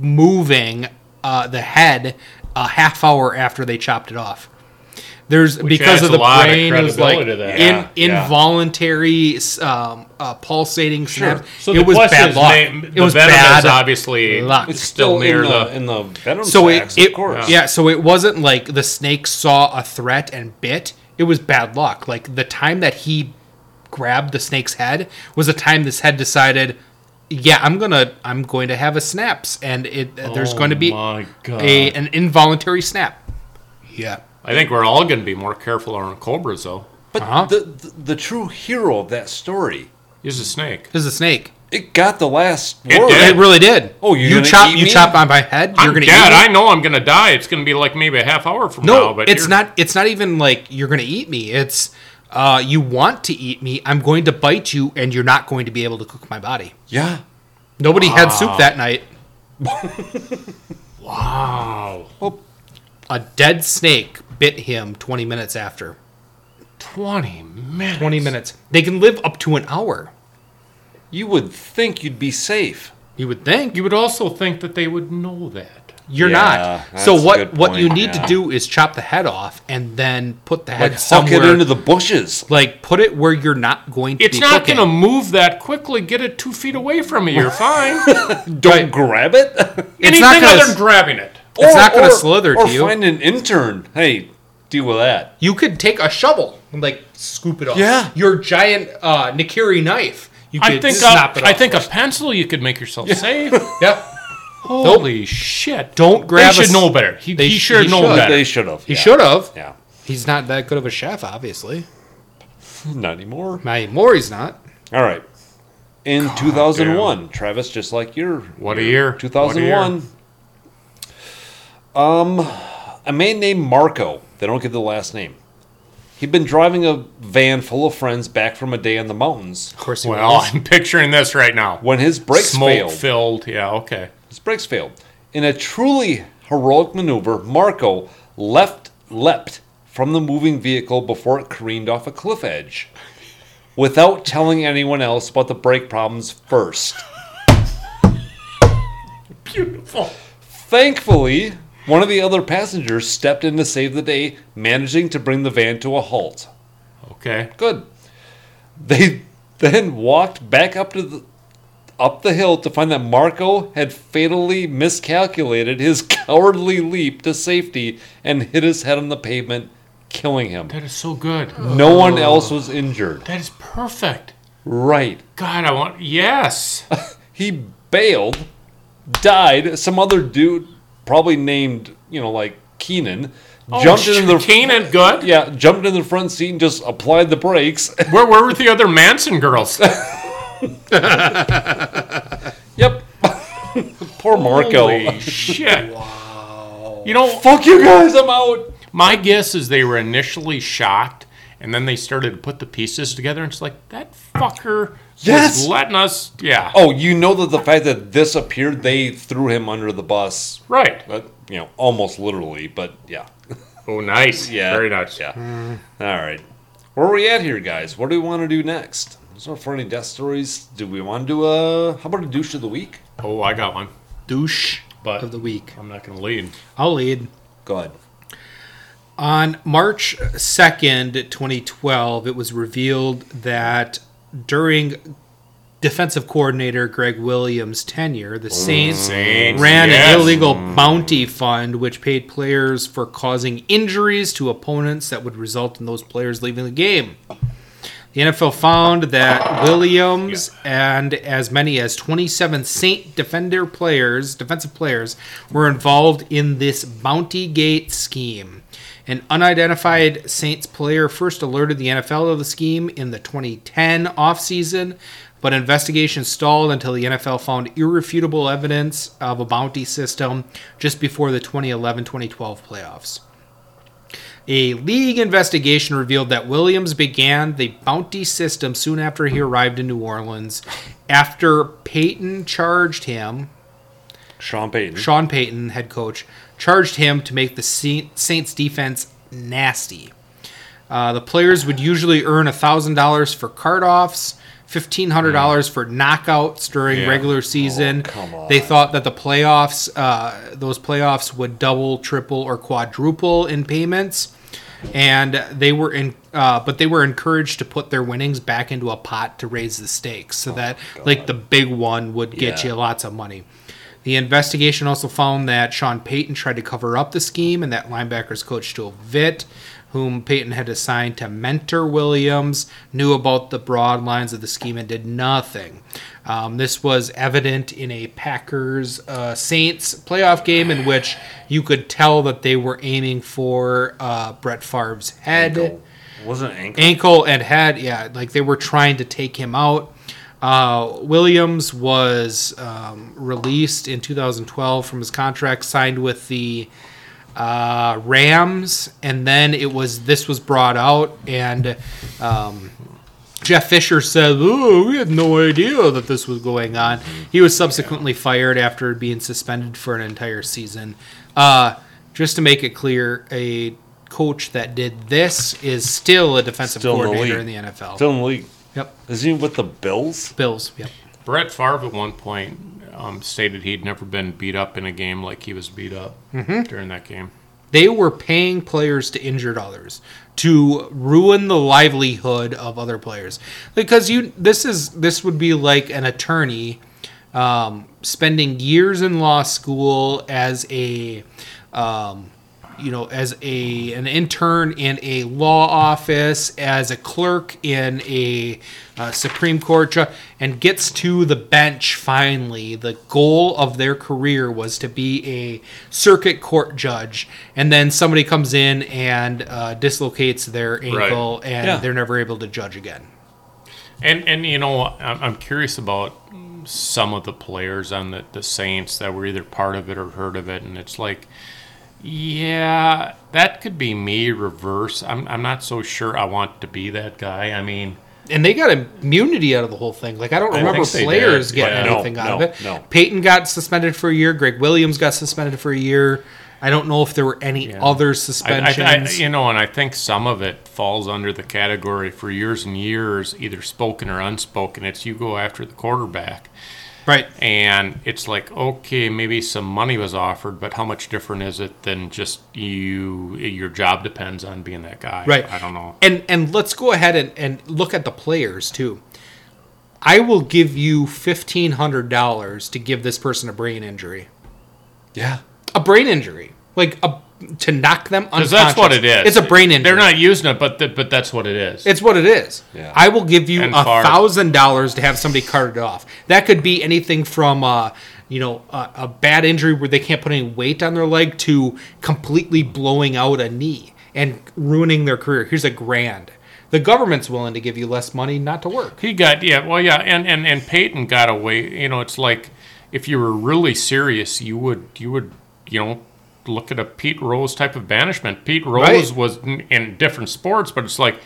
S3: moving uh, the head a half hour after they chopped it off. There's because
S2: adds
S3: of
S2: a
S3: the
S2: lot of
S3: brain was like
S2: credibility to that.
S3: in,
S1: Yeah, yeah.
S3: involuntary um, uh, pulsating snaps.
S2: So
S3: it
S2: the
S3: was
S2: question
S3: bad
S2: is,
S3: luck.
S2: ma-
S3: it
S2: the
S3: was
S2: venom
S3: bad
S2: is obviously
S3: luck.
S2: it's still near
S1: in
S2: the,
S1: the, in the venom
S3: so
S1: sacks,
S3: it,
S1: of course.
S3: yeah so it wasn't like the snake saw a threat and bit it was bad luck like the time that he grabbed the snake's head was the time this head decided yeah i'm gonna i'm going to have a snaps and it uh, there's
S2: Oh
S3: going to be
S2: my God.
S3: a an involuntary snap yeah
S2: I think we're all going to be more careful around cobras, though.
S1: But
S3: Uh-huh.
S1: the, the the true hero of that story,
S2: He's a snake.
S3: this is a snake
S1: it got the last
S2: It
S1: word.
S2: did.
S3: it really did
S1: Oh, you're
S3: you
S1: gonna
S3: chop
S1: eat
S3: you
S1: me?
S3: chop on my head you're
S2: I'm
S3: gonna
S2: dead.
S3: eat me?
S2: I know I'm going to die. It's going to be like maybe a half hour from
S3: no
S2: now. But
S3: it's
S2: you're-
S3: not it's not even like you're gonna eat me it's uh, you want to eat me i'm going to bite you and you're not going to be able to cook my body
S1: Yeah.
S3: Nobody had soup that night.
S2: Wow.
S3: A dead snake bit him 20 minutes after.
S2: Twenty minutes.
S3: 20 minutes. They can live up to an hour.
S1: You would think you'd be safe.
S3: You would think
S2: You would also think that they would know that.
S3: you're
S1: Yeah,
S3: not. So
S1: that's a
S3: what
S1: good
S3: what
S1: point,
S3: you need
S1: yeah.
S3: to do is chop the head off and then put the head
S1: Like, huck
S3: somewhere.
S1: it into the bushes.
S3: like put it where you're not going to
S2: It's
S3: be
S2: not
S3: cooking.
S2: going to move that quickly. Get it two feet away from
S3: *laughs*
S2: you. You're fine.
S1: Don't grab it.
S3: It's
S2: Anything
S3: not gonna
S2: other
S3: s-
S2: than grabbing it.
S1: *laughs*
S3: It's
S1: Or-
S3: not gonna
S1: or-
S3: slither to
S1: or
S3: you.
S1: find an intern. Hey, deal with that.
S3: You could take a shovel and like scoop it off.
S1: Yeah.
S3: Your giant uh Nikiri knife. You could
S2: I think.
S3: snap
S2: A,
S3: it off.
S2: I think a pencil. You could make yourself safe.
S3: yeah.
S2: Holy shit!
S3: Don't grab a
S2: They should
S3: s-
S2: know better. He,
S3: They
S2: he
S3: sh-
S2: should
S3: he
S2: know
S3: should.
S2: better.
S1: They should have.
S3: He should have.
S1: Yeah. *laughs*
S3: He's not that good of a chef, obviously.
S1: Not anymore.
S3: Not anymore, he's not.
S1: All right. In 2001, Travis, just like your
S2: What a year! What a
S1: 2001.
S2: year.
S1: Um, a man named Marco. They don't give the last name. He'd been driving a van full of friends back from a day in the mountains
S3: Of course he
S2: Well, *laughs*
S3: was.
S2: I'm picturing this right now.
S1: when his brakes
S2: Smoke
S1: failed.
S2: filled. Yeah. Okay.
S1: His brakes failed. In a truly heroic maneuver, Marco left leapt from the moving vehicle before it careened off a cliff edge, without telling anyone else about the brake problems first.
S2: Beautiful.
S1: Thankfully, one of the other passengers stepped in to save the day, managing to bring the van to a halt.
S2: Okay.
S1: Good. They then walked back up to the up the hill to find that Marco had fatally miscalculated his *laughs* cowardly leap to safety and hit his head on the pavement, killing him.
S2: That is so good.
S1: No
S2: Oh.
S1: one else was injured.
S2: That is perfect.
S1: Right.
S2: God, I want yes.
S1: He bailed, died. Some other dude, probably named, you know, like Keenan,
S2: Oh,
S1: jumped in the
S2: Kane and good.
S1: yeah, jumped in the front seat and just applied the brakes. *laughs*
S2: Where where were the other Manson girls?
S1: yep. *laughs* Poor Marco.
S2: Holy shit! You know,
S1: Fuck you guys, I'm out.
S2: my guess is they were initially shocked, and then they started to put the pieces together, and it's like that fucker
S1: Yes.
S2: was letting us. Yeah,
S1: Oh, you know that the fact that this appeared, they threw him under the bus.
S2: right.
S1: Uh, you know, almost literally, but yeah.
S2: Oh, nice.
S1: Yeah.
S2: very nice.
S1: Yeah. All right. Where are we at here, guys? What do we want to do next? There's no funny death stories. Do we want to do a. How about a douche of the week?
S2: Oh, I got one. Douche, but
S3: of the week.
S2: I'm not gonna lead.
S3: I'll lead.
S1: Go ahead.
S3: On March 2nd, 2012, it was revealed that during defensive coordinator Greg Williams' tenure, the Saints
S2: Oh, Saints,
S3: ran
S2: yes.
S3: an illegal bounty fund which paid players for causing injuries to opponents that would result in those players leaving the game. The NFL found that Williams and as many as 27 Saint defender players, defensive players, were involved in this bounty gate scheme. An unidentified Saints player first alerted the NFL of the scheme in the 2010 offseason, but investigation stalled until the NFL found irrefutable evidence of a bounty system just before the 2011 2012 playoffs. A league investigation revealed that Williams began the bounty system soon after he arrived in New Orleans. After Peyton charged him,
S1: Sean Payton.
S3: Sean Payton, head coach, charged him to make the Saint- Saints defense nasty. Uh, the players would usually earn $1,000 for card offs, $1,500 for knockouts during
S2: Yeah.
S3: regular season.
S1: Hmm. Oh, come on.
S3: They thought that the playoffs, uh, those playoffs would double, triple, or quadruple in payments. And they were in, uh, but they were encouraged to put their winnings back into a pot to raise the stakes, so that like the big one would get
S1: Oh, Yeah.
S3: you lots of money. The investigation also found that Sean Payton tried to cover up the scheme and that linebackers coach Joe Vitt, whom Payton had assigned to mentor Williams, knew about the broad lines of the scheme and did nothing. Um, this was evident in a Packers uh, Saints playoff game in which you could tell that they were aiming for uh, Brett Favre's head
S1: Wasn't ankle.
S3: ankle and head. Yeah, like they were trying to take him out. Uh, Williams was um, released in 2012 from his contract, signed with the uh, Rams, and then it was this was brought out, and um, Jeff Fisher said, "Ooh, we had no idea that this was going on." He was subsequently fired after being suspended for an entire season. Uh, just to make it clear, a coach that did this is still a defensive
S1: Still in the
S3: coordinator in
S1: league.
S3: the NFL.
S1: Still in the league.
S3: Yep,
S1: Is he with the Bills?
S3: Bills. Yep.
S2: Brett Favre at one point um, stated he'd never been beat up in a game like he was beat up
S1: Mm-hmm.
S2: during that game.
S3: They were paying players to injure others to ruin the livelihood of other players because you this is this would be like an attorney um, spending years in law school as a um, you know as a an intern in a law office as a clerk in a uh, supreme court ju- and gets to the bench finally the goal of their career was to be a circuit court judge and then somebody comes in and uh, dislocates their ankle and
S1: Yeah.
S3: they're never able to judge again
S2: And and you know, I'm, I'm curious about some of the players on the, the Saints that were either part of it or heard of it, and it's like, yeah, that could be me reverse. I'm I'm not so sure I want to be that guy. I mean,
S3: and they got immunity out of the whole thing. Like I don't remember
S2: think they
S3: players
S2: did,
S3: getting
S2: but no,
S3: anything out
S1: no,
S3: of it.
S1: no.
S3: Peyton got suspended for a year. Greg Williams got suspended for a year. I don't know if there were any other
S2: I,
S3: suspensions.
S2: I, I you know, and I think some of it falls under the category for years and years, either spoken or unspoken. It's you go after the quarterback.
S3: right.
S2: and it's like okay maybe some money was offered but how much different is it than just you your job depends on being that guy
S3: Right.
S2: i don't know
S3: And and let's go ahead and, and look at the players too. I will give you fifteen hundred dollars to give this person a brain injury.
S1: Yeah.
S3: A brain injury. Like a to knock them
S2: because
S3: unconscious.
S2: that's what it is
S3: It's a brain injury.
S2: they're not using it but th- but that's what it is
S3: It's what it is.
S1: Yeah.
S3: I will give you
S2: And
S3: a
S2: far.
S3: thousand dollars to have somebody carted off. That could be anything from uh, you know a, a bad injury where they can't put any weight on their leg to completely blowing out a knee and ruining their career. Here's a grand. The government's willing to give you less money not to work.
S2: He got yeah, well yeah, and and and Peyton got away. You know, it's like if you were really serious, you would you would you know look at a Pete Rose type of banishment. Pete Rose
S3: Right.
S2: was in, in different sports, but it's like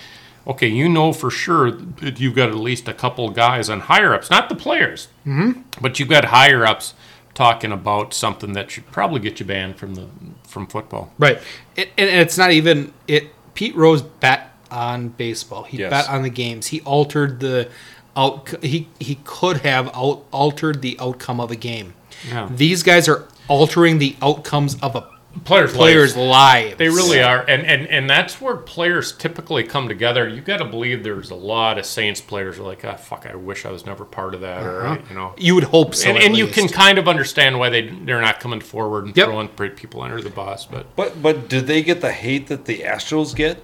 S2: okay, you know for sure that you've got at least a couple guys on higher ups, not the players, mm-hmm. but you've got higher ups talking about something that should probably get you banned from the from football.
S3: Right. It, and it's not even it. Pete Rose bet on baseball. He
S1: Yes.
S3: bet on the games. He altered the out. He he could have out, altered the outcome of a game.
S2: Yeah.
S3: These guys are altering the outcomes of a
S2: Players,
S3: player's lives.
S2: They really are, and and and that's where players typically come together. You got to believe there's a lot of Saints players who are like, ah, fuck, I wish I was never part of that, or you know.
S3: You would hope Uh-huh. so.
S2: and,
S3: at
S2: and you
S3: least.
S2: can kind of understand why they they're not coming forward and
S3: Yep.
S2: throwing pre- people under the bus, but
S1: But but did they get the hate that the Astros get?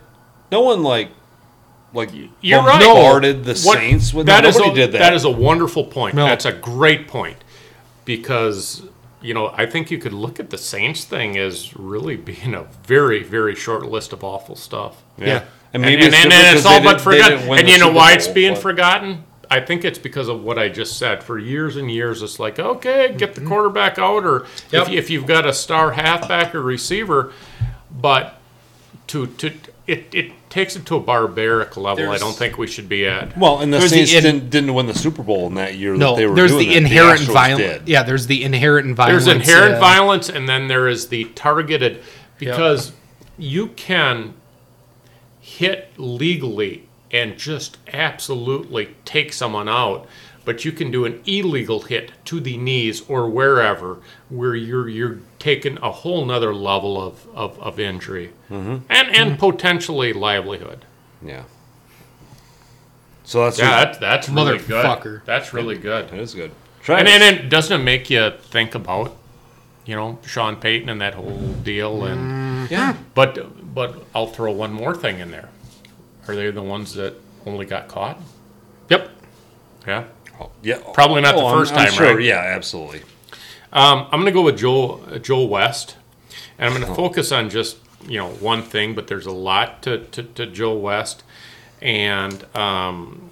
S1: No one like like
S2: you're right.
S1: bombarded the
S2: What-
S1: Saints with
S2: that
S1: that.
S2: is
S1: Nobody
S2: a,
S1: did that.
S2: That is a wonderful point.
S3: No.
S2: That's a great point because you know I think you could look at the Saints thing as really being a very very short list of awful stuff.
S3: yeah.
S1: And
S2: And,
S1: maybe
S2: and,
S1: it's,
S2: and,
S1: different
S2: it's
S1: 'cause they
S2: all but
S1: didn't- they
S2: forgotten.
S1: didn't win
S2: And
S1: the
S2: you know
S1: Super
S2: why it's
S1: Bowl,
S2: being
S1: but-
S2: forgotten? I think it's because of what I just said. For years and years, it's like, okay, get
S1: Mm-hmm.
S2: the quarterback out, or
S3: Yep.
S2: if, if you've got a star halfback or receiver, but to to it, it takes it to a barbaric level. I
S3: There's-
S2: don't think we should be at.
S1: Well, and the
S3: There's the
S1: Saints
S3: in-
S1: didn't, didn't win the Super Bowl in that year
S3: No,
S1: that they were
S3: there's
S1: doing
S3: the
S1: that.
S3: inherent
S1: Astros
S3: violence.
S1: did.
S3: Yeah, there's the inherent violence.
S2: There's inherent
S3: uh,
S2: violence, and then there is the targeted, because you can hit legally and just absolutely take someone out, but you can do an illegal hit to the knees or wherever where you're you're taking a whole nother level of of, of injury
S3: Mm-hmm.
S2: and and potentially livelihood.
S1: Yeah. So that's
S2: Yeah, that, that's really good.
S3: Motherfucker.
S2: That's really good.
S1: that is good. Try
S2: And,
S1: it.
S2: and it doesn't it make you think about, you know, Sean Payton and that whole deal. And
S1: yeah.
S2: but but I'll throw one more thing in there. Are they the ones that only got caught?
S3: Yep.
S2: Yeah.
S1: yeah. Oh,
S2: Probably not the
S1: I'm-
S2: first
S1: I'm
S2: time,
S1: sure.
S2: right?
S1: Yeah, absolutely.
S2: Um, I'm going to go with Joel uh, Joel West, and I'm going to focus on just you know one thing, but there's a lot to to, to Joel West, and um,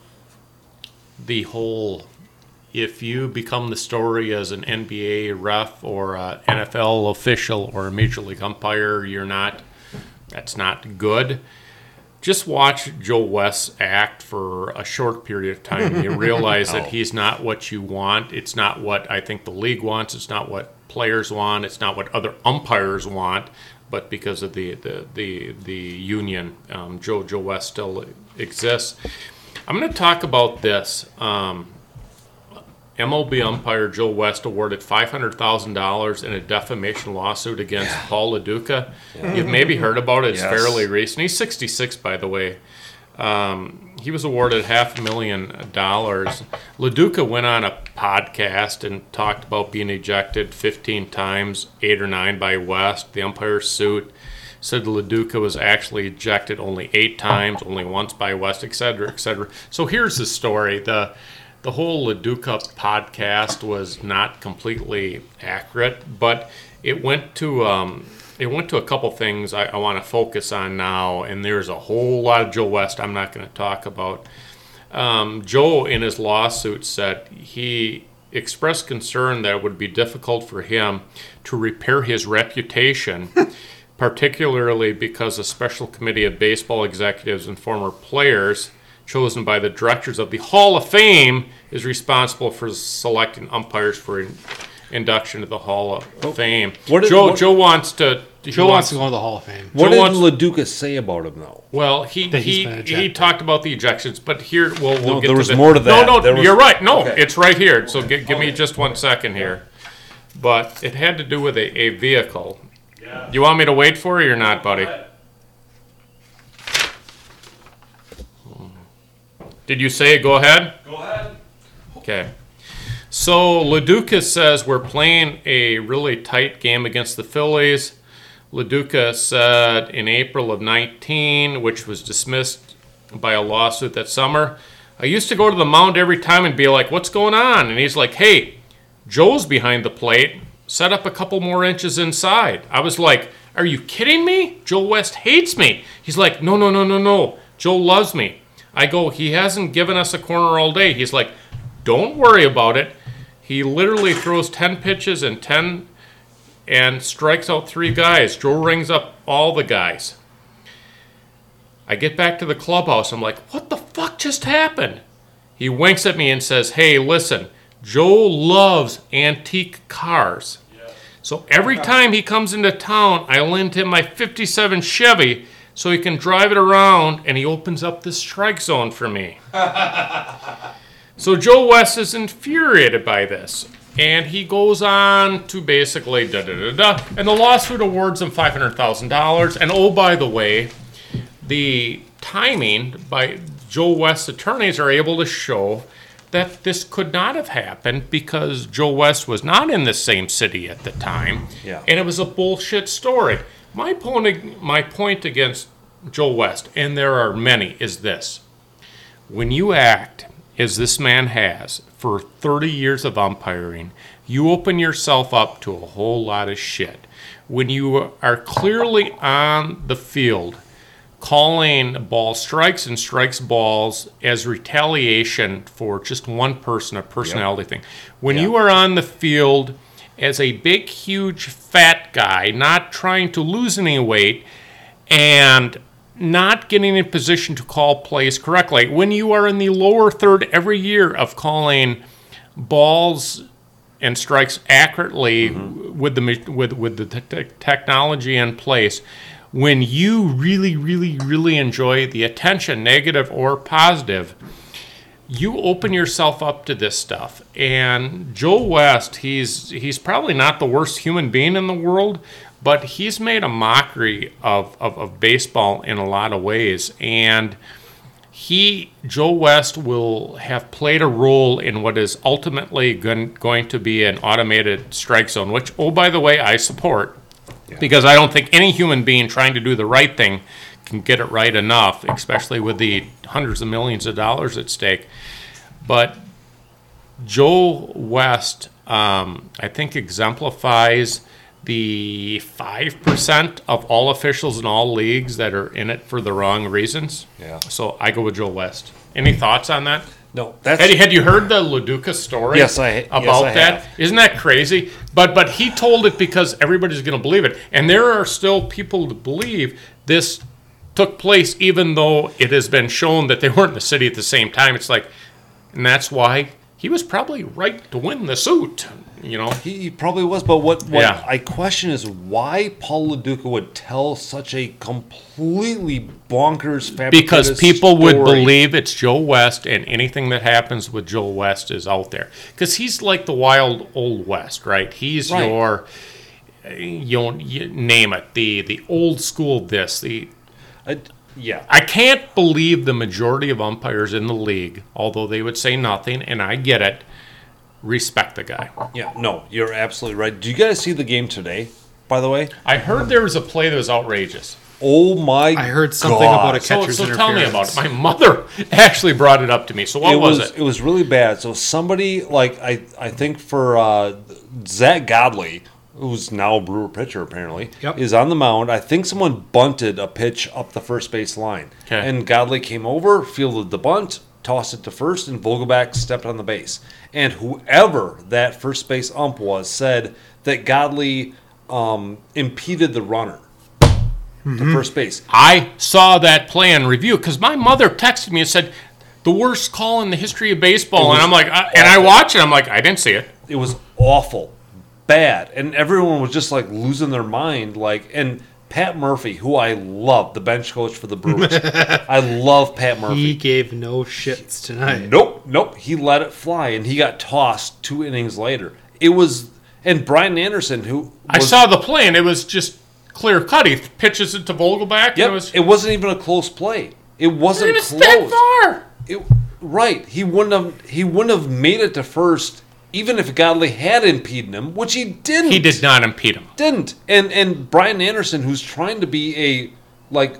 S2: the whole. If you become the story as an NBA ref or a NFL official or a major league umpire, you're not. That's not good. Just watch Joel West act for a short period of time. You realize that he's not what you want. It's not what I think the league wants. It's not what players want. It's not what other umpires want. But because of the the the, the union, um, Joe Joe West still exists. I'm going to talk about this. Um, MLB umpire Joe West awarded $500,000 in a defamation lawsuit against Paul LaDuca. You've maybe heard about it. It's
S1: Yes.
S2: fairly recent. He's 66, by the way. Um, he was awarded half a million dollars. LaDuca went on a podcast and talked about being ejected 15 times, eight or nine by West. The umpire suit said LaDuca was actually ejected only eight times, only once by West, et cetera, et cetera. So here's the story. The the whole LaDuca podcast was not completely accurate, but it went to um, it went to a couple things I, I want to focus on now, and there's a whole lot of Joe West I'm not going to talk about. Um, Joe, in his lawsuit, said he expressed concern that it would be difficult for him to repair his reputation, particularly because a special committee of baseball executives and former players chosen by the directors of the Hall of Fame is responsible for selecting umpires for in- induction to the Hall of Fame.
S1: What did-
S2: Joe,
S1: what-
S2: Joe wants to. he
S3: Joe wants to go to the Hall of Fame.
S1: What did
S2: wants-
S1: LaDuca say about him though?
S2: well, he
S3: That he's
S2: he,
S3: been
S2: he
S3: ejected.
S2: talked about the ejections, but here we'll, we'll
S1: No,
S2: get
S1: there
S2: to
S1: was
S2: the-
S1: more to that.
S2: No, no,
S1: There was-
S2: you're right. No,
S1: Okay.
S2: it's right here. So gi- give me just one second here. But it had to do with a, a vehicle. You want me to wait for you or not, buddy? Did you say go ahead? Go ahead. Okay. So Laduca says we're playing a really tight game against the Phillies. Laduca said in April of 19, which was dismissed by a lawsuit that summer, I used to go to the mound every time and be like, "What's going on?" And he's like, "Hey, Joe's behind the plate, set up a couple more inches inside. I was like, Are you kidding me? Joe West hates me. He's like, No, no, no, no, no. Joe loves me. I go, He hasn't given us a corner all day. He's like, Don't worry about it. He literally throws 10 pitches and 10 and strikes out three guys. Joe rings up all the guys. I get back to the clubhouse. I'm like, What the fuck just happened? He winks at me and says, Hey, listen, Joe loves antique cars. So every time he comes into town, I lend him my 57 Chevy so he can drive it around and he opens up the strike zone for me. so Joe West is infuriated by this. And he goes on to basically da da da da. And the lawsuit awards him $500,000. And oh, by the way, the timing by Joe West's attorneys are able to show that this could not have happened because Joe West was not in the same city at the time.
S1: Yeah.
S2: And it was a bullshit story. My point, my point against Joe West, and there are many, is this. When you act as this man has for 30 years of umpiring, you open yourself up to a whole lot of shit. When you are clearly on the field calling ball strikes and strikes balls as retaliation for just one person, a personality thing. When you are on the field as a big, huge, fat guy, not trying to lose any weight, and not getting in position to call plays correctly. When you are in the lower third every year of calling balls and strikes accurately with the ma- with with the te- te- technology in place, when you really really really enjoy the attention, negative or positive, you open yourself up to this stuff. And Joe West, he's he's probably not the worst human being in the world, but he's made a mockery of, of, of baseball in a lot of ways. And he, Joe West, will have played a role in what is ultimately gon- going to be an automated strike zone, which, oh, by the way, I support because I don't think any human being trying to do the right thing can get it right enough, especially with the hundreds of millions of dollars at stake. But Joe West, um, I think, exemplifies the 5% of all officials in all leagues that are in it for the wrong reasons.
S1: Yeah.
S2: So I go with Joe West. Any thoughts on that?
S1: No, that's
S2: Had, had you heard the Laduca story?
S1: Yes, I- yes,
S2: about
S1: I
S2: that.
S1: have.
S2: Isn't that crazy? But but he told it because everybody's going to believe it, and there are still people to believe this took place, even though it has been shown that they weren't in the city at the same time. It's like, and that's why he was probably right to win the suit. You know,
S1: He he probably was, but what, what
S2: Yeah.
S1: I question is why Paul LaDuca would tell such a completely bonkers fabricated
S2: because people would
S1: story.
S2: believe it's Joe West, and anything that happens with Joe West is out there because he's like the wild old West, right? He's
S1: Right.
S2: your you know, you name it the the old school this the
S1: I, yeah,
S2: I can't believe the majority of umpires in the league, although they would say nothing, and I get it. Respect the guy.
S1: yeah, no, you're absolutely right. Do you guys see the game today? By the way,
S2: I heard there was a play that was outrageous.
S1: oh my!
S3: I heard something about a
S1: gosh.
S2: So,
S3: catcher's
S2: so tell me about
S3: interference.
S2: it. My mother *laughs* actually brought it up to me. So what
S1: it
S2: was, it?
S1: was really bad. So somebody like I I think for uh, Zach Godley, who's now a Brewer pitcher apparently,
S3: Yep.
S1: is on the mound. I think someone bunted a pitch up the first base line,
S2: 'Kay.
S1: and Godley came over, fielded the bunt, tossed it to first, and Vogelback stepped on the base. And whoever that first base ump was said that Godley um, impeded the runner to first base.
S2: I saw that play in review because my mother texted me and said the worst call in the history of baseball, and I'm like, I, and I watch it. I'm like, I didn't see it.
S1: it was awful, bad, and everyone was just like losing their mind. Like, and Pat Murphy, who I love, the bench coach for the Brewers, I love Pat
S3: He
S1: Murphy.
S3: gave no shits tonight.
S1: Nope, nope, he let it fly, and he got tossed two innings later. It was, and Brian Anderson, who
S2: I
S1: was-
S2: saw the play, and it was just clear cut. He pitches it to Vogelback.
S1: Yep,
S2: and it was
S1: it wasn't even a close play. It wasn't
S2: And it's
S1: close.
S2: that far.
S1: It, right. He wouldn't have. He wouldn't have made it to first, even if Godley had impeded him, which he didn't.
S2: He did not impede him.
S1: didn't. And and Brian Anderson, who's trying to be a like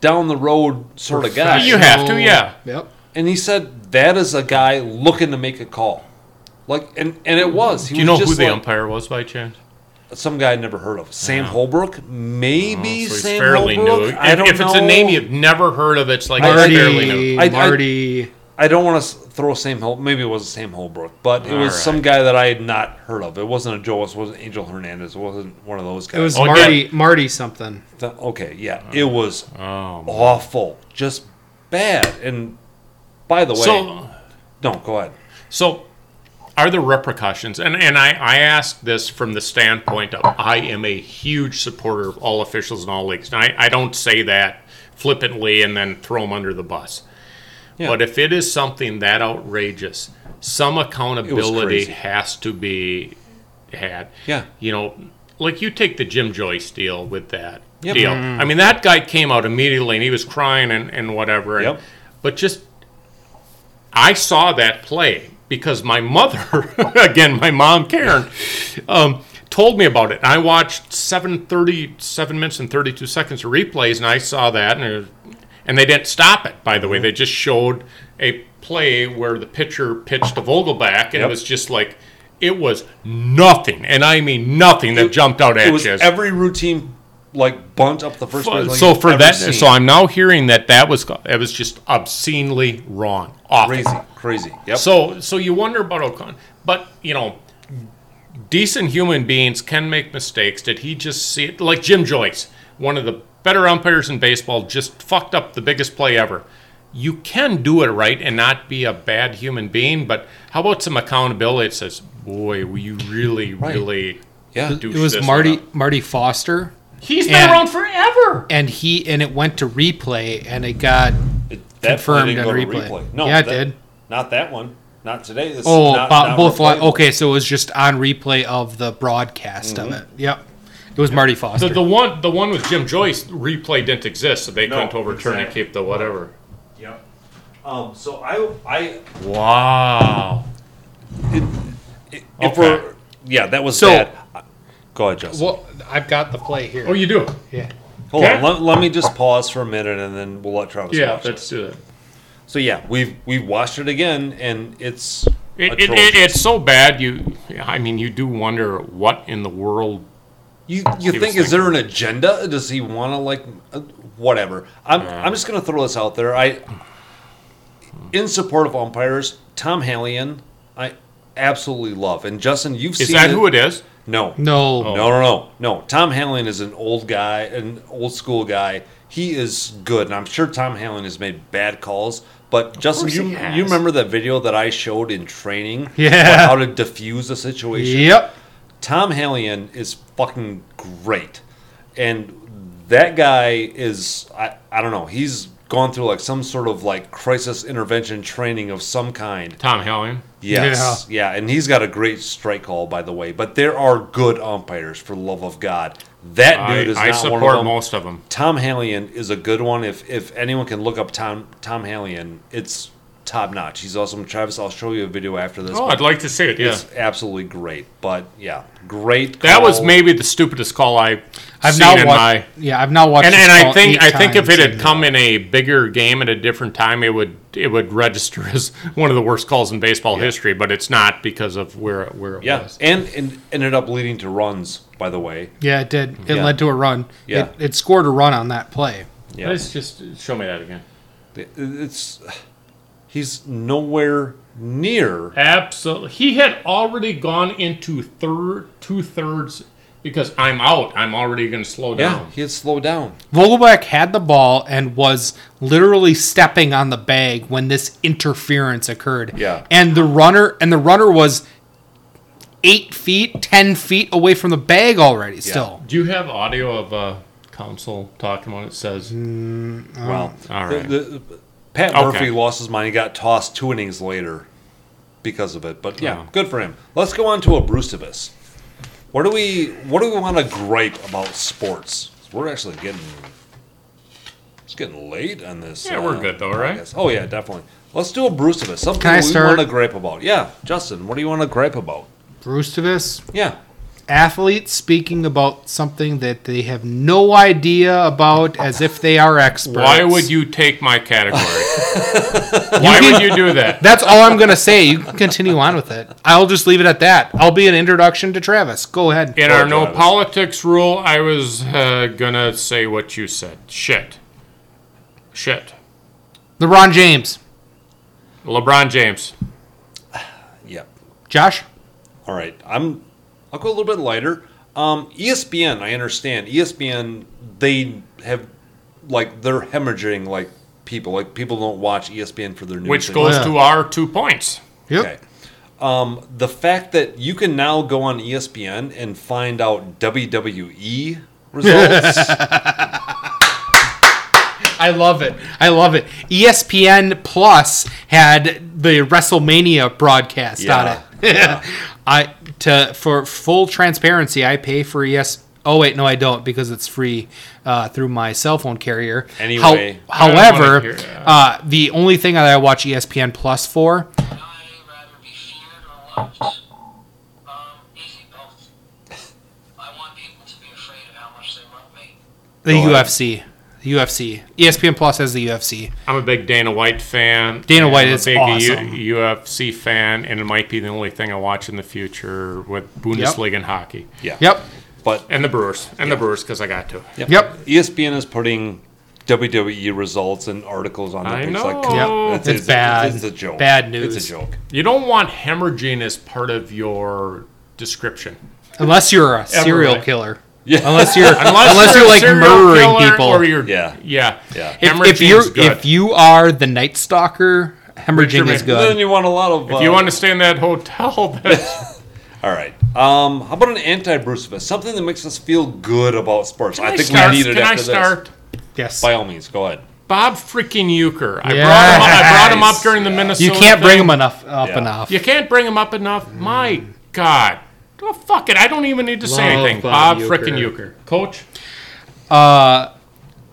S1: down the road sort of guy,
S2: You have to, yeah.
S3: Yep.
S1: and he said that is a guy looking to make a call. Like and and it was. He
S2: Do you
S1: was
S2: know
S1: just
S2: who the
S1: like-
S2: umpire was by chance?
S1: Some guy I'd never heard of. Sam Holbrook, maybe
S2: Oh, So he's
S1: Sam
S2: fairly
S1: Holbrook.
S2: new.
S1: I
S2: If,
S1: don't
S2: if it's a
S1: know.
S2: name you've never heard of, it's like it's fairly new.
S3: Marty,
S1: I- I-
S3: Marty.
S1: I don't want to throw Sam Hol. Maybe it was Sam Holbrook, but it was
S2: Alright.
S1: some guy that I had not heard of. It wasn't a Joas. It wasn't Angel Hernandez. It wasn't one of those guys.
S3: It was
S2: Oh, yeah.
S3: Marty. Marty something.
S1: Th- okay. Yeah, it was
S2: Oh,
S1: awful, just bad. And by the way,
S2: so
S1: no, go ahead.
S2: so are there repercussions? And and I I ask this from the standpoint of I am a huge supporter of all officials in all leagues. And I I don't say that flippantly and then throw them under the bus.
S1: Yeah.
S2: But if it is something that outrageous, some accountability
S1: crazy.
S2: has to be had.
S1: Yeah.
S2: You know, like you take the Jim Joyce deal with that
S1: Yep. Mm-hmm.
S2: deal. I mean, that guy came out immediately and he was crying and, and whatever. and-
S1: Yep.
S2: But just, I saw that play because my mother, *laughs* again, my mom, Karen, um, told me about it. I watched 730, 7 minutes and 32 seconds of replays and I saw that and it was- and they didn't stop it, by the
S1: Mm-hmm.
S2: way. They just showed a play where the pitcher pitched to Vogelback, and it
S1: Yep.
S2: was just like, it was nothing, and I mean nothing that jumped out
S1: It
S2: at
S1: was
S2: you.
S1: every routine like bunt up the first.
S2: Fu-
S1: base like
S2: so
S1: you've
S2: for
S1: ever
S2: that,
S1: seen.
S2: so I'm now hearing that that was it was just obscenely wrong, awful.
S1: crazy, crazy. Yep.
S2: So so you wonder about Ocon, but you know, decent human beings can make mistakes. Did he just see it like Jim Joyce, one of the better umpires in baseball, just fucked up the biggest play ever? You can do it right and not be a bad human being, but how about some accountability? It says, boy, will you really, really.
S1: yeah.
S2: do
S3: It was
S2: this
S3: Marty.
S2: one up?"
S3: Marty Foster,
S2: He's been
S3: and-
S2: around forever.
S3: and he and it went to replay, and it got
S1: It, that
S3: Confirmed
S1: didn't
S3: on
S1: go to
S3: replay.
S1: No,
S3: Yeah, it
S1: that-
S3: did.
S1: Not that one. Not today. This
S3: oh
S1: is not,
S3: bo-
S1: not
S3: both. Li-
S1: replayable.
S3: okay, so it was just on replay of the broadcast of it. Yep, it was Marty Foster.
S2: The, the one the one with Jim Joyce replay didn't exist, so they
S1: No,
S2: couldn't overturn and
S1: exactly.
S2: keep the whatever.
S1: Yep. Um, so I, I,
S2: Wow.
S1: if
S2: Okay.
S1: we're, yeah, that was
S3: So-
S1: bad. Go ahead, Justin.
S3: well, I've got the play here.
S2: Oh, you do?
S3: yeah.
S1: Hold
S2: okay.
S1: on. Let, let me just pause for a minute, and then we'll let Travis.
S2: Yeah,
S1: watch
S2: let's
S1: this.
S2: do that.
S1: So yeah, we've we've watched it again, and it's
S2: It, it,
S1: atrocious.
S2: it, it's so bad. You, I mean, you do wonder what in the world.
S1: You you
S2: was
S1: think is there an agenda? Does he want to like uh, whatever? I'm I'm just gonna throw this out there. I in support of umpires, Tom Hallian, I absolutely love, and Justin, you've
S2: Is
S1: seen
S2: that who it is?
S1: No,
S3: No.
S2: Oh.
S1: Oh, no, no, no, no. Tom Hallin is an old guy, an old school guy. He is good, and I'm sure Tom Hallin has made bad calls. But Justin,
S2: course
S1: you
S2: he has.
S1: you remember that video that I showed in training?
S3: Yeah.
S1: on how to diffuse a situation.
S3: Yep.
S1: Tom Hallian is fucking great. And that guy is, I, I don't know, he's gone through like some sort of like crisis intervention training of some kind.
S2: Tom Hellion.
S1: Yes. Yeah. And he's got a great strike call, by the way. But there are good umpires, for the love of God. That
S2: I,
S1: dude is
S2: I
S1: not
S2: support
S1: one of them.
S2: most of them.
S1: Tom Hallian is a good one. If if anyone can look up Tom Tom Hallian, it's top notch. He's awesome. Travis, I'll show you a video after this.
S2: Oh,
S1: but-
S2: I'd like to see it. Yeah,
S1: it's absolutely great. But yeah, great.
S2: that was
S1: call.
S2: maybe the stupidest call I
S3: I've
S2: I've seen
S3: now
S2: in
S3: watched.
S2: my.
S3: yeah, I've now watched.
S2: And,
S3: this
S2: and I
S3: call
S2: think
S3: eight
S2: I think if it
S3: times
S2: had
S3: and-
S2: come in a bigger game at a different time, it would it would register *laughs* as one of the worst calls in baseball history. But it's not because of where where it
S1: Yeah,
S2: was.
S1: and, and ended up leading to runs. By the way,
S3: yeah, it did. It
S1: Yeah.
S3: led to a run.
S1: Yeah.
S3: It, it scored a run on that play.
S1: yeah,
S2: Let's just show me that again.
S1: It- it's he's nowhere near.
S2: Absolutely. He had already gone into third, two thirds because I'm out. I'm already going to slow
S1: Yeah,
S2: down.
S1: he had slowed down.
S3: Vogelback had the ball and was literally stepping on the bag when this interference occurred.
S1: Yeah.
S3: And the runner and the runner was eight feet, ten feet away from the bag already. Still,
S2: Do you have audio of uh, counsel talking when it says?
S1: Well,
S2: all
S1: the-
S2: right.
S1: the- Pat
S2: Okay.
S1: Murphy lost his mind. He got tossed two innings later because of it. But yeah,
S2: Yeah.
S1: good for him. Let's go on to a Bruceivus. What do we What do we want to gripe about sports? We're actually getting it's getting late on this.
S2: Yeah, we're good though, right?
S1: podcast. Oh yeah, definitely. Let's do a Bruceivus. Something
S3: Can I
S1: we
S3: start?
S1: want to gripe about. Yeah, Justin, what do you want to gripe about?
S3: Bruce Davis.
S1: Yeah,
S3: athletes speaking about something that they have no idea about as if they are experts.
S2: Why would you take my category? Why would you do
S3: *laughs*
S2: that?
S3: That's all I'm going to say. You can continue on with it. I'll just leave it at that. I'll be an introduction to Travis. Go ahead.
S2: In our no
S1: Travis.
S2: politics rule, I was uh, gonna say what you said. Shit. Shit.
S3: LeBron James.
S2: LeBron James.
S1: Yep.
S3: Josh?
S1: All right, I'm. I'll go a little bit lighter. Um, ESPN, I understand. E ESPN, they have like they're hemorrhaging like people. Like people don't watch E ESPN for their news.
S2: Which
S1: They-
S2: goes
S3: Yeah.
S2: to our two points.
S3: Yep.
S1: Okay. Um, the fact that you can now go on E ESPN and find out
S3: *laughs*
S1: WWE results.
S3: I love it. I love it. E ESPN Plus had the WrestleMania broadcast
S1: Yeah,
S3: on it. *laughs* I to for full transparency, I pay for ES. Oh wait, no, I don't because it's free uh, through my cell phone carrier.
S1: Anyway.
S3: How-
S2: I don't wanna
S3: however,
S2: hear that.
S3: uh, the only thing that I watch E ESPN Plus for
S4: I'd rather be feared or loved. Um, easy both. I want people to be afraid of how much they love me.
S3: the
S1: Go ahead.
S3: UFC, the UFC, ESPN Plus has the UFC.
S2: I'm a big Dana White fan.
S3: Dana
S2: I'm
S3: White
S2: a
S3: is
S2: big
S3: awesome.
S2: U- UFC fan, and it might be the only thing I watch in the future with Bundesliga and hockey.
S1: yeah.
S3: Yep.
S1: But E
S2: And the Brewers. And the Brewers, because I got to.
S3: Yep.
S1: ESPN is putting WWE results and articles on
S2: I
S1: their page. Like,
S2: know.
S1: come on,
S2: Yep.
S1: that's-
S3: It's bad.
S1: It's a joke.
S3: Bad
S1: It's
S3: news.
S1: a joke.
S2: You don't want hemorrhaging as part of your description.
S3: Unless you're a serial
S2: right.
S3: killer.
S1: Yeah.
S2: *laughs*
S3: Unless you're unless,
S2: a
S3: you're, like
S2: serial
S3: murdering
S2: killer
S3: people.
S2: Or you're,
S1: Yeah.
S2: Yeah.
S1: Yeah. If-
S3: if,
S2: Hemorrhaging
S3: if you're
S2: is good.
S3: if you are the night stalker, hemorrhaging
S2: Richard Mann.
S3: is
S1: But then
S3: good.
S1: you want a lot of.
S2: if you want to stay in that
S1: *laughs*
S2: hotel, *laughs* that's
S1: All right. Um, how about an anti Brucevist? Something that makes us feel good about sports. I,
S2: I
S1: think
S2: start?
S1: we need it
S2: Can I
S1: after
S2: start?
S1: this.
S3: Yes.
S1: By all means, go ahead.
S2: Bob freaking Euchre. I, brought him up, I brought him up during the
S1: Yes.
S2: Minnesota.
S3: You can't bring
S2: thing.
S3: them enough up
S1: Yeah.
S3: enough.
S2: You can't bring him up enough. My God. Well, fuck it. I don't even need to say
S3: Love
S2: anything. Bob,
S3: Bob
S2: frickin'
S3: Uecker.
S2: Euchre. Coach?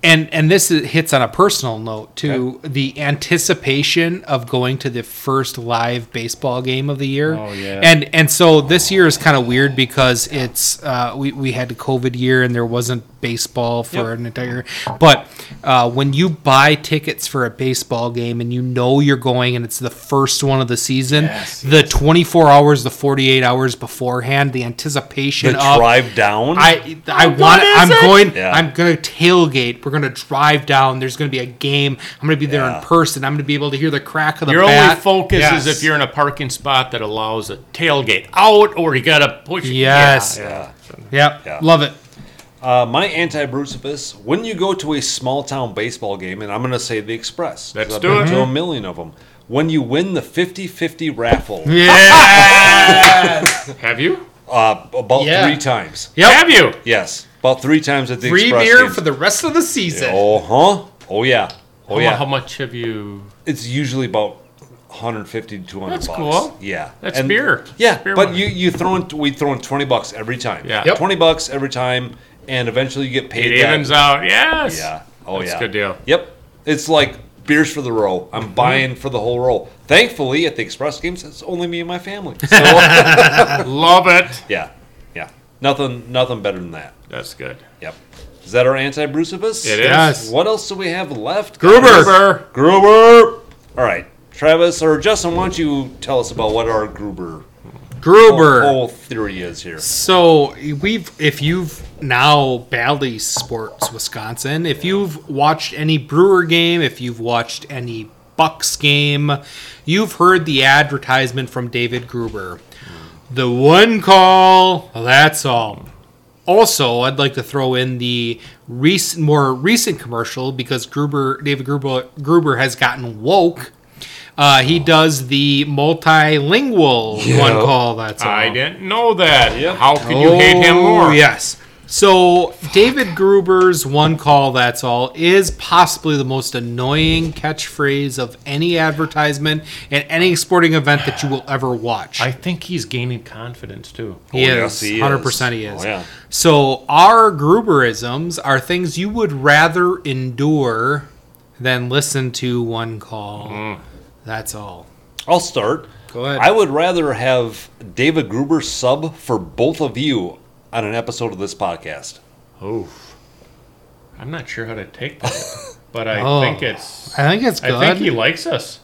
S3: And and this is- hits on a personal note too. The anticipation of going to the first live baseball game of the year.
S2: Oh, yeah.
S3: And and so this year is kind of weird because it's uh, we we had a COVID year and there wasn't baseball for an entire. But uh, when you buy tickets for a baseball game and you know you're going and it's the first one of the season, the 24 hours, the 48 hours beforehand, the anticipation
S1: The
S3: of
S1: drive down.
S3: I I want I'm going
S1: Yeah.
S3: I'm going to tailgate. We're going to drive down. There's going to be a game. I'm going to be there
S1: Yeah.
S3: in person. I'm going to be able to hear the crack of the
S2: Your
S3: bat.
S2: only focus
S3: Yes.
S2: is if you're in a parking spot that allows a tailgate out or you got to push.
S3: Yes.
S2: Yeah.
S3: Yep.
S1: Yeah.
S3: Love it.
S1: Uh, my anti-Brucifus, when you go to a small-town baseball game, and I'm going to say the Express. 'cause
S2: Let's
S1: I've
S2: do
S1: been
S2: it.
S1: To a million of them. When you win the 50-50 raffle
S3: Yeah.
S2: Have you?
S1: uh, about
S3: Yeah.
S1: three times.
S2: Have you?
S1: Yes, about three times at the
S3: *laughs* Free
S1: Express.
S3: beer
S1: games.
S3: for the rest of the season.
S1: Oh, huh? Oh, yeah. Oh,
S2: How mu-
S1: yeah.
S2: How much have you?
S1: it's usually about 150 to 200
S2: That's
S1: bucks.
S2: cool.
S1: Yeah.
S2: That's beer.
S1: Yeah,
S2: That's beer
S1: but
S2: money.
S1: you you throw in we throw in 20 bucks every time.
S2: Yeah. Yep.
S1: 20 bucks every time and eventually you get paid
S2: It
S1: back.
S2: evens out. Yes.
S1: Yeah. Oh
S2: That's
S1: yeah.
S2: a good deal. Mm-hmm.
S1: Yep. It's like beers for the row. I'm buying for the whole row. Thankfully, at the Express games, it's only me and my family. So
S2: Love it.
S1: yeah, yeah. Nothing, nothing better than that.
S2: That's good.
S1: Yep. Is that our anti-Brucifus?
S2: It is.
S3: Yes.
S1: What else do we have left?
S2: Gruber.
S1: Gruber. All right, Travis or Justin, why don't you tell us about what our Gruber
S3: Gruber.
S1: whole theory is here?
S3: So we've, if you've now Bally Sports Wisconsin, if you've watched any Brewer game, if you've watched any Bucks game, you've heard the advertisement from David Gruber. The one call, that's all. Also, I'd like to throw in the recent, more recent commercial because Gruber, David Gruber, Gruber has gotten woke. Uh, he does the multilingual one
S1: Yeah.
S3: call. That's all.
S2: I didn't know that.
S1: Yep.
S2: How could you hate him more?
S3: Oh, Yes. So David Gruber's one call that's all is possibly the most annoying catchphrase of any advertisement and any sporting event that you will ever watch.
S2: I think he's gaining confidence too.
S3: he
S1: Oh,
S3: is
S1: yes, he is.
S3: 100% he is.
S1: Oh, yeah.
S3: So our Gruberisms are things you would rather endure than listen to one call. That's all.
S1: I'll start.
S3: Go ahead.
S1: I would rather have David Gruber sub for both of you on an episode of this podcast?
S2: Oh, I'm not sure how to take
S3: *laughs*
S2: that, but I
S3: Oh.
S2: think it's.
S3: I think it's good.
S2: I think he likes us.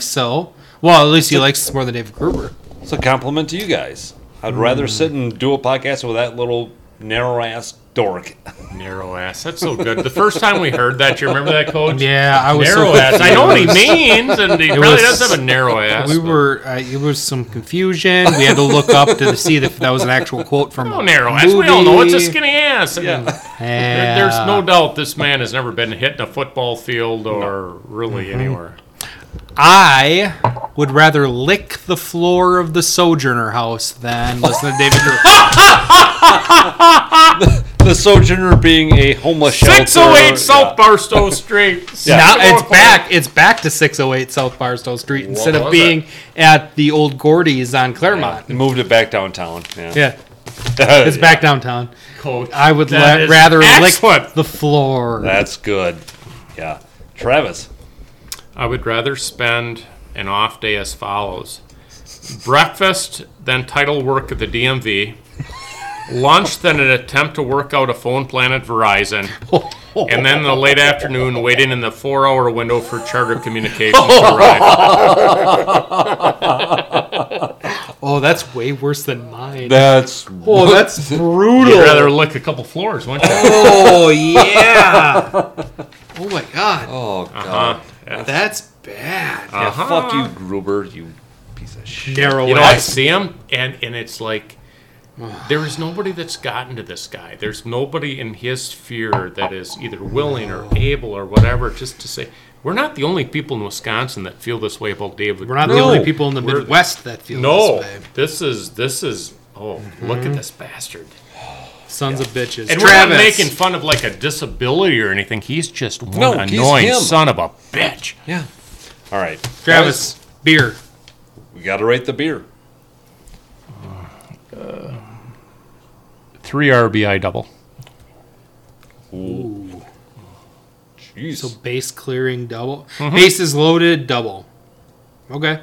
S3: so. Well, at least he likes us more than David Gruber.
S1: It's a compliment to you guys. I'd rather
S3: Hmm.
S1: sit and do a podcast with that little narrow ass dork. *laughs*
S2: Narrow ass. That's so good. The first time we heard that, you remember
S3: *laughs*
S2: that coach?
S3: Yeah, I was so
S2: narrow ass. *laughs* I know what he
S3: confused.
S2: means, and he really
S3: was-
S2: does have a narrow ass.
S3: We
S2: but-
S3: were. Uh, it was some confusion. We had to look up to see if that was an actual quote from.
S2: Oh,
S3: a
S2: narrow ass. We all know it's a
S3: movie. Uh,
S2: skinny ass. and there-
S3: Yeah.
S2: there's no doubt this man has never been hit in a football field or really
S3: Mm-hmm.
S2: anywhere.
S3: I would rather lick the floor of the Sojourner House than listen to David Gruber.
S2: *laughs*
S1: The Sojourner being a homeless shelter.
S2: 608
S1: Yeah.
S2: South Barstow Street.
S3: *laughs* Now
S2: Sycamore
S3: it's
S2: Park.
S3: back. It's back to 608 South Barstow Street instead of
S2: was
S3: being at the old Gordy's on Claremont. Yeah,
S1: Moved it back downtown. Yeah.
S3: it's back downtown.
S2: Coach.
S3: I would
S2: That
S3: la-
S2: is
S3: rather
S2: excellent.
S3: lick the floor.
S1: That's good. Yeah. Travis.
S2: I would rather spend an off day as follows breakfast, then title work at the DMV, lunch, then an attempt to work out a phone plan at Verizon, and then the late afternoon, waiting in the four hour window for charter communications to arrive.
S3: *laughs* oh, that's way worse than mine.
S1: That's
S3: oh, that's brutal.
S2: You'd rather lick a couple floors, wouldn't you? *laughs*
S3: oh yeah. oh my god,
S1: Oh god.
S2: Uh,
S3: that's bad.
S1: Yeah,
S2: Uh-huh.
S1: fuck you, Gruber, you piece of shit.
S3: Narrow
S2: You know, I
S3: ass.
S2: see him, and and it's
S3: *sighs*
S2: like there is nobody that's gotten to this guy. There's nobody in his sphere that is either willing or able or whatever, just to say we're not the only people in Wisconsin that feel this way about David.
S3: We're not the
S1: No.
S3: only people in the
S2: We're-
S3: Midwest that feel
S2: No,
S3: this way. Mm-hmm.
S2: this is this is. Oh, look at this bastard!
S3: Sons of bitches.
S2: And we're
S3: Travis.
S2: not making fun of like a disability or anything. He's just one
S1: No, he's
S2: annoying
S1: him.
S2: son of a bitch.
S1: Yeah. All right.
S3: Travis beer.
S1: Guys, we got to rate the beer.
S2: Three RBI double.
S1: Jeez.
S3: So base clearing double.
S2: Mm-hmm.
S3: Base is loaded double. Okay.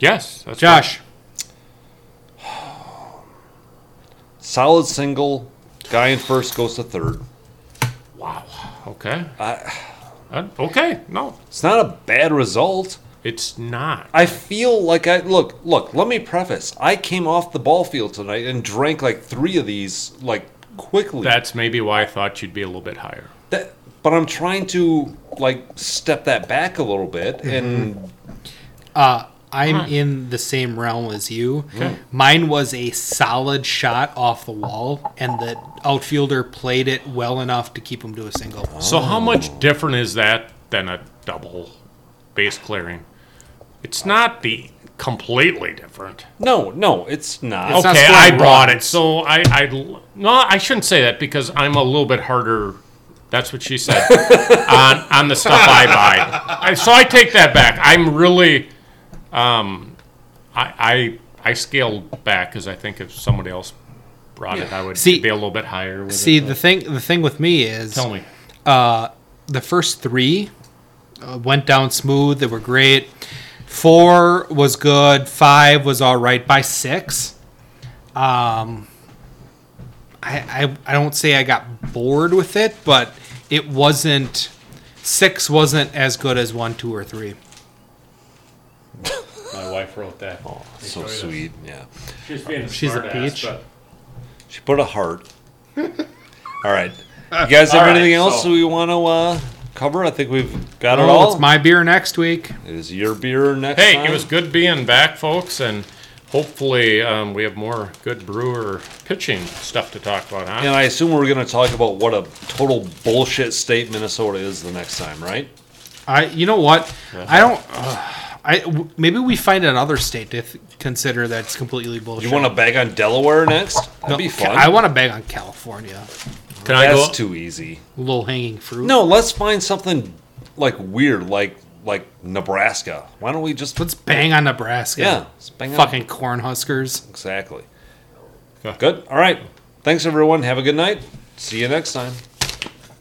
S2: Yes, that's
S3: Josh.
S1: Solid single. Guy in first goes to third.
S2: right. Wow. Okay. Uh, okay. No,
S1: It's not a bad result.
S2: It's not.
S1: I feel like I look, look, let me preface. I came off the ball field tonight and drank like 3 of these like quickly.
S2: That's maybe why I thought you'd be a little bit higher.
S1: That- but I'm trying to like step that back a little bit
S2: Mm-hmm.
S1: and
S3: Uh, I'm in the same realm as you. Mine was a solid shot off the wall, and the outfielder played it well enough to keep him to a single.
S2: So how much different is that than a double base clearing? It's not the completely different.
S1: no, no, it's not.
S3: It's not
S2: okay,
S3: scoring
S2: I brought
S3: runs.
S2: it. So I, I no, I shouldn't say that because I'm a little bit harder. That's what she
S3: *laughs*
S2: said on on the stuff I buy. I, so I take that back. I'm really, um, I I I scaled back because I think if somebody else brought it, I would
S3: See-
S2: be a little bit higher. With
S3: See,
S2: it.
S3: the thing the thing with me is
S2: tell me.
S3: the first three uh, went down smooth. They were great. Four was good. Five was all right. By six, um, I, I I don't say I got bored with it, but it wasn't. Six wasn't as good as one, two, or three.
S2: My wife wrote that.
S1: Oh, so sweet. Yeah.
S2: Oh, She's being a
S3: She's a smartass, peach. but-
S1: She put a heart. all right. You guys have
S2: All right,
S1: anything else
S2: so-
S1: we want to uh, cover? I think we've got it all.
S3: Oh, it's my beer next week.
S1: It is your beer next
S2: Hey,
S1: time.
S2: it was good being back, folks, and hopefully um, we have more good brewer pitching stuff to talk about, huh?
S1: And I assume we're going to talk about what a total bullshit state Minnesota is the next time, right?
S3: I you know what? I don't. Uh, I w- maybe we find another state to th- consider that's completely bullshit.
S1: You want to bag on Delaware next? That'd
S3: No,
S1: be fun.
S3: I want to bag on California.
S2: Can I
S1: That's
S2: go?
S1: too easy.
S3: Low hanging fruit.
S1: No, let's find something like weird, like like Nebraska. Why don't we just
S3: Let's bang on Nebraska.
S1: yeah, let's bang on-
S3: Fucking Cornhuskers.
S1: exactly.
S2: Okay.
S1: Good. All right. Thanks everyone. Have a good night. See you next time.